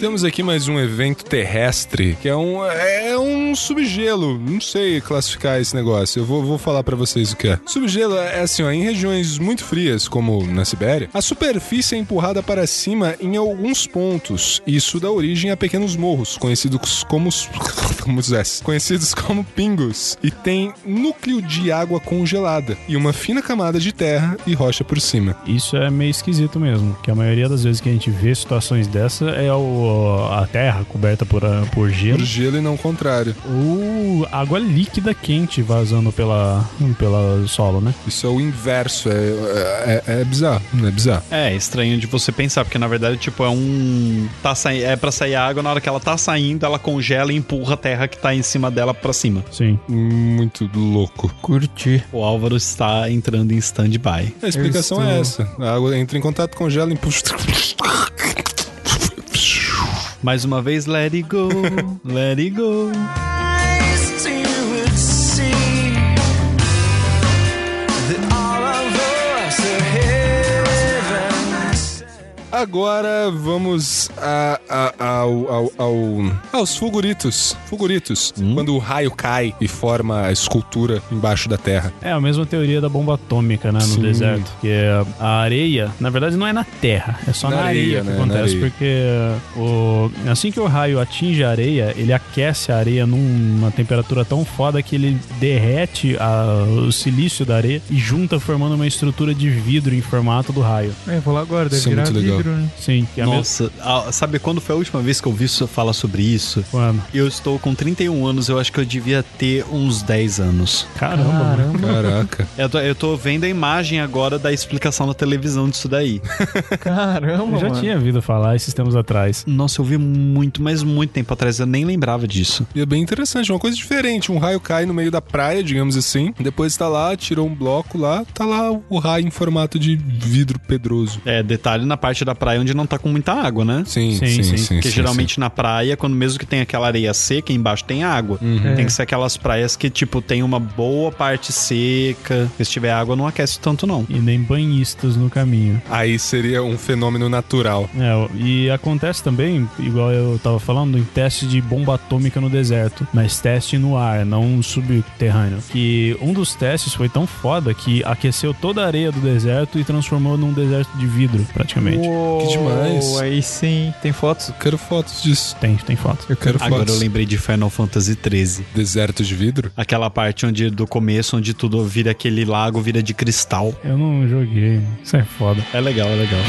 Speaker 2: Temos aqui mais um evento terrestre, que é um, é um subgelo. Não sei classificar esse negócio. Eu vou, vou falar pra vocês o que é. Subgelo é assim, ó, em regiões muito frias, como na Sibéria, a superfície é empurrada para cima em alguns pontos. Isso dá origem a pequenos morros, conhecidos como os- como os S, conhecidos como pingos, e tem núcleo de água congelada e uma fina camada de terra e rocha por cima.
Speaker 4: Isso é meio esquisito mesmo, que a maioria das vezes que a gente vê situações dessa é o, a terra coberta por, a- por gelo. Por
Speaker 2: gelo e não o contrário.
Speaker 4: Ou água líquida quente vazando pela, pela solo, né?
Speaker 2: Isso é o inverso, é, é, é bizarro, é bizarro.
Speaker 5: É, estranho de você pensar, porque na verdade, tipo, é um. Tá sai... É pra sair água, na hora que ela tá saindo, ela congela e empurra a terra que tá em cima dela pra cima.
Speaker 4: Sim.
Speaker 2: Muito louco.
Speaker 5: Curti. O Álvaro está entrando em stand-by.
Speaker 2: A explicação
Speaker 5: Eu
Speaker 2: é
Speaker 5: estou-
Speaker 2: essa. A água entra em contato, congela, impulsa.
Speaker 5: Mais uma vez, let it go, let it go.
Speaker 2: Agora vamos a- a- ao, ao- ao- aos fulguritos. Fulguritos.
Speaker 13: Hum?
Speaker 2: Quando o raio cai e forma a escultura embaixo da terra.
Speaker 4: É a mesma teoria da bomba atômica, né? No
Speaker 2: Sim.
Speaker 4: deserto. Que é a areia, na verdade, não é na terra, é só na,
Speaker 2: Na areia,
Speaker 4: areia, que
Speaker 2: né? Na
Speaker 4: acontece.
Speaker 2: areia.
Speaker 4: Porque o, assim que o raio atinge a areia, ele aquece a areia numa temperatura tão foda que ele derrete a- o silício da areia e junta, formando uma estrutura de vidro em formato do raio.
Speaker 13: É, vou lá agora, deve virar vidro, né?
Speaker 4: Sim, que é a mesma-
Speaker 5: Nossa, ah, sabe quando foi a última vez que eu ouvi isso falar sobre isso?
Speaker 4: Quando?
Speaker 5: Eu estou com 31 anos, eu acho que eu devia ter uns 10 anos.
Speaker 4: Caramba, mano. Caramba.
Speaker 2: Caraca.
Speaker 5: Eu tô, eu tô vendo a imagem agora da explicação na televisão disso daí.
Speaker 4: Eu já tinha ouvido falar esses tempos atrás.
Speaker 5: Nossa, eu vi muito, mas muito tempo atrás, eu nem lembrava disso.
Speaker 2: E é bem interessante, uma coisa diferente. Um raio cai no meio da praia, digamos assim. Depois tá lá, tirou um bloco lá, tá lá o raio em formato de vidro pedroso.
Speaker 5: É, detalhe na parte da praia onde não tá com muita água, né?
Speaker 2: Sim, Sim, sim, sim, sim,
Speaker 5: Porque
Speaker 2: sim,
Speaker 5: geralmente na praia, quando mesmo que tem aquela areia seca, embaixo tem água.
Speaker 2: Uhum.
Speaker 5: Tem que ser aquelas praias que, tipo, tem uma boa parte seca. Se tiver água, não aquece tanto, não.
Speaker 4: E nem banhistas no caminho.
Speaker 2: Aí seria um fenômeno natural.
Speaker 4: É, e acontece também, igual eu tava falando, em teste de bomba atômica no deserto, mas teste no ar, não subterrâneo. Que um dos testes foi tão foda que aqueceu toda a areia do deserto e transformou num deserto de vidro, praticamente.
Speaker 2: que demais.
Speaker 4: Aí sim, tem fotos?
Speaker 2: Quero fotos disso.
Speaker 4: Tem, tem fotos.
Speaker 2: Eu quero
Speaker 5: Agora
Speaker 2: fotos.
Speaker 5: eu lembrei de Final Fantasy XIII.
Speaker 2: Deserto de vidro?
Speaker 5: Aquela parte onde do começo, onde tudo vira aquele lago, vira de cristal.
Speaker 4: Eu não joguei, mano. isso é foda.
Speaker 5: É legal, é legal.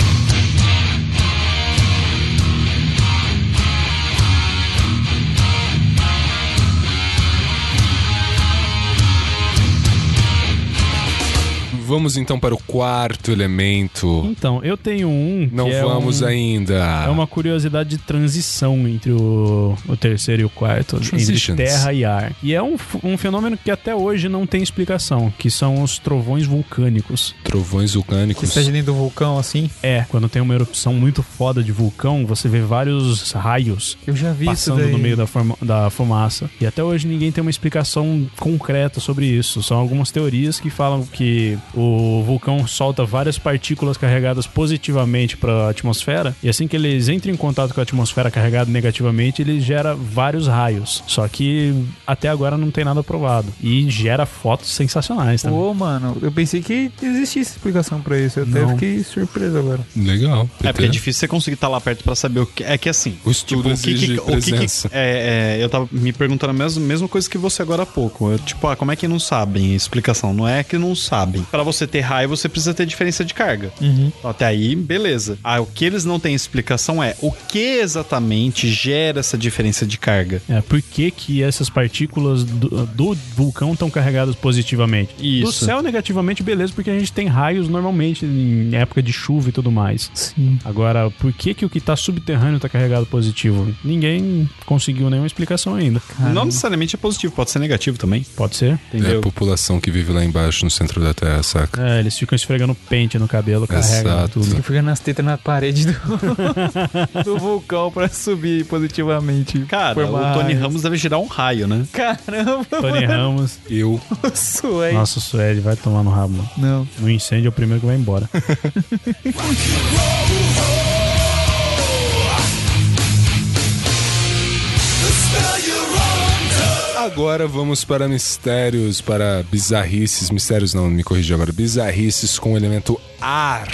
Speaker 2: Vamos então para o quarto elemento.
Speaker 4: Então, eu tenho um.
Speaker 2: Não
Speaker 4: que é
Speaker 2: vamos
Speaker 4: um-
Speaker 2: ainda.
Speaker 4: É uma curiosidade de transição entre o, o terceiro e o quarto, entre
Speaker 2: Transitions.
Speaker 4: terra e ar. E é um, f- um fenômeno que até hoje não tem explicação, que são os trovões vulcânicos.
Speaker 2: Trovões vulcânicos.
Speaker 5: é
Speaker 4: dentro do vulcão assim? É, quando tem uma erupção muito foda de vulcão, você vê vários raios
Speaker 8: Eu já vi isso
Speaker 4: passando
Speaker 8: daí.
Speaker 4: no meio da, forma- da fumaça. E até hoje ninguém tem uma explicação concreta sobre isso. São algumas teorias que falam que o vulcão solta várias partículas carregadas positivamente para a atmosfera. E assim que eles entram em contato com a atmosfera carregada negativamente, ele gera vários raios. Só que até agora não tem nada provado. E gera fotos sensacionais também.
Speaker 8: Pô, mano, eu pensei que existisse explicação pra isso. Eu até
Speaker 4: Não.
Speaker 8: fiquei surpreso agora.
Speaker 2: Legal.
Speaker 5: É porque é difícil você conseguir estar lá perto pra saber o que. É que assim.
Speaker 2: O estudo exige presença.
Speaker 5: é, é, eu tava me perguntando a mesma, mesma coisa que você agora há pouco. Eu, tipo, ah, como é que não sabem? Explicação. Não é que não sabem. Pra você ter raio, você precisa ter diferença de carga. Então,
Speaker 8: Uhum.
Speaker 5: Até aí, beleza. Ah, o que eles não têm explicação é o que exatamente gera essa diferença de carga.
Speaker 4: É, por que, que essas partículas do, do vulcão estão carregadas positivamente?
Speaker 5: Isso.
Speaker 4: Do céu negativamente, beleza, porque a gente tem raios normalmente em época de chuva e tudo mais.
Speaker 8: Sim.
Speaker 4: Agora, por que, que o que está subterrâneo está carregado positivo? Ninguém conseguiu nenhuma explicação ainda.
Speaker 5: Não necessariamente é positivo, pode ser negativo também.
Speaker 4: Pode
Speaker 2: É
Speaker 4: ser.
Speaker 2: a
Speaker 5: Entendeu?
Speaker 2: população que vive lá embaixo, no centro da Terra, saca?
Speaker 4: É, eles ficam esfregando pente no cabelo, carregam
Speaker 2: Exato.
Speaker 4: tudo.
Speaker 8: Fica nas tetas na parede do, do vulcão pra subir positivamente.
Speaker 5: Cara, o Tony Ramos deve girar um raio, né?
Speaker 8: Caramba, mano.
Speaker 4: Tony Ramos.
Speaker 5: É.
Speaker 2: Eu.
Speaker 8: Sué.
Speaker 4: Nossa, o Suede vai tomar no rabo. mano.
Speaker 8: Não.
Speaker 4: No incêndio é o primeiro que vai embora.
Speaker 2: Agora vamos para mistérios, para bizarrices. Mistérios não, me corrija agora. Bizarrices com o elemento ar.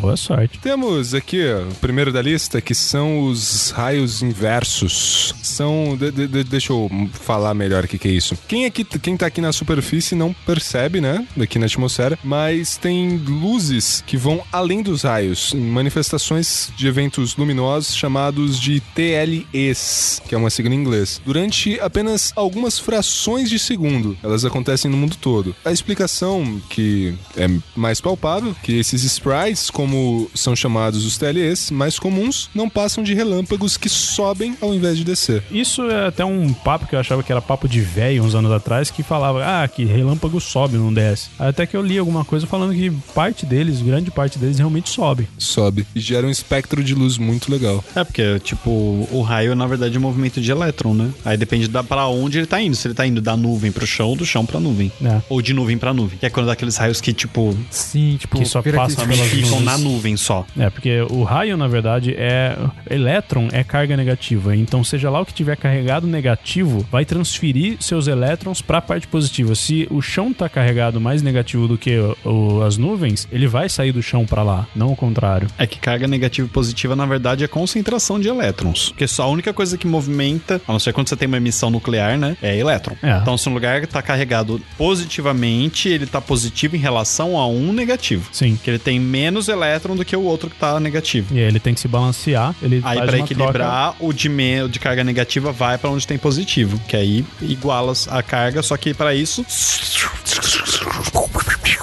Speaker 4: Boa sorte.
Speaker 2: Temos aqui ó, o primeiro da lista, que são os raios inversos. São. de- de- de- deixa eu falar melhor o que, que é isso. Quem, aqui, quem tá aqui na superfície não percebe, né? Daqui na atmosfera, mas tem luzes que vão além dos raios, em manifestações de eventos luminosos chamados de TLEs, que é uma sigla em inglês. Durante apenas algumas frações de segundo, elas acontecem no mundo todo. A explicação que é mais palpável, que esses sprites, como são chamados os TLEs, mais comuns, não passam de relâmpagos que sobem ao invés de descer.
Speaker 4: Isso é até um papo que eu achava que era papo de velho uns anos atrás, que falava, ah, que relâmpago sobe, não desce. Até que eu li alguma coisa falando que parte deles, grande parte deles, realmente sobe.
Speaker 2: Sobe e gera um espectro de luz muito legal.
Speaker 5: É, porque, tipo, o raio, na verdade, é um movimento de elétron, né? Aí depende da pra onde ele tá indo. Se ele tá indo da nuvem pro chão, do chão pra nuvem.
Speaker 4: É.
Speaker 5: Ou de nuvem pra nuvem. Que é quando dá aqueles raios que, tipo,
Speaker 8: Sim, tipo,
Speaker 4: Que só
Speaker 8: vira
Speaker 4: passa
Speaker 8: aquele-
Speaker 4: pelas
Speaker 5: ficam
Speaker 4: nuvens.
Speaker 5: na nuvem só.
Speaker 4: É, porque o raio, na verdade, é. Elétron é carga negativa. Então, seja lá o que tiver carregado negativo, vai transferir seus elétrons pra parte positiva. Se o chão tá carregado mais negativo do que o- o- as nuvens, ele vai sair do chão pra lá, não o contrário.
Speaker 5: É que carga negativa e positiva, na verdade, é concentração de elétrons. Porque só a única coisa que movimenta, a não ser quando você tem uma emissão nuclear, né? É elétron.
Speaker 4: É.
Speaker 5: Então, se um lugar tá carregado positivamente, ele tá positivo em relação a um negativo.
Speaker 4: Sim.
Speaker 5: Que ele tem menos elétron do que o outro que tá negativo.
Speaker 4: E aí ele tem que se balancear, ele
Speaker 5: Aí
Speaker 4: faz
Speaker 5: pra
Speaker 4: uma troca-
Speaker 5: equilibrar, o de, me- o de carga negativa vai pra onde tem positivo, que aí iguala a carga, só que pra isso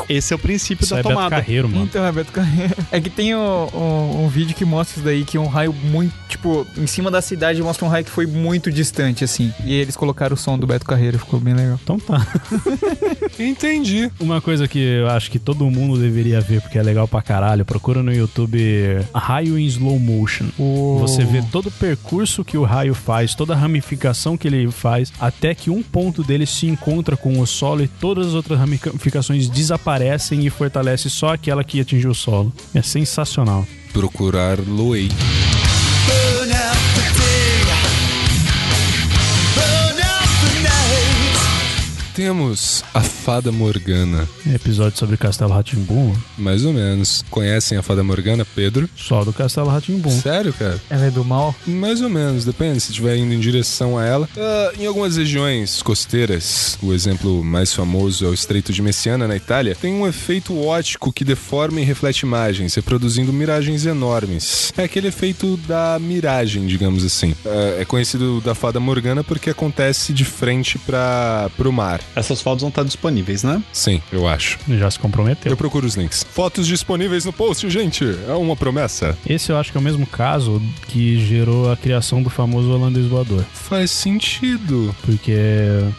Speaker 5: esse é o princípio
Speaker 4: Isso
Speaker 5: da
Speaker 4: é Beto
Speaker 5: tomada.
Speaker 4: Carreiro, mano.
Speaker 8: Então, Roberto Carreiro. É que tem um, um- um vídeo que mostra isso daí, que é um raio muito tipo, em cima da cidade mostra um raio que foi muito distante, assim. E eles colocaram o som do Beto Carreiro, ficou bem legal.
Speaker 4: Então tá.
Speaker 2: Entendi.
Speaker 4: Uma coisa que eu acho que todo mundo deveria ver, porque é legal pra caralho, procura no YouTube Raio em Slow Motion. Você vê todo o percurso que o raio faz, toda a ramificação que ele faz, até que um ponto dele se encontra com o solo e todas as outras ramificações desaparecem e fortalece só aquela que atingiu o solo. É sensacional.
Speaker 2: Procurar Loei.
Speaker 11: Burn out the day. Burn out the night.
Speaker 2: Temos a Fada Morgana.
Speaker 4: Episódio sobre Castelo Ratimbum.
Speaker 2: Mais ou menos. Conhecem a Fada Morgana, Pedro?
Speaker 4: Só do Castelo Ratimbum.
Speaker 2: Sério, cara?
Speaker 8: Ela é do mal?
Speaker 2: Mais ou menos, depende se estiver indo em direção a ela. Ah, em algumas regiões costeiras, o exemplo mais famoso é o Estreito de Messiana, na Itália, tem um efeito ótico que deforma e reflete imagens, reproduzindo miragens enormes. É aquele efeito da miragem, digamos assim. Ah, é conhecido da Fada Morgana porque acontece de frente para o mar.
Speaker 5: Essas fotos vão estar disponíveis, né?
Speaker 2: Sim, eu acho.
Speaker 4: Já se comprometeu.
Speaker 2: Eu procuro os links. Fotos disponíveis no post, gente. É uma promessa.
Speaker 4: Esse eu acho que é o mesmo caso que gerou a criação do famoso holandês voador.
Speaker 2: Faz sentido.
Speaker 4: Porque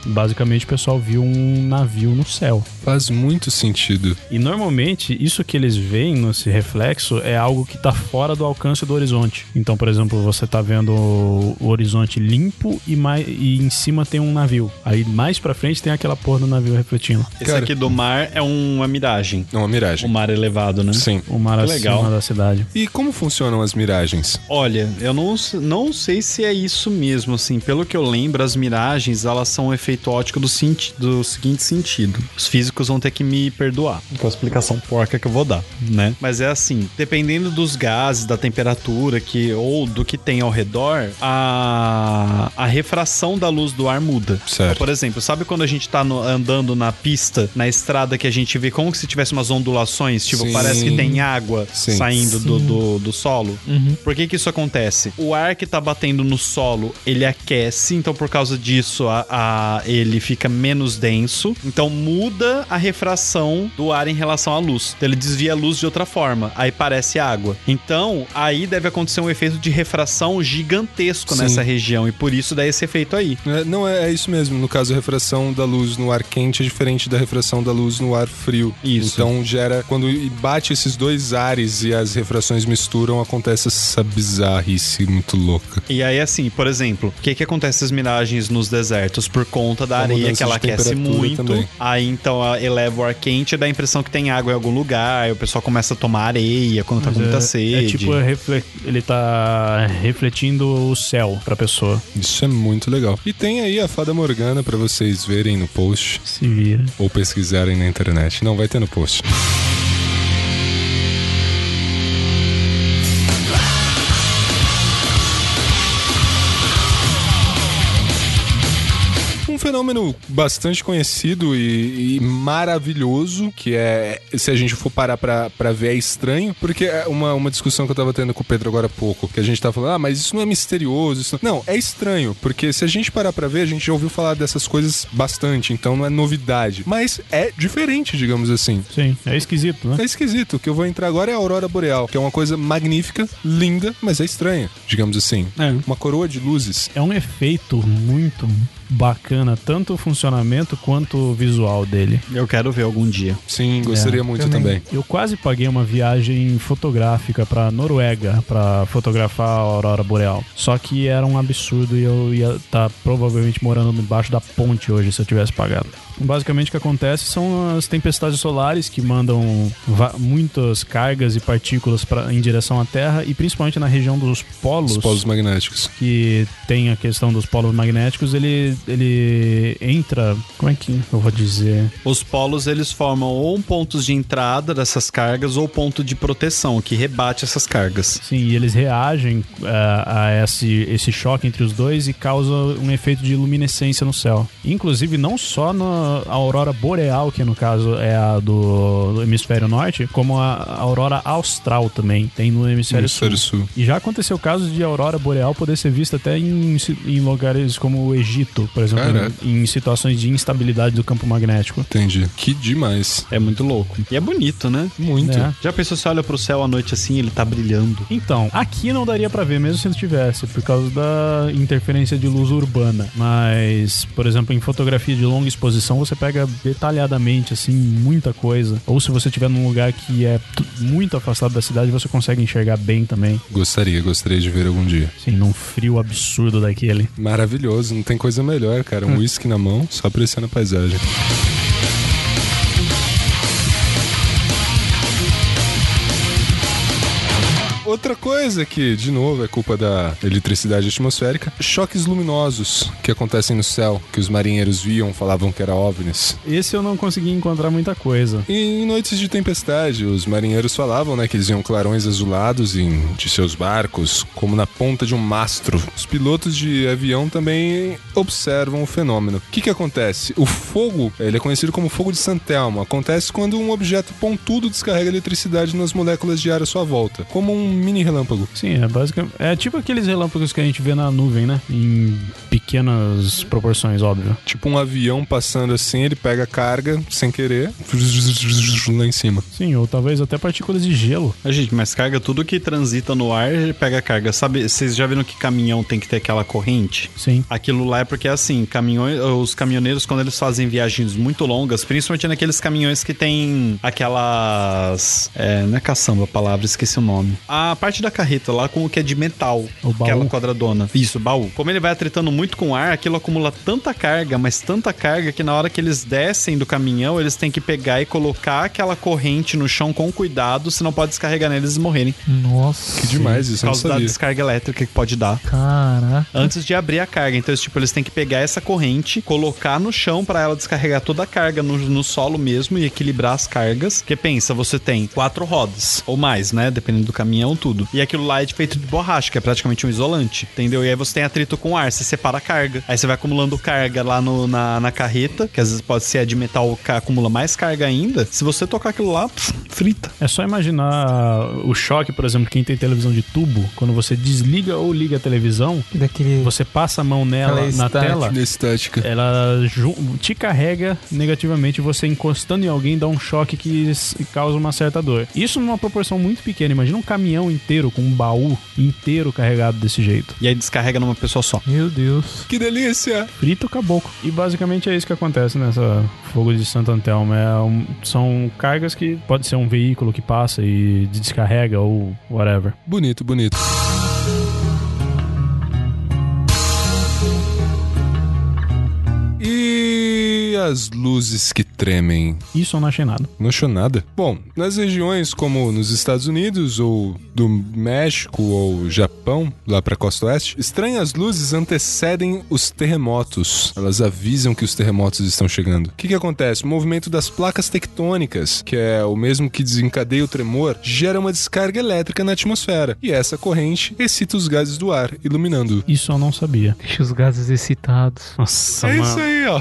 Speaker 4: basicamente o pessoal viu um navio no céu.
Speaker 2: Faz muito sentido.
Speaker 4: E normalmente isso que eles veem nesse reflexo é algo que tá fora do alcance do horizonte. Então, por exemplo, você tá vendo o horizonte limpo e, mais, e em cima tem um navio. Aí mais pra frente tem aquela porra do navio refletindo.
Speaker 5: Esse
Speaker 2: Cara.
Speaker 5: aqui do mar é uma miragem.
Speaker 2: É uma miragem.
Speaker 5: O mar elevado, né?
Speaker 2: Sim.
Speaker 4: O mar assim,
Speaker 5: Que
Speaker 4: acima
Speaker 5: legal.
Speaker 4: da cidade.
Speaker 2: E como funcionam as miragens?
Speaker 5: Olha, eu não, s- não sei se é isso mesmo, assim. Pelo que eu lembro, as miragens, elas são um efeito óptico do, senti- do seguinte sentido. Os físicos vão ter que me perdoar com a explicação porca que eu vou dar, né? Mas é assim, dependendo dos gases, da temperatura que ou do que tem ao redor, a, a refração da luz do ar muda.
Speaker 2: Certo.
Speaker 5: Por exemplo, sabe quando a gente tá no- andando na pista, na estrada, que a gente vê como que se tivesse umas ondulações, tipo,
Speaker 2: Sim.
Speaker 5: parece que tem água
Speaker 2: Sim.
Speaker 5: saindo do-
Speaker 8: Sim.
Speaker 5: do, do solo? Por que que isso acontece? O ar que tá batendo no solo, ele aquece, então por causa disso a, a- ele fica menos denso, então muda a refração do ar em relação à luz. Então ele desvia a luz de outra forma, aí parece água. Então, aí deve acontecer um efeito de refração gigantesco
Speaker 2: Sim.
Speaker 5: nessa região, e por isso dá esse efeito aí.
Speaker 2: É, não, é, é isso mesmo. No caso, a refração da luz no ar quente é diferente da refração da luz no ar frio.
Speaker 5: Isso.
Speaker 2: Então gera. Quando bate esses dois ares e as refrações misturam, acontece essa bizarrice muito louca.
Speaker 5: E aí, assim, por exemplo, o que que acontece as miragens nos desertos? Por conta da
Speaker 2: A
Speaker 5: areia
Speaker 2: mudança
Speaker 5: que ela
Speaker 2: de
Speaker 5: aquece
Speaker 2: temperatura
Speaker 5: muito,
Speaker 2: também.
Speaker 5: aí então ela eleva o ar quente e dá a impressão que tem água em algum lugar, aí o pessoal começa a tomar areia quando tá com muita
Speaker 4: é,
Speaker 5: sede.
Speaker 4: é tipo, é refle- ele tá refletindo o céu pra pessoa.
Speaker 2: Isso é muito legal. E tem aí a Fada Morgana pra vocês verem no post
Speaker 4: Se vira.
Speaker 2: ou pesquisarem na internet. Não, vai ter no post. Um fenômeno bastante conhecido e, e maravilhoso, que é, se a gente for parar pra, pra ver, é estranho, porque é uma, uma discussão que eu tava tendo com o Pedro agora há pouco, que a gente tá falando, ah, mas isso não é misterioso, isso não... não, é estranho, porque se a gente parar pra ver, a gente já ouviu falar dessas coisas bastante, então não é novidade, mas é diferente, digamos assim.
Speaker 4: Sim, é esquisito, né?
Speaker 2: É esquisito, o que eu vou entrar agora é a aurora boreal, que é uma coisa magnífica, linda, mas é estranha, digamos assim.
Speaker 5: É.
Speaker 2: Uma coroa de luzes.
Speaker 4: É um efeito muito bacana, tanto o funcionamento quanto o visual dele.
Speaker 5: Eu quero ver algum dia.
Speaker 2: Sim, gostaria muito também.
Speaker 4: Eu quase paguei uma viagem fotográfica pra Noruega pra fotografar a aurora boreal. Só que era um absurdo e eu ia estar provavelmente morando embaixo da ponte hoje se eu tivesse pagado. Basicamente o que acontece são as tempestades solares que mandam va- muitas cargas e partículas pra, em direção à Terra e principalmente na região dos
Speaker 2: Os polos magnéticos.
Speaker 4: que tem a questão dos polos magnéticos, ele, ele entra. Como é que eu vou dizer?
Speaker 5: Os polos, eles formam ou pontos de entrada dessas cargas ou ponto de proteção, que rebate essas cargas.
Speaker 4: Sim, e eles reagem ah, a esse, esse choque entre os dois e causa um efeito de luminescência no céu. Inclusive, não só na aurora boreal, que no caso é a do, do hemisfério norte, como a, a aurora austral também, tem no hemisfério,
Speaker 2: Hemisfério
Speaker 4: sul.
Speaker 2: sul.
Speaker 4: E já aconteceu casos de aurora boreal poder ser vista até em, em lugares como o Egito, por exemplo,
Speaker 2: Caraca.
Speaker 4: em situações de instabilidade do campo magnético.
Speaker 2: Entendi. Que demais.
Speaker 5: É muito louco. E é bonito, né?
Speaker 2: Muito.
Speaker 5: É. Já pensou se olha pro céu à noite assim, ele tá brilhando?
Speaker 4: Então, aqui não daria pra ver, mesmo se ele tivesse, por causa da interferência de luz urbana. Mas, por exemplo, em fotografia de longa exposição, você pega detalhadamente, assim, muita coisa. Ou se você estiver num lugar que é t- muito afastado da cidade, você consegue enxergar bem também.
Speaker 2: Gostaria, gostaria de ver algum dia.
Speaker 4: Sim, num frio absurdo daquele.
Speaker 2: Maravilhoso, não tem coisa melhor, cara.
Speaker 4: É.
Speaker 2: Um uísque na mão, só apreciando a paisagem. Outra coisa que, de novo, é culpa da eletricidade atmosférica, choques luminosos que acontecem no céu, que os marinheiros viam, falavam que era OVNIs.
Speaker 4: Esse eu não consegui encontrar muita coisa.
Speaker 2: E em noites de tempestade, os marinheiros falavam, né, que eles viam clarões azulados em, de seus barcos, como na ponta de um mastro. Os pilotos de avião também observam o fenômeno. O que que acontece? O fogo, ele é conhecido como fogo de Santelmo, acontece quando um objeto pontudo descarrega eletricidade nas moléculas de ar à sua volta, como um mini relâmpago.
Speaker 4: Sim, é basicamente. É tipo aqueles relâmpagos que a gente vê na nuvem, né? Em pequenas proporções, óbvio.
Speaker 2: Tipo um avião passando assim, ele pega a carga sem querer lá em cima.
Speaker 4: Sim, ou talvez até partículas de gelo.
Speaker 5: Ah, gente, mas carga tudo que transita no ar, ele pega carga. Sabe, vocês já viram que caminhão tem que ter aquela corrente?
Speaker 4: Sim.
Speaker 5: Aquilo lá é porque é assim, caminhões, os caminhoneiros quando eles fazem viagens muito longas, principalmente naqueles caminhões que tem aquelas, é, não é caçamba a palavra, esqueci o nome. A parte da carreta lá com o que é de metal,
Speaker 4: O baú.
Speaker 5: aquela quadradona. Isso, baú. Como ele vai atritando muito com o ar, aquilo acumula tanta carga, mas tanta carga que na hora que eles descem do caminhão, eles têm que pegar e colocar aquela corrente no chão com cuidado, senão pode descarregar neles e morrerem.
Speaker 8: Nossa.
Speaker 2: Que demais isso,
Speaker 5: Por
Speaker 2: eu não
Speaker 5: causa da
Speaker 2: sabia.
Speaker 5: descarga elétrica que pode dar.
Speaker 8: Caraca.
Speaker 5: Antes de abrir a carga. Então, eles, tipo, eles têm que pegar essa corrente, colocar no chão pra ela descarregar toda a carga no, no solo mesmo e equilibrar as cargas. Porque pensa, você tem quatro rodas ou mais, né? Dependendo do caminhão, tudo. E aquilo lá é de- feito de borracha, que é praticamente um isolante, entendeu? E aí você tem atrito com o ar, você separa a carga. Aí você vai acumulando carga lá no- na, na carreta, que às vezes pode ser a de metal que acumula mais carga ainda. Se você tocar aquilo lá, pff, frita.
Speaker 4: É só imaginar o choque, por exemplo, quem tem televisão de tubo, quando você desliga ou liga a televisão,
Speaker 8: Daquele...
Speaker 4: você passa a mão nela
Speaker 8: Aquela
Speaker 4: na
Speaker 8: estática.
Speaker 4: tela,
Speaker 2: Estática.
Speaker 4: ela ju- te carrega negativamente, você encostando em alguém dá um choque que s- causa uma certa dor. Isso numa proporção muito pequena, imagina um caminhão inteiro com um baú inteiro carregado desse jeito.
Speaker 5: E aí descarrega numa pessoa só.
Speaker 8: Meu Deus.
Speaker 2: Que delícia!
Speaker 4: Frito caboclo. E basicamente é isso que acontece nessa Fogo de Santo Antelmo. É um- são cargas que pode ser um veículo que passa e descarrega ou whatever.
Speaker 2: Bonito, bonito. E as luzes que tremem?
Speaker 4: Isso eu não achei nada.
Speaker 2: Não achou nada? Bom, nas regiões como nos Estados Unidos ou do México ou Japão, lá pra costa oeste, estranhas luzes antecedem os terremotos. Elas avisam que os terremotos estão chegando. O que, que acontece? O movimento das placas tectônicas, que é o mesmo que desencadeia o tremor, gera uma descarga elétrica na atmosfera. E essa corrente excita os gases do ar, iluminando.
Speaker 4: Isso eu não sabia.
Speaker 8: Deixa os gases excitados.
Speaker 4: Nossa,
Speaker 2: É isso
Speaker 4: mano.
Speaker 2: aí, ó.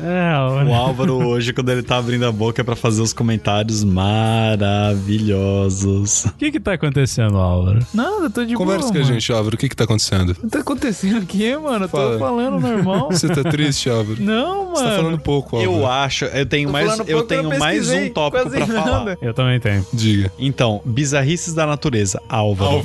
Speaker 4: É, olha.
Speaker 5: O Álvaro hoje, quando ele tá abrindo a boca, é pra fazer os comentários maravilhosos.
Speaker 4: O que que tá acontecendo, Álvaro?
Speaker 8: Nnão, eu tô de
Speaker 2: Conversa
Speaker 8: boa,
Speaker 2: com a
Speaker 8: mano.
Speaker 2: gente, Álvaro. O que, que tá acontecendo?
Speaker 8: Não tá acontecendo aqui, mano. Eu tô
Speaker 2: Fala.
Speaker 8: falando normal.
Speaker 2: Você tá triste, Álvaro?
Speaker 8: Não, mano.
Speaker 2: Você tá falando pouco, Álvaro.
Speaker 5: Eu acho, eu tenho
Speaker 8: Tô
Speaker 5: mais,
Speaker 8: falando
Speaker 5: eu
Speaker 8: pouco,
Speaker 5: tenho
Speaker 8: não
Speaker 5: mais um
Speaker 8: pesquisei
Speaker 5: tópico
Speaker 8: quase
Speaker 5: pra falar.
Speaker 8: nada.
Speaker 4: Eu também tenho.
Speaker 2: Diga.
Speaker 5: Então, bizarrices da natureza, Álvaro.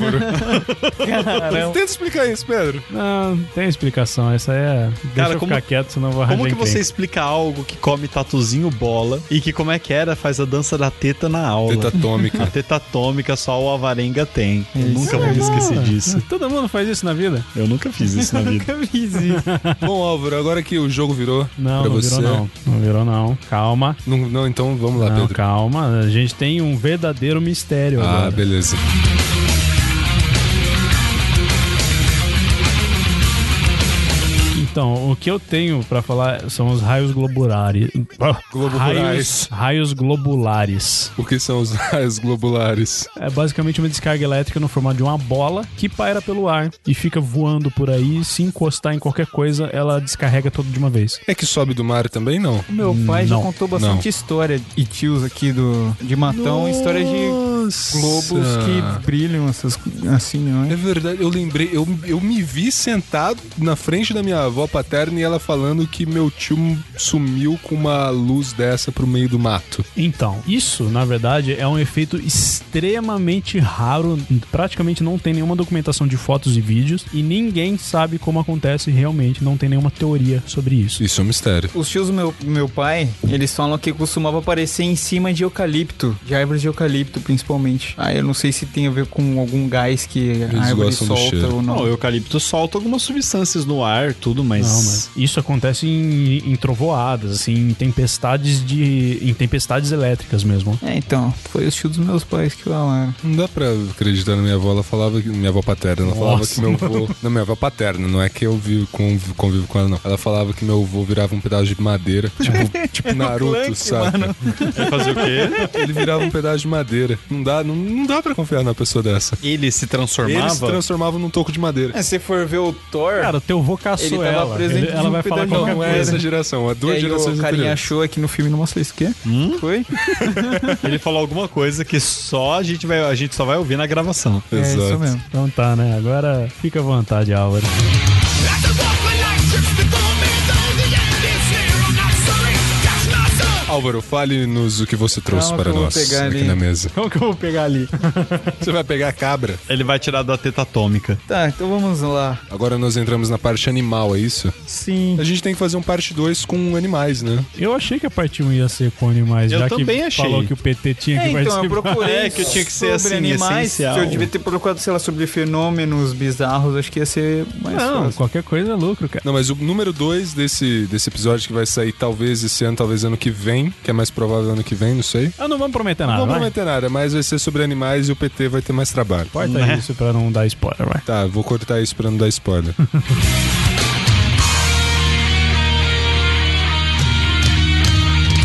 Speaker 8: Caramba.
Speaker 2: Tenta explicar isso, Pedro.
Speaker 4: Não, tem explicação. Essa é. Deixa
Speaker 5: Cara,
Speaker 4: eu
Speaker 5: como-
Speaker 4: ficar quieto, senão eu vou arranjar
Speaker 5: Como que você
Speaker 4: encrenca.
Speaker 5: explica algo que come tatuzinho bola e que como é que era faz a dança da teta na aula?
Speaker 2: Teta atômica.
Speaker 5: A teta atômica só o Avarenga tem. Eu nunca vou me esquecer disso.
Speaker 4: Todo mundo faz isso na vida?
Speaker 5: Eu nunca fiz isso na vida.
Speaker 8: Nunca fiz isso.
Speaker 2: Bom, Álvaro, agora que o jogo virou
Speaker 4: Não,
Speaker 2: pra
Speaker 4: não
Speaker 2: você.
Speaker 4: virou não. Não virou não. Calma.
Speaker 2: não. não, então vamos lá,
Speaker 4: Não,
Speaker 2: Pedro.
Speaker 4: calma. A gente tem um verdadeiro mistério
Speaker 2: Ah,
Speaker 4: agora.
Speaker 2: beleza.
Speaker 4: Então, o que eu tenho pra falar são os raios globulares.
Speaker 2: Globulares.
Speaker 4: Raios, raios globulares.
Speaker 2: O que são os raios globulares?
Speaker 4: É basicamente uma descarga elétrica no formato de uma bola que paira pelo ar e fica voando por aí. Se encostar em qualquer coisa, ela descarrega tudo de uma vez.
Speaker 2: É que sobe do mar também, não?
Speaker 8: O meu pai
Speaker 4: Não,
Speaker 8: já contou bastante história e tios aqui do de Matão, história de globos que brilham essas assim, não é?
Speaker 2: É verdade, eu lembrei, eu, eu me vi sentado na frente da minha avó paterna e ela falando que meu tio sumiu com uma luz dessa pro meio do mato.
Speaker 4: Então, isso, na verdade, é um efeito extremamente raro. Praticamente não tem nenhuma documentação de fotos e vídeos. E ninguém sabe como acontece realmente. Não tem nenhuma teoria sobre isso.
Speaker 2: Isso é um mistério.
Speaker 8: Os tios do meu, meu pai, eles falam que costumava aparecer em cima de eucalipto, de árvores de eucalipto principalmente. Ah, eu não sei se tem a ver com algum gás que a árvore
Speaker 2: gostam do
Speaker 8: solta
Speaker 2: cheiro.
Speaker 8: ou não.
Speaker 5: Não, o eucalipto solta algumas substâncias no ar, tudo, mas.
Speaker 4: Não, mas isso acontece em, em trovoadas, assim, em tempestades de. em tempestades elétricas mesmo.
Speaker 8: É, então, foi o tio dos meus pais que falaram.
Speaker 2: Não dá pra acreditar na minha avó, ela falava que. Minha avó paterna, ela falava
Speaker 4: Nossa,
Speaker 2: que meu avô. Não, minha avó paterna, não é que eu vivo, convivo, convivo com ela, não. Ela falava que meu avô virava um pedaço de madeira. Tipo, tipo Naruto,
Speaker 8: Clank,
Speaker 2: sabe?
Speaker 8: mano.
Speaker 5: Ele fazia o quê?
Speaker 2: Ele virava um pedaço de madeira. Não dá, não, não dá pra confiar numa pessoa dessa.
Speaker 5: Ele se transformava?
Speaker 2: Ele se transformava num toco de madeira.
Speaker 8: É, se for ver o Thor.
Speaker 4: Cara, teu vô caçou
Speaker 8: ele tava
Speaker 4: ela.
Speaker 8: preso
Speaker 4: Ele-
Speaker 8: em
Speaker 4: ela vai
Speaker 8: um
Speaker 4: falar
Speaker 8: pedaço de
Speaker 4: qualquer
Speaker 2: Não é
Speaker 4: coisa.
Speaker 2: essa geração, é
Speaker 8: E
Speaker 2: duas
Speaker 8: aí o
Speaker 2: gerações
Speaker 8: carinha
Speaker 2: anteriores. Hum?
Speaker 8: achou aqui no filme, não mostrou isso o quê? Foi?
Speaker 5: Ele falou alguma coisa que só a gente vai, a gente só vai ouvir na gravação.
Speaker 2: É, isso Exato. mesmo.
Speaker 4: Então tá, né? Agora fica à vontade, Álvaro.
Speaker 2: Álvaro, fale-nos o que você trouxe
Speaker 8: Calma
Speaker 2: para
Speaker 8: que eu vou
Speaker 2: nós
Speaker 8: pegar
Speaker 2: aqui
Speaker 8: ali.
Speaker 2: na mesa.
Speaker 4: Como que eu vou pegar ali?
Speaker 2: Você vai pegar a cabra.
Speaker 5: Ele vai tirar da teta atômica.
Speaker 8: Tá, então vamos lá.
Speaker 2: Agora nós entramos na parte animal, é isso?
Speaker 8: Sim.
Speaker 2: A gente tem que fazer um parte 2 com animais, né?
Speaker 4: Eu achei que a parte 1 ia ser com animais,
Speaker 5: Eu
Speaker 4: já que
Speaker 5: também achei.
Speaker 4: falou que o PT tinha que
Speaker 8: É, então, eu
Speaker 4: participar.
Speaker 8: procurei
Speaker 5: É, que tinha que ser
Speaker 8: sobre
Speaker 5: assim,
Speaker 8: animais.
Speaker 5: essencial.
Speaker 8: Se eu devia ter procurado, sei lá, sobre fenômenos bizarros, acho que ia ser mais
Speaker 4: Não,
Speaker 8: fácil.
Speaker 4: qualquer coisa é lucro, cara.
Speaker 2: Não, mas o número 2 desse, desse episódio que vai sair talvez esse ano, talvez ano que vem, que é mais provável ano que vem, não sei.
Speaker 4: Ah, não vamos prometer nada,
Speaker 2: não vou
Speaker 4: vai.
Speaker 2: prometer nada, mas vai ser sobre animais e o PT vai ter mais trabalho.
Speaker 4: Corta
Speaker 5: Né?
Speaker 4: isso pra não dar spoiler, vai.
Speaker 2: Tá, vou cortar isso pra não dar spoiler.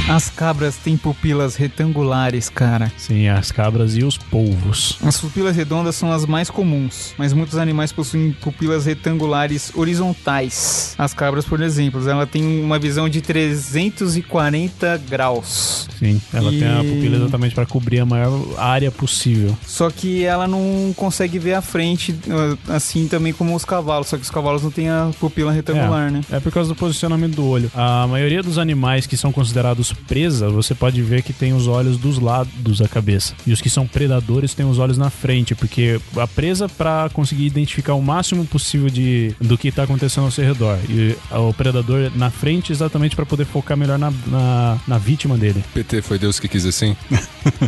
Speaker 8: As cabras têm pupilas retangulares, cara.
Speaker 4: Sim, as cabras e os polvos.
Speaker 8: As pupilas redondas são as mais comuns, mas muitos animais possuem pupilas retangulares horizontais. As cabras, por exemplo, ela tem uma visão de 340 graus.
Speaker 4: Sim, ela
Speaker 8: E-
Speaker 4: tem a pupila exatamente pra cobrir a maior área possível.
Speaker 8: Só que ela não consegue ver a frente, ah, assim também como os cavalos. Só que os cavalos não têm a pupila retangular, né?
Speaker 4: É por causa do posicionamento do olho. A maioria dos animais que são considerados presa, você pode ver que tem os olhos dos lados da cabeça. E os que são predadores têm os olhos na frente, porque a presa pra conseguir identificar o máximo possível de do que tá acontecendo ao seu redor. E o predador na frente exatamente pra poder focar melhor na, na, na vítima dele.
Speaker 2: PT foi Deus que quis assim?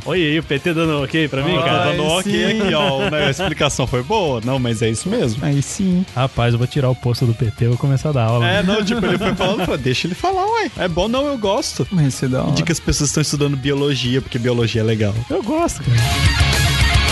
Speaker 4: Olha aí, o PT dando ok pra mim,
Speaker 5: Tá
Speaker 4: cara.
Speaker 5: dando
Speaker 8: Ai,
Speaker 5: ok
Speaker 8: sim.
Speaker 5: aqui, ó. né? A explicação foi boa. Não, mas é isso mesmo.
Speaker 8: Aí sim.
Speaker 4: Rapaz, eu vou tirar o posto do PT e vou começar a dar aula.
Speaker 5: É, não, tipo, ele foi falando, falou, deixa ele falar, ué. É bom, não, eu gosto.
Speaker 8: Mas você dá uma...
Speaker 5: De que as pessoas estão estudando biologia, porque biologia é legal.
Speaker 4: Eu gosto, cara.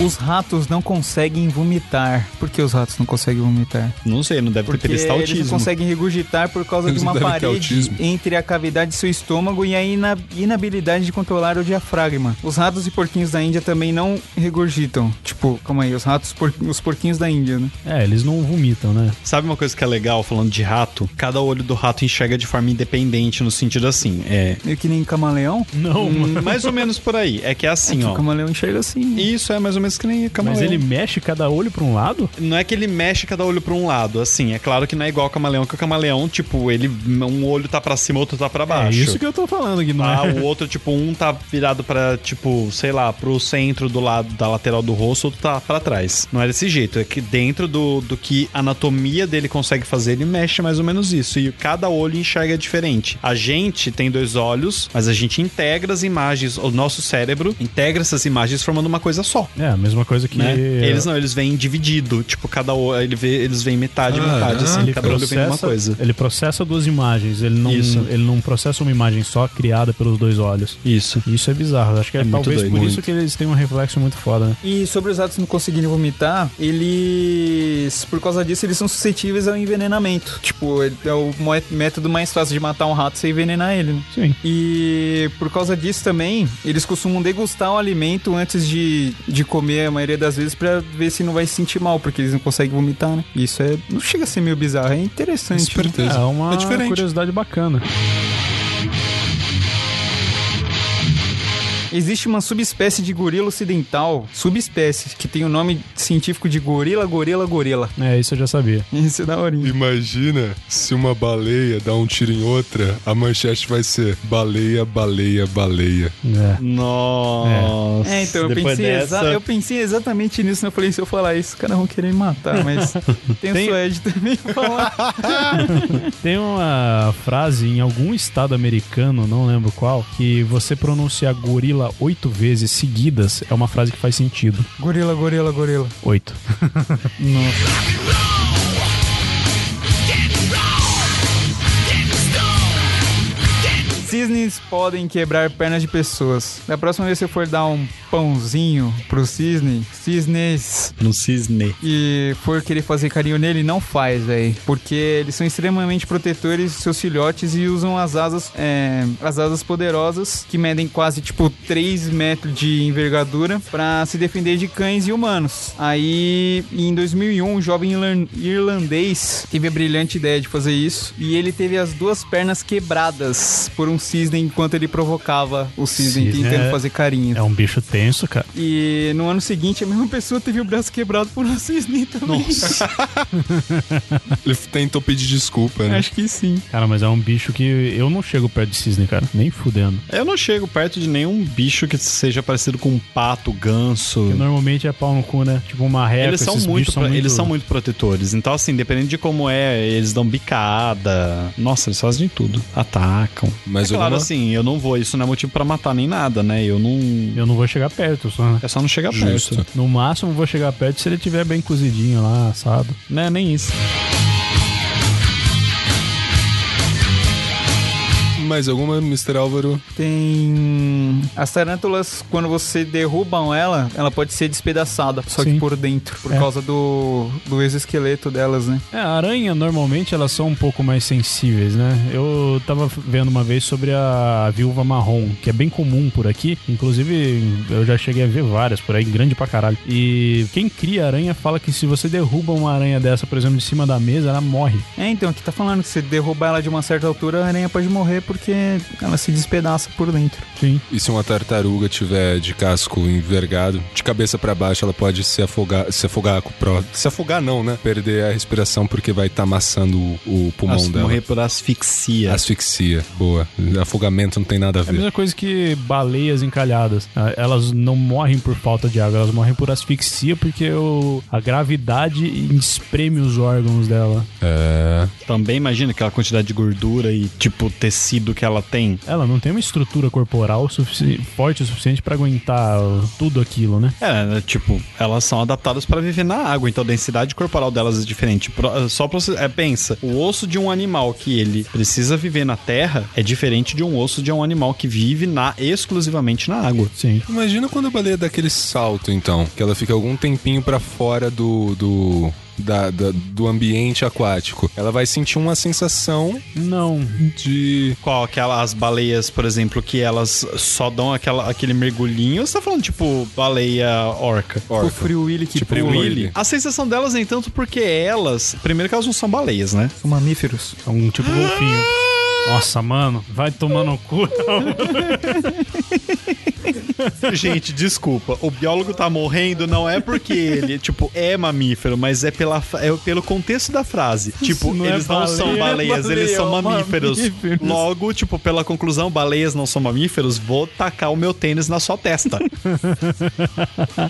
Speaker 8: Os ratos não conseguem vomitar. Por que os ratos não conseguem vomitar?
Speaker 5: Não sei, não deve ter
Speaker 8: Porque
Speaker 5: porque eles têm
Speaker 8: eles não
Speaker 5: autismo.
Speaker 8: conseguem regurgitar por causa
Speaker 2: Eles
Speaker 8: de uma
Speaker 2: não devem ter
Speaker 8: parede
Speaker 2: autismo.
Speaker 8: entre a cavidade de seu estômago e a ina- inabilidade de controlar o diafragma. Os ratos e porquinhos da Índia também não regurgitam. Tipo, calma aí, os ratos, por- os porquinhos da Índia, né?
Speaker 4: É, eles não vomitam, né?
Speaker 5: Sabe uma coisa que é legal falando de rato? Cada olho do rato enxerga de forma independente, no sentido assim, é.
Speaker 8: Meio que nem camaleão.
Speaker 4: Não, mano.
Speaker 5: Hum, mais ou menos por aí. É que é assim,
Speaker 8: O
Speaker 5: ó.
Speaker 8: camaleão enxerga assim. né?
Speaker 5: Isso é mais ou menos que nem
Speaker 4: Mas
Speaker 5: camaleão.
Speaker 4: ele mexe cada olho pra um lado?
Speaker 5: Não é que ele mexe cada olho pra um lado, assim. É claro que não é igual ao camaleão, que o camaleão, tipo, ele um olho tá pra cima, outro tá pra
Speaker 4: É
Speaker 5: baixo.
Speaker 4: isso que eu tô falando, que não
Speaker 5: Ah,
Speaker 4: é.
Speaker 5: o outro, tipo, um tá virado pra, tipo, sei lá, pro centro do lado da lateral do rosto, outro tá pra trás. Não é desse jeito. É que dentro do, do que a anatomia dele consegue fazer, ele mexe mais ou menos isso. E cada olho enxerga diferente. A gente tem dois olhos, mas a gente integra as imagens, o nosso cérebro integra essas imagens formando uma coisa só.
Speaker 4: É, a mesma coisa que. é
Speaker 5: Né? Eles não, eles vêm dividido. Tipo, cada olho, ele vê, eles vêm metade, metade, assim.
Speaker 4: Ah, Ele
Speaker 5: cada olho vem uma
Speaker 4: processa,
Speaker 5: coisa.
Speaker 4: ele processa duas imagens, ele não,
Speaker 5: Isso.
Speaker 4: ele não processa uma imagem só criada pelos dois olhos.
Speaker 5: Isso.
Speaker 4: Isso é bizarro. Acho que é,
Speaker 5: É muito
Speaker 4: talvez
Speaker 5: doido.
Speaker 4: por isso
Speaker 5: Muito.
Speaker 4: que eles têm um reflexo muito foda, né?
Speaker 8: E sobre os ratos não conseguirem vomitar, eles, por causa disso, eles são suscetíveis ao envenenamento. Tipo, ele- é o mo- método mais fácil de matar um rato sem envenenar ele. Né?
Speaker 4: Sim.
Speaker 8: E por causa disso também, eles costumam degustar o alimento antes de, de comer a maioria das vezes pra ver se não vai se sentir mal, porque eles não conseguem vomitar, né? Isso é, não chega a ser meio bizarro, é interessante. né?
Speaker 2: Esperteza.
Speaker 4: É uma
Speaker 2: É diferente.
Speaker 4: curiosidade bacana.
Speaker 8: Existe uma subespécie de gorila ocidental, subespécie, que tem o nome científico de gorila, gorila, gorila.
Speaker 4: É, isso eu já sabia.
Speaker 8: Isso é daorinha.
Speaker 2: Imagina se uma baleia dá um tiro em outra, a manchete vai ser baleia, baleia, baleia.
Speaker 4: É.
Speaker 5: Nossa.
Speaker 8: É, então eu
Speaker 5: Depois
Speaker 8: pensei,
Speaker 5: dessa-
Speaker 8: exa- eu pensei exatamente nisso, né? Eu falei, se eu falar isso, os caras vão querer me matar, mas tem, o Suede também falar.
Speaker 4: Tem uma frase em algum estado americano, não lembro qual, que você pronunciar gorila oito vezes seguidas é uma frase que faz sentido.
Speaker 8: gorila, gorila, gorila.
Speaker 4: Oito.
Speaker 8: Nossa. Cisnes podem quebrar pernas de pessoas. Da próxima vez que você for dar um pãozinho pro cisne, cisnes
Speaker 5: No cisne.
Speaker 8: e for querer fazer carinho nele, não faz, velho. Porque eles são extremamente protetores dos seus filhotes e usam as asas, é, as asas poderosas, que medem quase tipo 3 metros de envergadura, pra se defender de cães e humanos. Aí, em 2001, um jovem irlan- irlandês teve a brilhante ideia de fazer isso e ele teve as duas pernas quebradas por um cisne enquanto ele provocava o cisne,
Speaker 4: Cisne
Speaker 8: tentando
Speaker 4: é-
Speaker 8: fazer carinho.
Speaker 4: É um bicho tenso, cara.
Speaker 8: E no ano seguinte, a mesma pessoa teve o braço quebrado por um cisne também.
Speaker 2: Ele tentou pedir desculpa, né?
Speaker 8: Acho que sim.
Speaker 4: Cara, mas é um bicho que eu não chego perto de cisne, cara. Nem fudendo.
Speaker 5: Eu não chego perto de nenhum bicho que seja parecido com um pato, ganso.
Speaker 4: Porque normalmente é pau no cu, né? Tipo uma réplica.
Speaker 5: Eles são, muito, pro- eles são muito protetores. Então, assim, dependendo de como é, eles dão bicada. Nossa, eles fazem de tudo. Atacam.
Speaker 2: Mas
Speaker 5: é claro,
Speaker 2: alguma-
Speaker 5: assim, eu não vou. Isso não é motivo pra matar nem nada, né? Eu não.
Speaker 4: Eu não vou chegar perto, só. né?
Speaker 5: É só não chegar
Speaker 2: Justo.
Speaker 5: perto.
Speaker 4: No máximo vou chegar perto se ele tiver bem cozidinho lá, assado.
Speaker 5: Né? Nem isso.
Speaker 2: Mais alguma, Mr. Álvaro?
Speaker 8: Tem. As tarântulas, quando você derrubam ela, ela pode ser despedaçada, só
Speaker 4: Sim.
Speaker 8: que por dentro, por
Speaker 4: É.
Speaker 8: causa do, do exoesqueleto delas, né?
Speaker 4: É, a aranha normalmente elas são um pouco mais sensíveis, né? Eu tava vendo uma vez sobre a viúva marrom, que é bem comum por aqui. Inclusive, eu já cheguei a ver várias por aí, grande pra caralho. E quem cria aranha fala que se você derruba uma aranha dessa, por exemplo, de cima da mesa, ela morre.
Speaker 8: É, então, aqui tá falando que se derrubar ela de uma certa altura, a aranha pode morrer porque ela se despedaça por dentro.
Speaker 4: Sim.
Speaker 2: E se uma tartaruga tiver de casco envergado, de cabeça pra baixo, ela pode se afogar, se afogar com o pró. Se afogar não, né? Perder a respiração porque vai estar amassando o, o pulmão
Speaker 5: As-
Speaker 2: dela.
Speaker 5: Morrer por asfixia.
Speaker 2: Asfixia. Boa. Afogamento não tem nada a
Speaker 4: É a
Speaker 2: ver.
Speaker 4: mesma coisa que baleias encalhadas. Ah, Elas não morrem por falta de água, elas morrem por asfixia porque o- a gravidade espreme os órgãos dela.
Speaker 2: É.
Speaker 5: Também imagina aquela quantidade de gordura e, tipo, tecido que ela tem.
Speaker 4: Ela não tem uma estrutura corporal sufici- forte o suficiente pra aguentar uh, tudo aquilo, né?
Speaker 5: É, né, tipo, elas são adaptadas pra viver na água, então a densidade corporal delas é diferente. Pro- Só pra você. É, pensa, o osso de um animal que ele precisa viver na terra é diferente de um osso de um animal que vive na, exclusivamente na água.
Speaker 4: Sim.
Speaker 2: Imagina quando a baleia dá aquele salto, então, que ela fica algum tempinho pra fora do. do... da- da- do ambiente aquático. Ela vai sentir uma sensação
Speaker 4: Não.
Speaker 2: de.
Speaker 5: Qual? Aquela, as baleias, por exemplo, que elas só dão aquela, aquele mergulhinho. Você tá falando, tipo, baleia orca?
Speaker 8: O
Speaker 2: orca.
Speaker 8: Free Willy que
Speaker 2: Tipo
Speaker 8: pula.
Speaker 2: Free Willy.
Speaker 5: Willy. A sensação delas, nem tanto, porque elas. Primeiro que elas não são baleias, né?
Speaker 8: São mamíferos.
Speaker 4: É um tipo golfinho. Nossa, mano, vai tomar no cu.
Speaker 5: Gente, desculpa. O biólogo tá morrendo não é porque ele, tipo, é mamífero, mas é, pela, fa- é pelo contexto da frase. Tipo,
Speaker 4: não é
Speaker 5: eles não são
Speaker 4: baleia,
Speaker 5: baleias,
Speaker 4: baleia,
Speaker 5: eles são mamíferos.
Speaker 4: mamíferos.
Speaker 5: Logo, tipo, pela conclusão, baleias não são mamíferos, vou tacar o meu tênis na sua testa.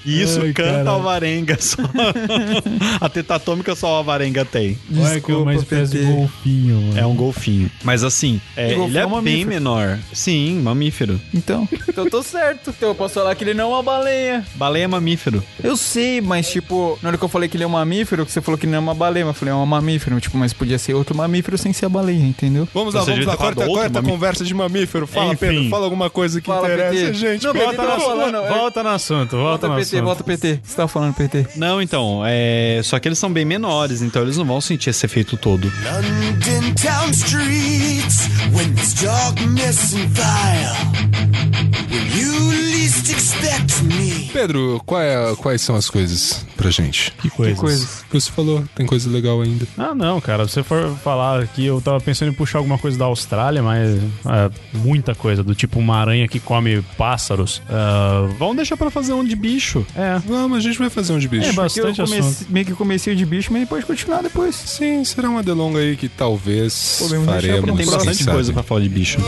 Speaker 5: E Isso
Speaker 4: Ai,
Speaker 5: canta
Speaker 4: caralho.
Speaker 5: alvarenga só. A teta atômica só a alvarenga tem.
Speaker 4: Olha que é uma espécie de
Speaker 8: PT.
Speaker 4: golfinho, mano.
Speaker 5: É um golfinho. Mas assim, é,
Speaker 8: E golfinho
Speaker 5: ele é,
Speaker 8: é um
Speaker 5: bem
Speaker 8: mamífero.
Speaker 5: menor. Sim, mamífero.
Speaker 8: Então, então tô certo. Então eu posso falar que ele não é uma baleia.
Speaker 5: Baleia é mamífero.
Speaker 8: Eu sei, mas tipo, na hora que eu falei que ele é um mamífero, que você falou que não é uma baleia, mas eu falei, é um mamífero, tipo, mas podia ser outro mamífero sem ser a baleia, entendeu?
Speaker 2: Vamos lá,
Speaker 5: Você
Speaker 2: vamos
Speaker 5: devia
Speaker 2: lá.
Speaker 5: ter falado
Speaker 2: Corta,
Speaker 5: outro
Speaker 2: corta a
Speaker 5: mamí-
Speaker 2: conversa de mamífero. Fala,
Speaker 4: Enfim.
Speaker 2: Pedro. Fala alguma coisa que
Speaker 8: Fala,
Speaker 2: interessa,
Speaker 8: PT.
Speaker 2: gente.
Speaker 8: Não,
Speaker 2: Pelo
Speaker 8: PT tava
Speaker 2: amor-
Speaker 8: falando, é-
Speaker 4: Volta no assunto, volta,
Speaker 8: Volta
Speaker 4: no
Speaker 8: PT,
Speaker 4: assunto.
Speaker 8: volta PT. O que você tava falando, PT?
Speaker 5: Não, então, é. Só que eles são bem menores, então eles não vão sentir esse efeito todo.
Speaker 11: London town streets when there's darkness and fire. When you least expect me,
Speaker 2: Pedro, qual é- quais são as coisas pra gente? Que
Speaker 4: coisas?
Speaker 2: Você falou, tem coisa legal ainda.
Speaker 4: Ah, não, cara. Se você for falar aqui, eu tava pensando em puxar alguma coisa da Austrália, mas é, muita coisa, do tipo uma aranha que come pássaros. Ah, vamos deixar pra fazer um de bicho. É.
Speaker 2: Vamos, a gente vai fazer um de bicho.
Speaker 4: É bastante
Speaker 8: eu comecei-
Speaker 4: assunto.
Speaker 8: meio que comecei de bicho, mas depois continuar depois.
Speaker 2: Sim, será uma delonga aí que talvez
Speaker 8: Podemos deixar pra
Speaker 2: faremos.
Speaker 8: um próximo.
Speaker 2: quem
Speaker 8: Tem
Speaker 2: sabe.
Speaker 5: coisa pra falar de bicho.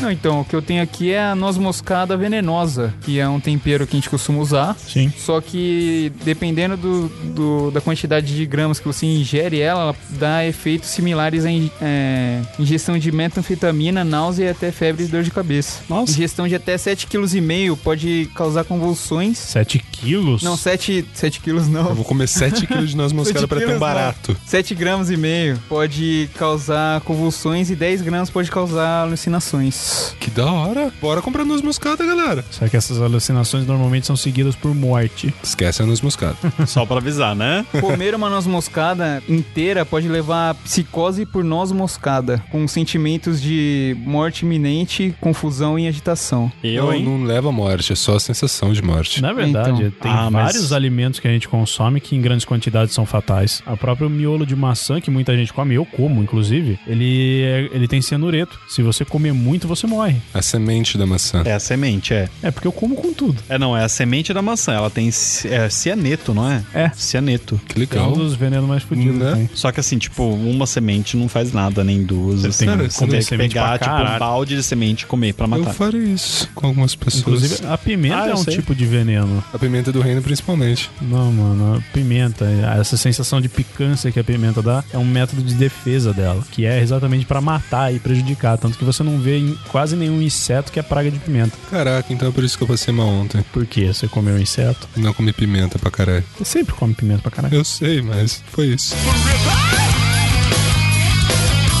Speaker 8: Não, então, o que eu tenho aqui é a noz moscada venenosa, que é um tempero que a gente costuma usar. Sim. Só que, dependendo do, do- da quantidade de gramas que você ingere ela, ela dá efeitos similares à in- é, ingestão de metanfetamina, náusea e até febre e dor de cabeça. Nossa. Ingestão de até 7,5 kg pode causar convulsões.
Speaker 4: 7 quilos?
Speaker 8: Não, 7, 7 quilos não. Eu
Speaker 2: vou comer 7 quilos de noz moscada pra ter um barato.
Speaker 8: 7 gramas e meio pode causar convulsões e 10 gramas pode causar alucinações.
Speaker 2: Que da hora. Bora comprar noz moscada, galera.
Speaker 4: Só que essas alucinações normalmente são seguidas por morte.
Speaker 2: Esquece a noz moscada.
Speaker 5: Só pra avisar, né?
Speaker 8: Comer uma noz moscada inteira pode levar a psicose por noz moscada, com sentimentos de morte iminente, confusão e agitação.
Speaker 2: não, não leva à morte, é só a sensação de morte.
Speaker 4: Na verdade, tem
Speaker 5: Ah,
Speaker 4: vários alimentos que a gente consome que em grandes quantidades são fatais. O próprio miolo de maçã, que muita gente come, eu como, inclusive, ele, é- ele tem cianureto. Se você comer muito, você morre.
Speaker 2: A semente da maçã.
Speaker 5: É a semente, é.
Speaker 4: É porque eu como com tudo.
Speaker 5: É, não, é a semente da maçã. Ela tem ci- é, cianeto, não é?
Speaker 4: É.
Speaker 5: Cianeto.
Speaker 2: Que
Speaker 4: É
Speaker 5: Então,
Speaker 4: um dos venenos mais fodidos. Né?
Speaker 5: Só que assim, tipo, uma semente não faz nada, nem duas. Você
Speaker 4: tem
Speaker 5: tem
Speaker 4: que comer
Speaker 5: que
Speaker 4: é semente
Speaker 5: pegar,
Speaker 4: pra
Speaker 5: tipo, um
Speaker 4: caralho.
Speaker 5: balde de semente e comer pra matar.
Speaker 2: Eu farei isso com algumas pessoas.
Speaker 4: Inclusive, a pimenta
Speaker 5: Ah, eu
Speaker 4: é um
Speaker 5: sei.
Speaker 4: tipo de veneno.
Speaker 2: A pimenta do reino, principalmente.
Speaker 4: Não, mano, a pimenta, essa sensação de picância que a pimenta dá é um método de defesa dela, que é exatamente pra matar e prejudicar, tanto que você não vê em quase nenhum inseto que é praga de pimenta.
Speaker 2: Caraca, então é por isso que eu passei mal ontem.
Speaker 4: Por quê? Você comeu inseto?
Speaker 2: Não comi pimenta pra caralho.
Speaker 4: Você sempre come pimenta pra caralho.
Speaker 2: Eu sei, mas foi isso.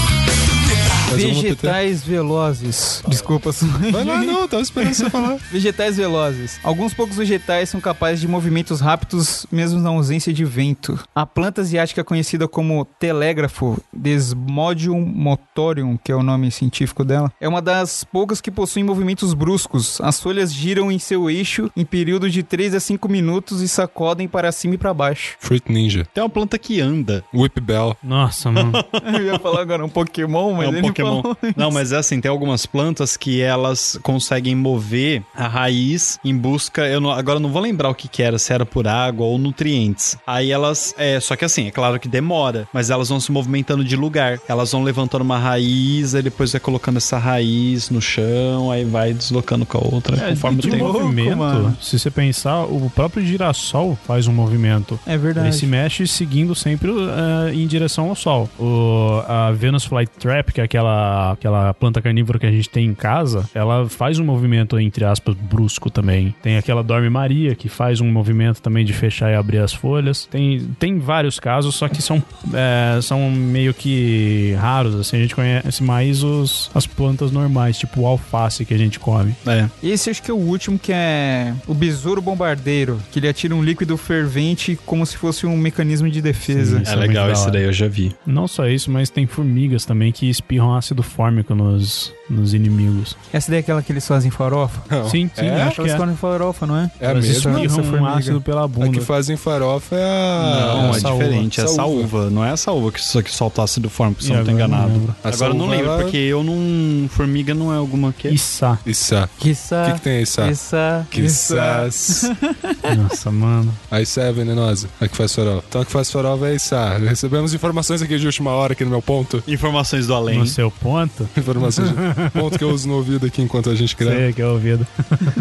Speaker 2: Mais alguma, Peter?
Speaker 8: Vegetais velozes. Desculpa, Solange.
Speaker 2: Vai lá, não, tava esperando você falar.
Speaker 8: Vegetais velozes. Alguns poucos vegetais são capazes de movimentos rápidos, mesmo na ausência de vento. A planta asiática conhecida como telégrafo, Desmodium motorium, que é o nome científico dela, é uma das poucas que possuem movimentos bruscos. As folhas giram em seu eixo em período de 3 a 5 minutos e sacodem para cima e para baixo.
Speaker 2: Fruit Ninja.
Speaker 5: Tem uma planta que anda.
Speaker 2: Whip Bell.
Speaker 4: Nossa, mano.
Speaker 8: Eu ia falar agora um Pokémon, mas
Speaker 5: é um
Speaker 8: ele
Speaker 5: Pokémon.
Speaker 8: falou.
Speaker 5: Não, mas é assim, tem algumas plantas que elas conseguem mover a raiz em busca. Eu não- agora eu não vou lembrar o que, que era, se era por água ou nutrientes. Aí elas. É, só que assim, é claro que demora, mas elas vão se movimentando de lugar. Elas vão levantando uma raiz, aí depois vai colocando essa raiz no chão, aí vai deslocando com a outra,
Speaker 4: É,
Speaker 5: conforme
Speaker 4: de
Speaker 5: o tempo.
Speaker 4: movimento,
Speaker 5: mano.
Speaker 4: se você pensar, o próprio girassol faz um movimento.
Speaker 8: É verdade.
Speaker 4: Ele se mexe seguindo sempre eh, em direção ao sol. O, a Venus flytrap, que é aquela, aquela planta carnívora que a gente tem em casa, ela faz um movimento, entre aspas, brusco também. Tem aquela Dorme Maria, que faz um movimento também de fechar e abrir as folhas. Tem, tem vários casos, só que são, eh, são meio que raros, assim. A gente conhece mais os, as plantas normais, tipo o alface que a gente come.
Speaker 5: É.
Speaker 8: Esse acho que é o último, que é o besouro bombardeiro, que ele atira um líquido fervente como se fosse um mecanismo de defesa.
Speaker 5: É legal esse daí, eu já vi.
Speaker 4: Não só isso, mas tem formigas também que espirram ácido fórmico nos, nos inimigos.
Speaker 8: Essa daí é aquela que eles fazem farofa?
Speaker 2: Não.
Speaker 4: Sim, sim,
Speaker 2: É?
Speaker 4: acho que
Speaker 8: Elas
Speaker 4: é.
Speaker 8: fazem farofa, não é?
Speaker 2: É a
Speaker 4: Elas
Speaker 2: mesma?
Speaker 8: Essa
Speaker 4: espirram um
Speaker 8: formiga.
Speaker 4: ácido pela
Speaker 2: A que
Speaker 4: bunda.
Speaker 2: fazem farofa é a.
Speaker 5: Não, é
Speaker 4: essa uva.
Speaker 5: diferente.
Speaker 2: Essa
Speaker 5: Essa
Speaker 2: uva.
Speaker 5: uva. Não é essa uva que, só que solta ácido fórmico, se
Speaker 4: E
Speaker 5: eu não tô
Speaker 4: agora eu não
Speaker 5: enganado.
Speaker 4: lembro.
Speaker 2: Essa
Speaker 5: agora eu não
Speaker 2: uva,
Speaker 5: lembro,
Speaker 2: ela-
Speaker 5: porque eu não. Formiga não é alguma que.
Speaker 4: Issa.
Speaker 2: Issa. O que,
Speaker 8: Quissá,
Speaker 2: que tem a Issa?
Speaker 8: quissá,
Speaker 2: Que sas.
Speaker 4: Nossa, mano.
Speaker 2: A Issa é a venenosa, a que faz farofa. Então a que faz farofa é a Issa. Recebemos informações aqui de última hora, aqui no meu ponto.
Speaker 5: Informações do além.
Speaker 4: No seu ponto?
Speaker 2: Informações de ponto que eu uso no ouvido aqui enquanto a gente grava.
Speaker 4: Sei que é ouvido.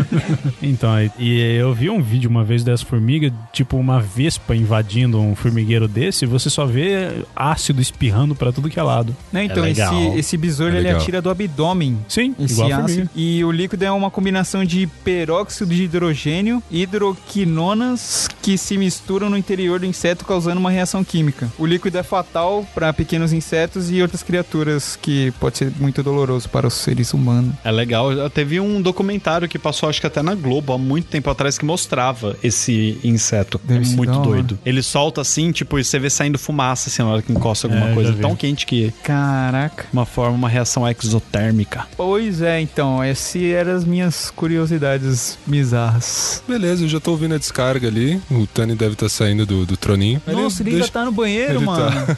Speaker 4: então, e- e eu vi um vídeo uma vez dessa formiga, tipo uma vespa invadindo um formigueiro desse, e você só vê ácido espirrando pra tudo que é lado.
Speaker 8: Não, então,
Speaker 5: legal.
Speaker 8: esse, esse besouro
Speaker 2: É
Speaker 8: ele
Speaker 2: tá? legal.
Speaker 8: atira do abdômen.
Speaker 4: Sim,
Speaker 8: Esse
Speaker 4: igual a
Speaker 8: ácido.
Speaker 4: formiga.
Speaker 8: E o líquido é uma combinação de peróxido de hidrogênio e hidroquinonas que se misturam no interior do inseto, causando uma reação química. O líquido é fatal para pequenos insetos e outras criaturas que que pode ser muito doloroso para os seres humanos.
Speaker 5: É legal. Teve um documentário que passou, acho que até na Globo, há muito tempo atrás, que mostrava esse inseto.
Speaker 8: Deve
Speaker 5: é
Speaker 8: ser
Speaker 5: muito
Speaker 8: da hora.
Speaker 5: doido. Ele solta assim, tipo, e você vê saindo fumaça assim, na hora que encosta alguma
Speaker 8: É,
Speaker 5: coisa.
Speaker 8: já vi.
Speaker 5: Tão quente que.
Speaker 8: Caraca.
Speaker 5: Uma forma, uma reação exotérmica.
Speaker 8: Pois é, então, essas eram as minhas curiosidades bizarras.
Speaker 2: Beleza, eu já tô ouvindo a descarga ali. O Tani deve estar saindo do, do troninho.
Speaker 8: Nossa, ele
Speaker 2: deixa-
Speaker 8: já tá no banheiro,
Speaker 2: ele tá.
Speaker 8: mano.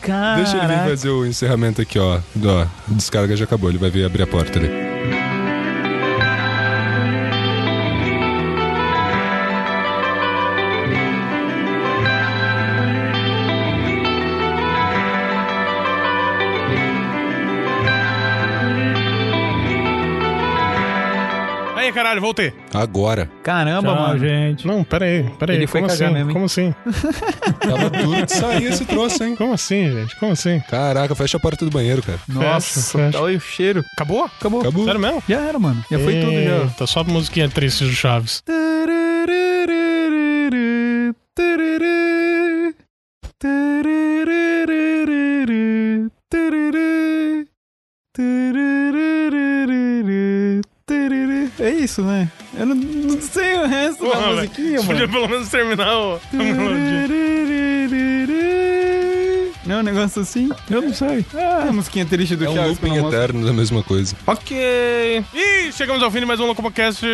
Speaker 8: Caraca.
Speaker 2: Deixa ele vir fazer o encerramento aqui, ó. Ó, a descarga já acabou, ele vai vir abrir a porta ali.
Speaker 1: Aí, caralho, voltei.
Speaker 2: Agora.
Speaker 8: Caramba,
Speaker 1: Tchau,
Speaker 4: Tá,
Speaker 8: mano.
Speaker 1: gente. Não, peraí, peraí.
Speaker 8: Ele foi
Speaker 1: como
Speaker 8: cagar
Speaker 1: assim?
Speaker 8: mesmo, hein?
Speaker 1: Como assim?
Speaker 2: Tava duro de sair esse troço, hein?
Speaker 1: Como assim, gente? Como assim?
Speaker 2: Caraca, fecha a porta do banheiro, cara.
Speaker 1: Nossa, tá
Speaker 8: o cheiro.
Speaker 1: Acabou?
Speaker 8: Acabou.
Speaker 2: Acabou.
Speaker 1: Sério mesmo?
Speaker 8: Já era, mano. Já foi tudo, já.
Speaker 1: Tá só a musiquinha triste do Chaves.
Speaker 8: É isso, né? Eu não, não sei o resto
Speaker 1: Porra,
Speaker 8: da
Speaker 1: velho.
Speaker 8: musiquinha,
Speaker 1: Podia
Speaker 8: mano.
Speaker 1: pelo menos terminar o... a melodia.
Speaker 8: Não é um negócio assim? Eu não sei. Ah, a musiquinha triste do
Speaker 2: É um
Speaker 8: Chaves.
Speaker 2: looping eterno da mesma coisa.
Speaker 1: Ok. E chegamos ao fim de mais um Locomocast.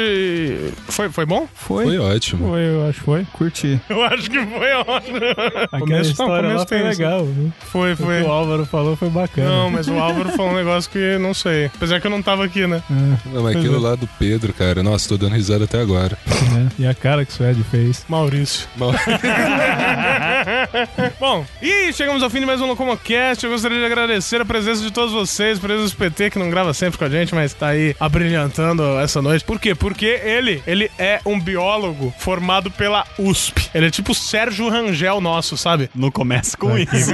Speaker 1: Foi, foi bom?
Speaker 8: Foi?
Speaker 2: Foi ótimo.
Speaker 14: Foi, eu acho que foi.
Speaker 8: Curti.
Speaker 1: Eu acho que foi ótimo.
Speaker 14: Aquela história lá foi
Speaker 1: tenso.
Speaker 14: legal. viu?
Speaker 1: Foi,
Speaker 14: O que
Speaker 1: foi.
Speaker 14: o Álvaro falou foi bacana.
Speaker 1: Não, mas o Álvaro falou um negócio que não sei. Apesar que eu não tava aqui, né?
Speaker 2: Não, mas aquilo lá do Pedro, cara. Nossa, tô dando risada até agora.
Speaker 14: É, E a cara que o Suede fez.
Speaker 1: Maurício.
Speaker 2: Bom,
Speaker 1: Bom, e chegamos ao fim de mais um Locomocast. Eu gostaria de agradecer a presença de todos vocês, presença do PT, que não grava sempre com a gente, mas tá aí abrilhantando essa noite. Por quê? Porque ele, ele é um biólogo formado pela USP. Ele é tipo o Sérgio Rangel nosso, sabe?
Speaker 5: Não começa com isso.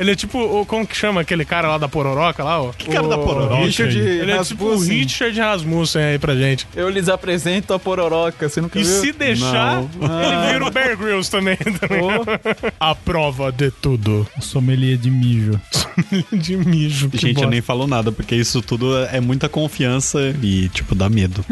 Speaker 1: ele é tipo, o, como que chama aquele cara lá da Pororoca lá, ó? Que
Speaker 5: cara da Pororoca,
Speaker 8: Richard hein?
Speaker 1: Ele é tipo o
Speaker 8: Rasmussen.
Speaker 1: Richard Rasmussen aí pra gente.
Speaker 8: Eu lhes apresento a pororoca, você nunca
Speaker 1: E
Speaker 8: viu?
Speaker 1: se deixar,
Speaker 8: Não.
Speaker 1: ele vira o Bear Grylls também. tá ligado? A prova de tudo.
Speaker 14: Sommelier de mijo.
Speaker 1: de mijo. que
Speaker 5: Gente,
Speaker 1: bosta.
Speaker 5: eu nem falo nada, porque isso tudo é muita confiança e, tipo, dá medo.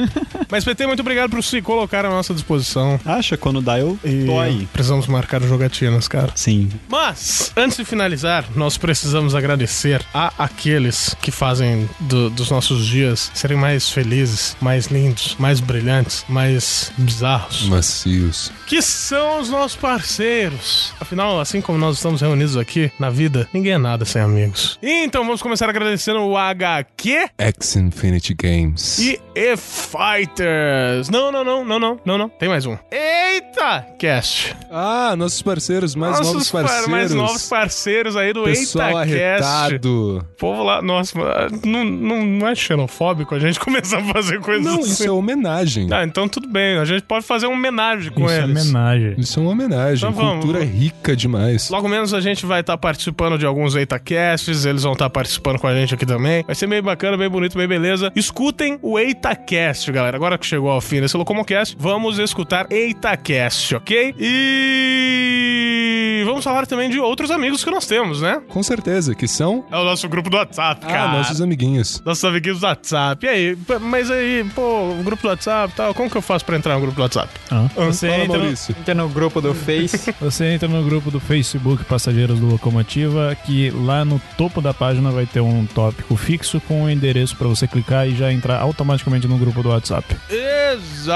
Speaker 1: Mas, PT, muito obrigado por se colocar à nossa disposição.
Speaker 5: Acha? Quando dá, eu tô aí.
Speaker 1: Precisamos marcar jogatinas, cara.
Speaker 5: Sim.
Speaker 1: Mas, antes de finalizar, nós precisamos agradecer a aqueles que fazem do- dos nossos dias serem mais felizes, mais lindos, mais brilhantes, mais bizarros.
Speaker 2: Macios.
Speaker 1: que são os nossos parceiros. Afinal, assim como nós estamos reunidos aqui na vida, ninguém é nada sem amigos. Então vamos começar agradecendo o HQ
Speaker 2: X Infinity Games.
Speaker 1: e E-Fighters. Não, não, não, não, não, não, não. Tem mais um. Eita! Cast.
Speaker 2: Ah, nossos parceiros, mais
Speaker 1: Nossos
Speaker 2: novos
Speaker 1: par-
Speaker 2: parceiros.
Speaker 1: Mais novos parceiros aí do
Speaker 2: Pessoal
Speaker 1: Eita Cast.
Speaker 2: arretado.
Speaker 1: O povo lá, nossa, não, não, não é xenofóbico a gente começar a fazer coisas
Speaker 2: Não,
Speaker 1: assim.
Speaker 2: isso é homenagem.
Speaker 1: Ah, então tudo bem, a gente pode fazer uma homenagem com
Speaker 14: Isso é
Speaker 1: eles.
Speaker 14: homenagem.
Speaker 2: Isso é uma homenagem.
Speaker 1: Então vamos,
Speaker 2: Cultura
Speaker 1: vamos.
Speaker 2: rica demais.
Speaker 1: Logo menos a gente vai estar participando de alguns EitaCasts, eles vão estar participando com a gente aqui também. Vai ser bem bacana, bem bonito, bem beleza. Escutem o EitaCast, galera. Agora que chegou ao fim desse Locomocast, vamos escutar EitaCast, ok? E vamos falar também de outros amigos que nós temos, né?
Speaker 2: Com certeza, que são
Speaker 1: É o nosso grupo do WhatsApp, cara.
Speaker 2: ah, nossos amiguinhos.
Speaker 1: Nossos amiguinhos do WhatsApp. E aí? p- Mas aí, pô, o grupo do WhatsApp e tal, como que eu faço pra entrar no grupo do WhatsApp?
Speaker 14: Ah. Você
Speaker 2: Fala,
Speaker 14: entra, no,
Speaker 2: Maurício.
Speaker 8: Entra no grupo do Face.
Speaker 14: você entra no grupo do Facebook Passageiros do Locomotiva, que lá no topo da página vai ter um tópico fixo
Speaker 4: um
Speaker 14: com o endereço pra você clicar e já entrar automaticamente no grupo do WhatsApp.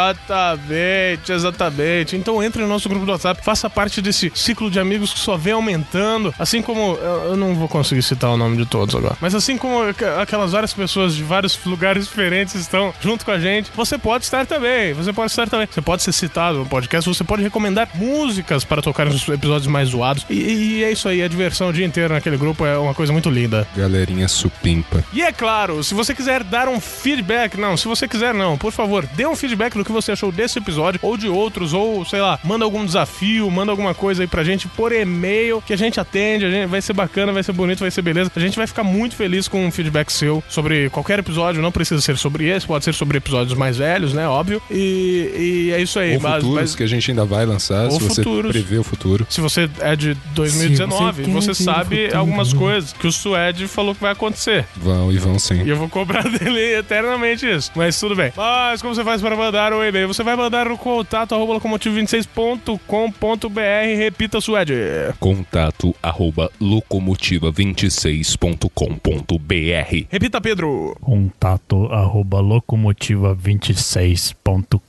Speaker 1: Exatamente, exatamente. Então entre no nosso grupo do WhatsApp, faça parte desse ciclo de amigos que só vem aumentando. Assim como. Eu, eu não vou conseguir citar o nome de todos agora. Mas assim como aqu- aquelas várias pessoas de vários lugares diferentes estão junto com a gente, você pode estar também. Você pode estar também. Você pode ser citado no podcast, você pode recomendar músicas para tocar nos episódios mais zoados. E, e é isso aí, a diversão o dia inteiro naquele grupo é uma coisa muito linda.
Speaker 2: Galerinha supimpa.
Speaker 1: E é claro, se você quiser dar um feedback, não, se você quiser não, por favor, dê um feedback do que você achou desse episódio ou de outros, ou sei lá, manda algum desafio, manda alguma coisa aí pra gente por e-mail que a gente atende. A gente vai ser bacana, vai ser bonito, vai ser beleza. A gente vai ficar muito feliz com o feedback seu sobre qualquer episódio. Não precisa ser sobre esse, pode ser sobre episódios mais velhos, né? Óbvio. E, e é isso aí.
Speaker 2: Ou
Speaker 1: Bas-
Speaker 2: futuros
Speaker 1: Bas-
Speaker 2: que a gente ainda vai lançar,
Speaker 1: Ou
Speaker 2: se você
Speaker 1: futuros.
Speaker 2: prever o futuro.
Speaker 1: Se você é de 2019,
Speaker 2: Se
Speaker 1: você,
Speaker 2: você quer ver o
Speaker 1: sabe
Speaker 2: futuro.
Speaker 1: algumas coisas que o Suede falou que vai acontecer.
Speaker 2: Vão e vão sim.
Speaker 1: E eu vou cobrar dele eternamente isso. Mas tudo bem. Mas como você faz para mandar o e-mail? Você vai mandar no contato arroba locomotivo26.com.br. Repita, Suede.
Speaker 2: Contato arroba locomotiva26.com.br
Speaker 1: Repita, Pedro.
Speaker 4: Contato arroba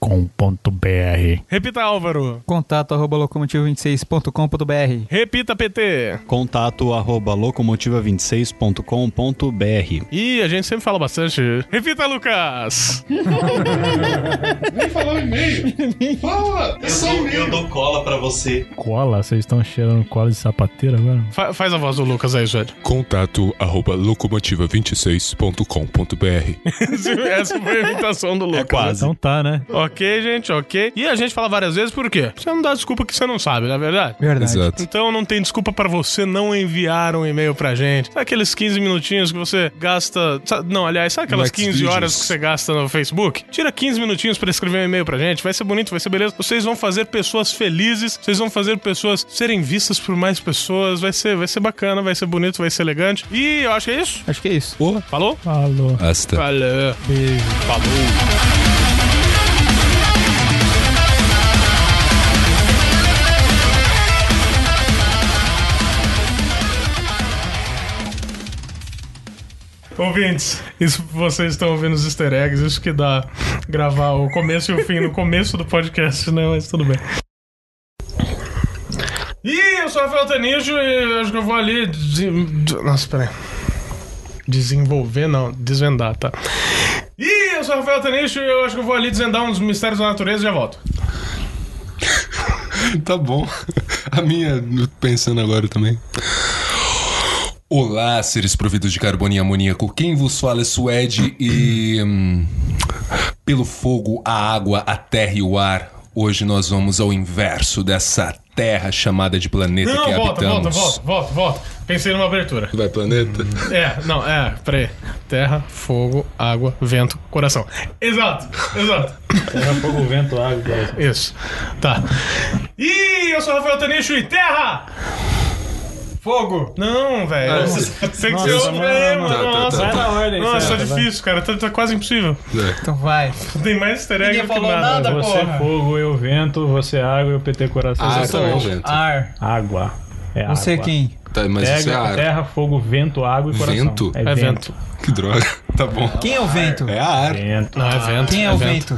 Speaker 4: locomotiva26.com.br
Speaker 1: Repita, Álvaro.
Speaker 8: Contato arroba locomotivo26.com.br.
Speaker 1: Repita, PT.
Speaker 5: Contato arroba locomotiva26.com.br.
Speaker 1: Ih, a gente sempre fala bastante. Repita, Lucas.
Speaker 15: Nem falou e-mail. Fala! É só e-mail.
Speaker 5: Eu dou cola pra você.
Speaker 4: Cola? Vocês estão cheirando cola de sapateiro agora?
Speaker 1: Fa- faz a voz do Lucas aí, Suede.
Speaker 2: Contato arroba locomotiva26.com.br
Speaker 1: Essa foi a imitação do Lucas.
Speaker 2: quase.
Speaker 1: Então
Speaker 4: tá, né?
Speaker 1: Ok, gente, ok. E a gente fala várias vezes por quê? Você não dá desculpa que você não sabe, não é verdade?
Speaker 2: Verdade. Exato.
Speaker 1: Então não tem desculpa pra você não enviar um e-mail pra gente. Sabe aqueles 15 minutinhos que você gasta. sa- Não, aliás, sabe aquelas
Speaker 2: No
Speaker 1: 15
Speaker 2: Xvideos.
Speaker 1: horas que você gasta no Facebook? Tira 15 minutinhos pra escrever um e-mail pra gente. Vai ser bonito, vai ser beleza. Vocês vão fazer pessoas felizes, vocês vão fazer pessoas serem vistas por mais pessoas. Vai ser, vai ser bacana, vai ser bonito, vai ser elegante. E eu acho que é isso.
Speaker 8: Acho que é isso.
Speaker 1: Falou?
Speaker 4: Falou.
Speaker 2: Hasta.
Speaker 1: Falou.
Speaker 4: Beijo.
Speaker 1: Falou. Ouvintes, isso, vocês estão ouvindo os easter eggs, isso que dá gravar o começo e o fim no começo do podcast, né? Mas tudo bem. Ih, eu sou o Rafael Tanijo e acho que eu vou ali. desi- Nossa, peraí. Desenvolver, não, desvendar, tá? Ih, eu sou o Rafael Tanicho e eu acho que eu vou ali desvendar uns mistérios da natureza e já volto.
Speaker 2: Tá bom. A minha, pensando agora também. Olá, seres providos de carbono e amoníaco. Quem vos fala é Suede e. hum, pelo fogo, a água, a terra e o ar. Hoje nós vamos ao inverso dessa terra chamada de planeta
Speaker 1: não,
Speaker 2: que
Speaker 1: volta,
Speaker 2: habitamos.
Speaker 1: volta, volta, volta, volta. Pensei numa abertura.
Speaker 2: Vai, planeta?
Speaker 1: É, não, é, peraí. Terra, fogo, água, vento, coração. Exato, exato.
Speaker 4: Terra, fogo, vento, água, coração.
Speaker 1: Isso, tá. Ih, eu sou o Rafael Tanicho e terra! Fogo! Não,
Speaker 2: Ah,
Speaker 1: velho.
Speaker 2: você-
Speaker 1: Tem que
Speaker 2: Nossa,
Speaker 1: ser outro
Speaker 2: não,
Speaker 1: mesmo.
Speaker 2: não, não. Tá, tá,
Speaker 1: Nossa,
Speaker 2: tá. Vai na ordem,
Speaker 1: Nossa,
Speaker 2: certo,
Speaker 1: tá
Speaker 2: vai.
Speaker 1: difícil, cara. Tá, tá quase impossível.
Speaker 8: Então vai.
Speaker 1: Tem mais easter egg do que é nada.
Speaker 4: Você fogo, eu vento, você água, eu PT coração.
Speaker 2: Ah,
Speaker 4: Você
Speaker 2: tá
Speaker 4: sou
Speaker 2: bom,
Speaker 4: eu.
Speaker 2: vento.
Speaker 8: Ar.
Speaker 4: Água. É
Speaker 8: Você
Speaker 4: água.
Speaker 8: quem?
Speaker 2: Tá, mas
Speaker 4: Pega,
Speaker 2: isso é ar.
Speaker 4: terra, fogo, vento, água e coração.
Speaker 2: Vento?
Speaker 4: É, vento.
Speaker 2: Que droga. Tá bom.
Speaker 8: Quem é o vento?
Speaker 2: É ar.
Speaker 4: Vento.
Speaker 1: Não, é vento.
Speaker 8: Quem é, o vento?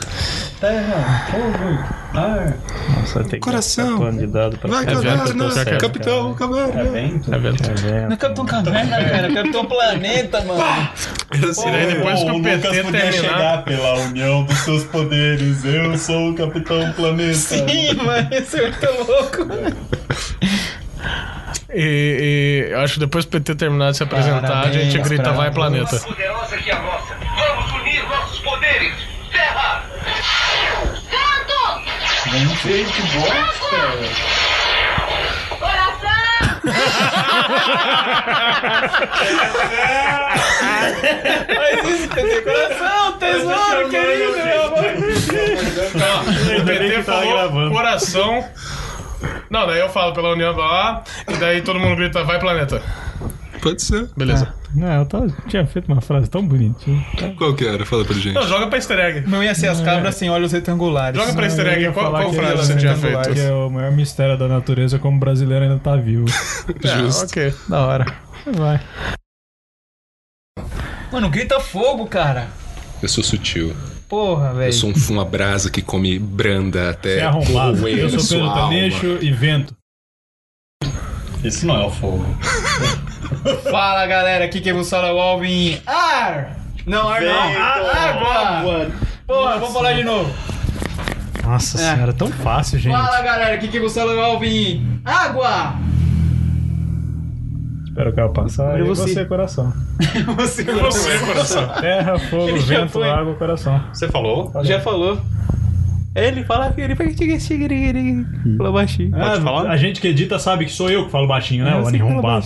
Speaker 4: Terra, fogo, ar. Nossa, tem
Speaker 2: Coração.
Speaker 4: que de dado Tá pra
Speaker 2: Vai,
Speaker 4: cá.
Speaker 2: caverna,
Speaker 4: eu tô
Speaker 2: nossa,
Speaker 4: certo, cara.
Speaker 2: capitão, caverna.
Speaker 4: É vento? É
Speaker 1: vento.
Speaker 4: É vento.
Speaker 8: Não é Capitão Caverna, cara. É Capitão Planeta, mano.
Speaker 1: E daí depois que o PT terminar.
Speaker 5: pela união dos seus poderes. Eu sou o Capitão Planeta.
Speaker 8: Sim, mano. Esse é muito louco.
Speaker 1: E, e eu acho que depois que o PT terminar de se apresentar, a gente
Speaker 8: Parabéns
Speaker 1: grita
Speaker 8: pra
Speaker 1: vai
Speaker 8: você.
Speaker 1: planeta.
Speaker 6: poderosa que a nossa. Vamos unir nossos poderes. Terra! Santo!
Speaker 5: Gente, bosta.
Speaker 8: Mas isso quer dizer coração, tesouro, querido, meu amor.
Speaker 1: O PT falou coração. Não, daí eu falo pela união lá, e daí todo mundo grita vai planeta.
Speaker 2: Pode ser.
Speaker 1: Beleza.
Speaker 4: Não, eu tava- tinha feito uma frase tão bonitinha.
Speaker 2: Qual que era? Fala pra gente.
Speaker 1: Não, joga pra easter egg.
Speaker 8: Não ia ser as cabras sem olhos retangulares.
Speaker 1: Joga pra easter
Speaker 4: Eu
Speaker 1: egg,
Speaker 4: ia
Speaker 1: qual,
Speaker 4: falar
Speaker 1: qual
Speaker 4: que
Speaker 1: frase
Speaker 4: era
Speaker 1: você tinha
Speaker 4: vento,
Speaker 1: feito?
Speaker 4: Que é o maior mistério da natureza como o brasileiro ainda tá vivo.
Speaker 2: Justo.
Speaker 1: Ah, ok.
Speaker 8: Da hora.
Speaker 4: Vai.
Speaker 8: Mano, grita fogo, cara.
Speaker 2: Eu sou sutil.
Speaker 8: Porra, velho.
Speaker 2: Eu sou um, uma brasa que come branda até.
Speaker 4: Você é arrombado.
Speaker 2: roer
Speaker 4: Eu
Speaker 2: a
Speaker 4: sou
Speaker 2: sua
Speaker 4: Pedro
Speaker 2: alma.
Speaker 4: Tanejo e vento.
Speaker 5: Isso não é o fogo.
Speaker 8: Fala, galera. Aqui quem vos fala é o Alvin. Ar! Não, ar não.
Speaker 5: Vento,
Speaker 16: Ah,
Speaker 8: Água! Porra, vamos falar de novo. É.
Speaker 4: Nossa
Speaker 14: é
Speaker 4: senhora, tão fácil, gente.
Speaker 8: Fala, galera. Aqui quem vos fala é o Alvin. Água!
Speaker 14: Espero o carro passar.
Speaker 16: Mas
Speaker 14: e
Speaker 16: você-
Speaker 14: você, coração.
Speaker 16: Você, você, coração.
Speaker 14: Terra, fogo,
Speaker 16: Ele já
Speaker 14: vento,
Speaker 16: foi.
Speaker 14: água, coração.
Speaker 16: Você falou? Já falou. Ele fala que ele fala Falou baixinho.
Speaker 14: Ah, A gente que edita sabe que sou eu que falo baixinho, né?
Speaker 16: Eu
Speaker 14: o
Speaker 16: sei que fala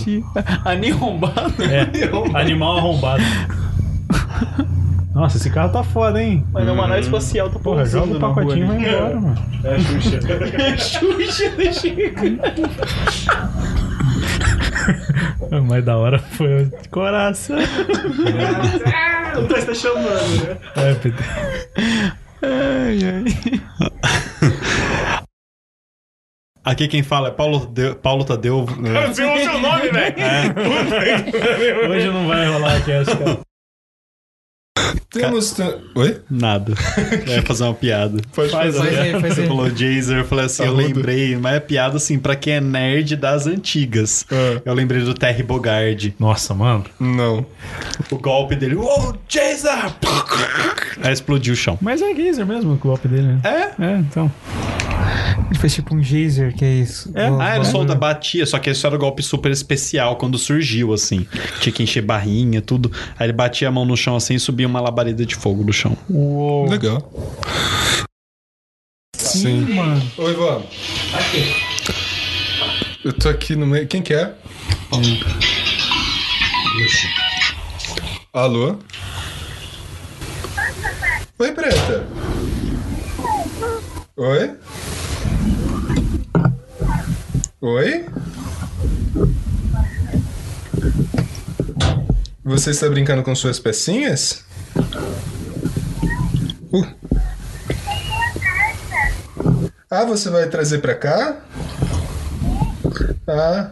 Speaker 14: anirrombado.
Speaker 16: Anirrombado?
Speaker 14: É, animal arrombado. Nossa, esse carro tá foda, hein?
Speaker 16: Mas é uma nave espacial, tô
Speaker 14: Porra, joga
Speaker 16: pousando
Speaker 14: o
Speaker 16: na
Speaker 14: pacotinho e
Speaker 16: rua
Speaker 14: vai
Speaker 16: ali.
Speaker 14: embora, mano.
Speaker 16: É a Xuxa. É a Xuxa da Chica.
Speaker 14: O mais da hora foi o coração.
Speaker 16: Ah, o Thais tá chamando, né?
Speaker 14: É, Pedro.
Speaker 16: Ai,
Speaker 5: Aqui quem fala é Paulo, Tadeu- Paulo Tadeu. né?
Speaker 16: ai. Você ouve o nome, velho.
Speaker 14: Hoje não vai rolar aqui essa.
Speaker 2: Temos. Oi?
Speaker 5: Nada. Eu ia É, fazer uma piada.
Speaker 2: Pode Faz fazer. aí,
Speaker 14: né?
Speaker 2: faz
Speaker 5: Você
Speaker 2: aí.
Speaker 5: falou Jazer, eu falei assim, eu lembrei, mas é piada assim, pra quem é nerd das antigas.
Speaker 16: É.
Speaker 5: Eu lembrei do Terry Bogard.
Speaker 14: Nossa, mano.
Speaker 2: Não.
Speaker 5: O golpe dele, uou, Jazer! Aí explodiu o chão.
Speaker 14: Mas é Gazer mesmo o golpe dele, né?
Speaker 5: É?
Speaker 14: É, então.
Speaker 8: Ele fez tipo um geyser, que é isso.
Speaker 5: É?
Speaker 8: Vou-
Speaker 5: Ah, era
Speaker 14: né?
Speaker 8: vou-
Speaker 5: só o da batia, só que esse era o golpe super especial quando surgiu, assim. Tinha que encher barrinha, tudo. Aí ele batia a mão no chão assim e subia uma labareda de fogo do chão.
Speaker 8: Uou.
Speaker 2: Legal. Sim,
Speaker 8: mano.
Speaker 2: Oi, Ivan. Eu tô aqui no meio. Quem que é? Alô? Oi, Preta. Oi? Oi? Você está brincando com suas pecinhas? Uh. Ah, você vai trazer pra cá? Ah.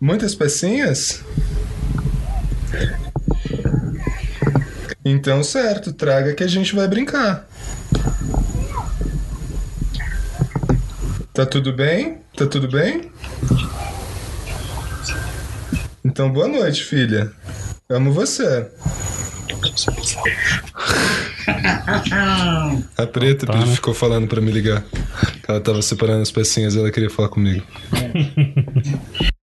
Speaker 2: Muitas pecinhas? Então, certo, traga que a gente vai brincar. Tá tudo bem? Tá tudo bem? Então, boa noite, filha. Amo você. A preta ficou falando pra me ligar. Ela tava separando as pecinhas e ela queria falar comigo.